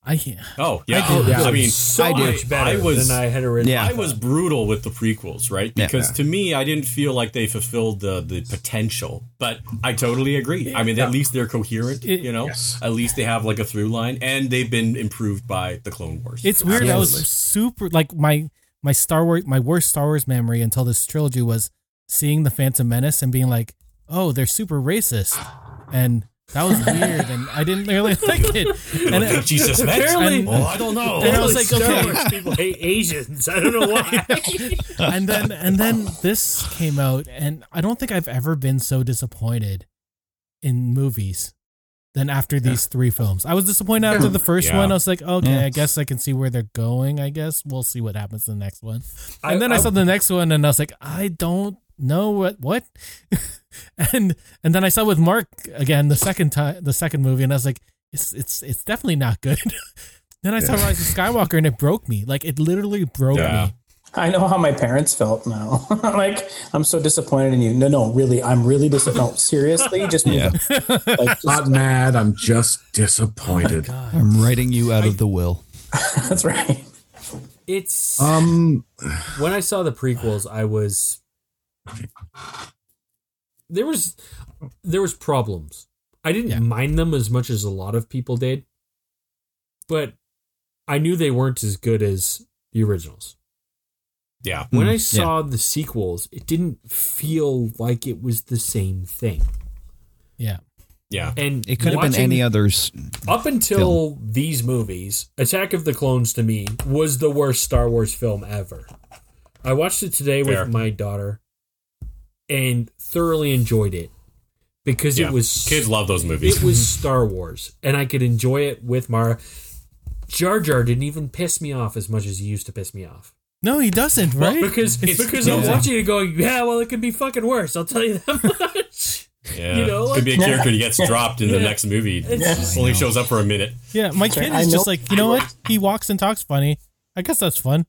S4: I can't.
S6: Oh yeah.
S4: I do.
S6: I, mean,
S1: so
S6: I do.
S1: much better
S6: I was-
S1: than I had originally.
S7: Yeah.
S6: I was brutal with the prequels, right?
S7: Yeah.
S6: Because to me, I didn't feel like they fulfilled the the potential. But I totally agree. I mean, at least they're coherent. You know, at least they have like a through line, and they've been improved by the Clone Wars.
S4: It's weird. I was super like my my Star Wars my worst Star Wars memory until this trilogy was seeing the Phantom Menace and being like, oh, they're super racist, and that was weird, and I didn't really like it. And
S6: Like,
S4: it-
S6: Jesus, apparently,
S4: Apparently-
S6: oh, I don't know.
S4: And I was like, okay.
S1: Star Wars people hate Asians. I don't know why.
S4: and then and then this came out, and I don't think I've ever been so disappointed in movies than after these three films. I was disappointed after the first
S6: Yeah.
S4: one. I was like, okay,
S7: Yeah.
S4: I guess I can see where they're going. I guess we'll see what happens in the next one.
S1: I-
S4: And then I,
S1: I-
S4: saw the next one, and I was like, I don't know what what. and and then I saw with Mark again the second time, the second movie, and I was like, it's it's it's definitely not good. then I saw Rise of Skywalker, and it broke me. Like it literally broke
S6: Yeah.
S4: me.
S5: I know how my parents felt now. like, I'm so disappointed in you. No, no, really, I'm really disappointed. No, seriously, just move
S7: Yeah.
S5: on. Like, just-
S2: Not mad. I'm just disappointed.
S7: i'm writing you out of the will
S5: that's right.
S1: It's
S2: um,
S1: when I saw the prequels, I was there was there was problems. I didn't mind them as much as a lot of people did, but I knew they weren't as good as the originals.
S6: yeah.
S7: Hmm,
S1: When I saw the sequels, it didn't feel like it was the same thing.
S4: Yeah.
S6: Yeah.
S1: And
S7: it could have been
S1: watching-
S7: any others
S1: up until these movies, Attack of the Clones to me was the worst Star Wars film ever. I watched it today
S6: Fair.
S1: with my daughter and thoroughly enjoyed it because
S6: yeah.
S1: it was
S6: kids love those movies.
S1: it was Star Wars and I could enjoy it with Mara. Jar Jar didn't even piss me off as much as he used to piss me off.
S4: No, he doesn't, right?
S1: because because I'm watching it going, yeah, well, it could be fucking worse. I'll tell you that much.
S6: yeah.
S1: you know,
S6: could be a
S5: like-
S6: character that gets dropped in the next movie. Only shows up for a minute.
S4: yeah, my kid
S5: I
S4: is
S5: know-
S4: just like, you know what? He walks and talks funny. I guess that's fun.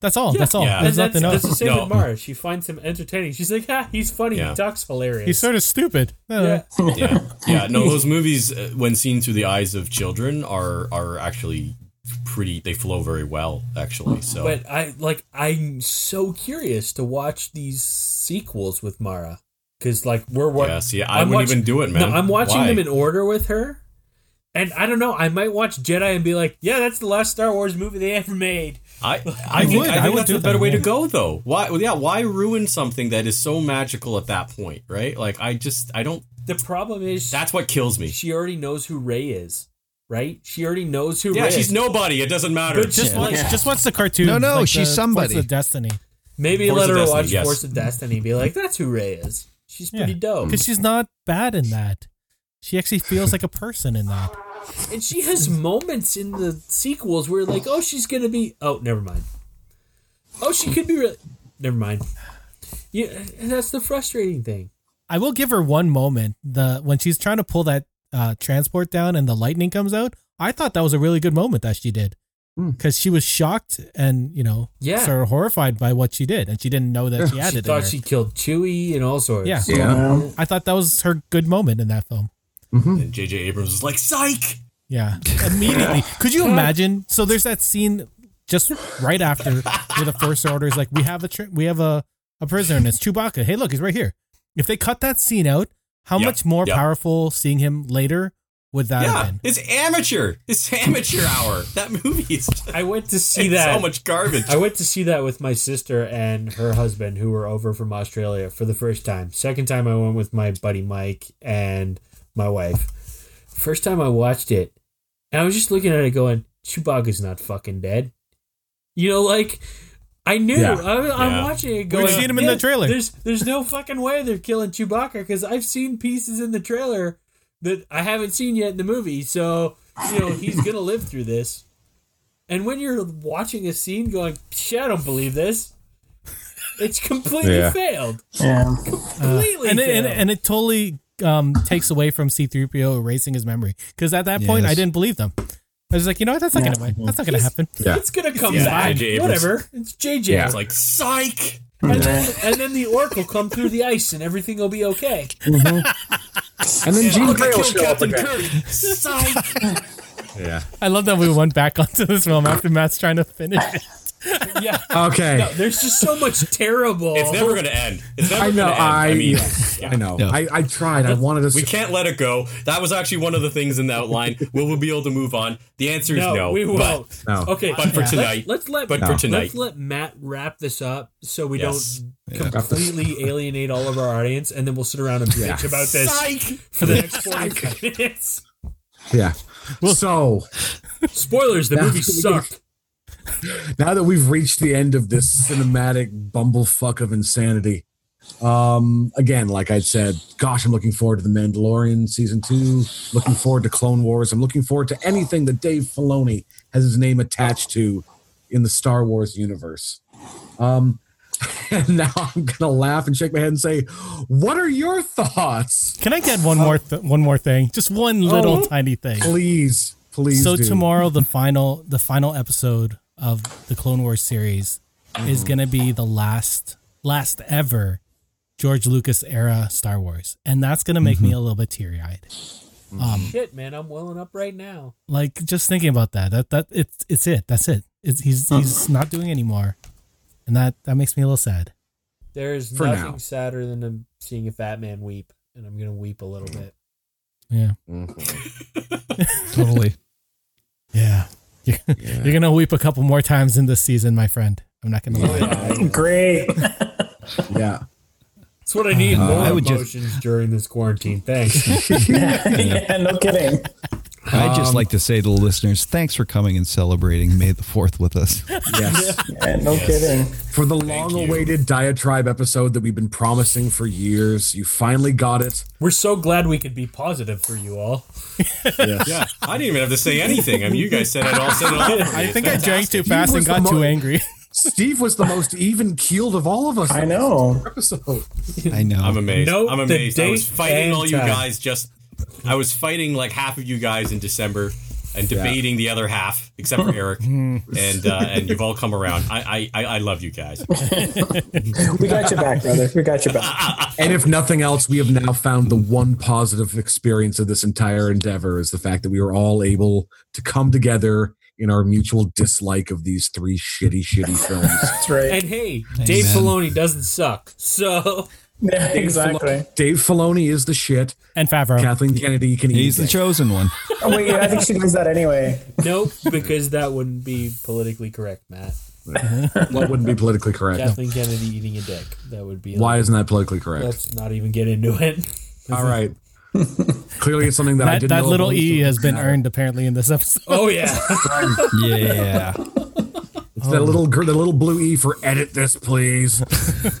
S4: That's all. that's all.
S6: yeah.
S4: There's
S1: And that's,
S4: nothing
S1: that's
S4: else.
S1: the same
S6: No.
S1: with Mara. She finds him entertaining. She's like, ah, he's funny.
S6: Yeah.
S1: He talks hilarious.
S4: He's sort of stupid. Uh,
S1: yeah.
S6: yeah, yeah. No, those movies, uh, when seen through the eyes of children, are are actually pretty. They flow very well, actually. So
S1: But I like. I'm so curious to watch these sequels with Mara because, like, we're what?
S6: yeah, see, I wouldn't even do it, man.
S1: No, I'm watching
S6: Why?
S1: them in order with her, and I don't know. I might watch Jedi and be like, yeah, that's the last Star Wars movie they ever made.
S6: I, I, think,
S4: would,
S6: I
S4: I
S6: think
S4: would
S6: that's
S4: do
S6: a better
S4: that,
S6: way to
S4: yeah.
S6: go, though. Why? well, Yeah, why ruin something that is so magical at that point, right? Like, I just, I don't.
S1: The problem is
S6: That's what kills me.
S1: she already knows who Ray is, right? She already knows who
S6: Yeah,
S1: Rey
S6: she's
S1: is.
S6: nobody. It doesn't matter.
S4: But just watch, just watch the cartoon.
S7: No, no,
S4: like
S7: she's
S4: the
S7: somebody.
S4: Force of Destiny,
S1: Maybe
S6: Force
S1: let
S6: of
S1: her
S6: Destiny,
S1: watch
S6: yes.
S1: Force of Destiny and be like, that's who Ray is. She's pretty
S4: Yeah.
S1: dope.
S4: because she's not bad in that. She actually feels like a person in that.
S1: And she has moments in the sequels where, like, oh, she's going to be. Oh, never mind. Oh, she could be. Re- never mind. Yeah, and that's the frustrating thing.
S4: I will give her one moment. The when she's trying to pull that uh, transport down and the lightning comes out. I thought that was a really good moment that she did because she was shocked and you know
S1: Yeah.
S4: sort of horrified by what she did and she didn't know that she had
S1: She
S4: it. in
S1: thought
S4: her.
S1: she killed Chewie and all sorts.
S4: Yeah. I thought that was her good moment in that film.
S6: and J.J. Abrams is like, psych.
S4: Yeah. Immediately. Could you imagine? So there's that scene just right after where the first order is like, we have a tr we have a, a prisoner and it's Chewbacca. Hey, look, he's right here. If they cut that scene out, how
S6: Yep,
S4: much more
S6: yep.
S4: powerful seeing him later would that have
S6: yeah,
S4: been?
S6: it's amateur. It's amateur hour. That movie is just
S1: I went to see
S6: it's
S1: that.
S6: so much garbage.
S1: I went to see that with my sister and her husband, who were over from Australia for the first time. Second time, I went with my buddy Mike and my wife. First time I watched it, and I was just looking at it going, Chewbacca's not fucking dead. You know, like, I knew.
S2: Yeah.
S1: I, I'm
S6: Yeah.
S1: watching it going,
S4: seen him in the
S1: "Yeah,
S4: trailer."
S1: There's, there's no fucking way they're killing Chewbacca because I've seen pieces in the trailer that I haven't seen yet in the movie. So, you know, he's going to live through this. And when you're watching a scene going, Psh, I don't believe this, it's completely
S2: Yeah.
S1: failed.
S5: Yeah.
S6: Uh,
S1: Completely
S4: and, it,
S1: failed.
S4: and, and it totally um, takes away from C3PO erasing his memory. Because at that point, I
S7: Yes.
S4: didn't believe them. I was like, you know what? That's not
S5: Yeah.
S4: going to That's not going to
S1: He's-
S4: happen.
S2: Yeah.
S1: It's going to come
S6: Yeah,
S1: back.
S6: J.J. Abrams.
S1: Whatever. It's JJ.
S2: Yeah.
S6: it's like psych.
S1: and, then, and then the orc will come through the ice and everything will be okay.
S2: And then Gene
S6: Look, I
S2: Grey will
S6: killed
S2: show up
S6: Captain
S2: again.
S6: Kirk. Psych.
S2: Yeah.
S4: I love that we went back onto this film after Matt's trying to finish it.
S1: Yeah.
S2: Okay.
S1: There's just so much terrible.
S6: It's never gonna end. It's never
S2: I know.
S6: gonna end.
S2: I,
S6: I, mean,
S2: I know. I, I tried. I wanted to.
S6: we can't let it go. That was actually one of the things in that line. Will we be able to move on? The answer is
S1: No,
S6: no.
S1: we
S6: but-
S1: won't.
S2: No.
S1: Okay,
S6: But for
S1: let's-
S6: tonight.
S1: let's let
S6: But for tonight.
S1: let's let Matt wrap this up so we
S6: Yes.
S1: don't completely alienate all of our audience, and then we'll sit around and bitch about this
S6: Psych.
S1: for the next forty-five minutes.
S2: Yeah. So
S1: Spoilers: the
S2: Yeah.
S1: movie sucked.
S2: now that we've reached the end of this cinematic bumblefuck of insanity, um, again, like I said, gosh, I'm looking forward to The Mandalorian season two. Looking forward to Clone Wars. I'm looking forward to anything that Dave Filoni has his name attached to in the Star Wars universe. Um, and now I'm gonna laugh and shake my head and say, "What are your thoughts?"
S4: Can I get one more th- one more thing? Just one little tiny thing.
S2: Please, please.
S4: so
S2: do.
S4: tomorrow the final the final episode of the Clone Wars series is
S2: Mm-hmm.
S4: going to be the last last ever George Lucas era Star Wars. And that's going to make
S2: Mm-hmm.
S4: me a little bit teary-eyed. Um
S1: Shit, man, I'm welling up right now.
S4: like just thinking about that. That that it's it's it. That's it. It's, he's he's not doing anymore. And that that makes me a little sad.
S1: There is
S2: For
S1: nothing
S2: now.
S1: sadder than um, seeing a fat man weep, and I'm gonna weep a little bit.
S4: Yeah.
S2: Mm-hmm.
S7: Totally.
S4: Yeah. You're, you're going to weep a couple more times in this season, my friend. I'm not going to lie.
S5: Great.
S2: yeah.
S1: That's what I need. more
S7: I would just-
S1: emotions during this quarantine. Thanks.
S5: yeah, no kidding.
S7: I'd just like to say to the listeners, thanks for coming and celebrating May the 4th with us.
S2: Yes.
S5: Yeah, no kidding.
S2: For the long awaited diatribe episode that we've been promising for years, you finally got it.
S1: We're so glad we could be positive for you all.
S6: Yeah, I didn't even have to say anything. I mean, you guys said it all. Said it all.
S4: I think I drank too fast
S2: He
S4: and
S2: was
S4: got
S2: the
S4: too
S2: mo-
S4: angry.
S2: Steve was the most even keeled of all of us.
S5: I know.
S2: Episode.
S7: I know.
S6: I'm amazed.
S1: Note
S6: I'm
S1: the
S6: amazed. I was
S1: date
S6: fighting
S1: and
S6: all you
S1: time.
S6: guys. Just I was fighting like half of you guys in December and debating the other half, except for Eric. and uh, and you've all come around. I I, I, I love you guys.
S5: We got your back, brother. We got your back.
S2: And if nothing else, we have now found the one positive experience of this entire endeavor is the fact that we were all able to come together in our mutual dislike of these three shitty, shitty films.
S5: That's right.
S1: And hey, Dave Filoni doesn't suck. So
S5: Yeah, exactly.
S2: Dave Filoni is the shit.
S4: And Favreau.
S2: Kathleen Kennedy can
S7: He's
S2: eat
S7: the
S2: it.
S7: chosen one.
S5: Oh, wait, yeah, I think she does that anyway.
S1: nope, because that wouldn't be politically correct, Matt.
S2: What wouldn't be politically correct?
S1: Kathleen Kennedy eating a dick. That would be.
S2: Why isn't that politically correct?
S1: Let's not even get into it.
S2: All right. Clearly, it's something that, I
S4: That,
S2: didn't
S4: that
S2: know
S4: little
S2: about.
S4: E has been earned apparently in this episode.
S1: Oh yeah.
S7: Yeah.
S2: It's
S4: Oh.
S2: that little gr- the little blue E for edit this, please.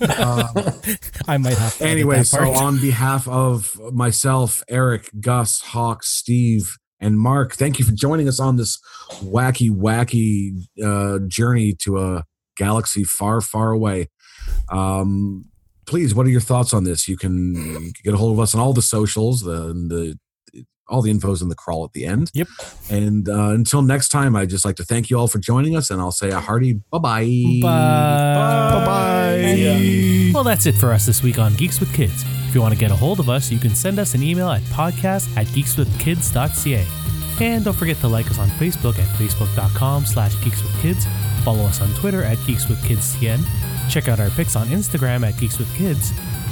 S4: I might have to. edit
S2: Anyway,
S4: that
S2: so
S4: part.
S2: on behalf of myself, Eric, Gus, Hawk, Steve, and Mark, thank you for joining us on this wacky, wacky uh, journey to a galaxy far, far away. Um, please, what are your thoughts on this? You can get a hold of us on all the socials, the the all the info's in the crawl at the end.
S4: Yep.
S2: And uh, until next time, I'd just like to thank you all for joining us, and I'll say a hearty bye-bye.
S4: Bye. Well, that's it for us this week on Geeks with Kids. If you want to get a hold of us, you can send us an email at podcast at geekswithkids.ca. And don't forget to like us on Facebook at facebook.com slash geekswithkids. Follow us on Twitter at geekswithkidstn. Check out our pics on Instagram at geekswithkids.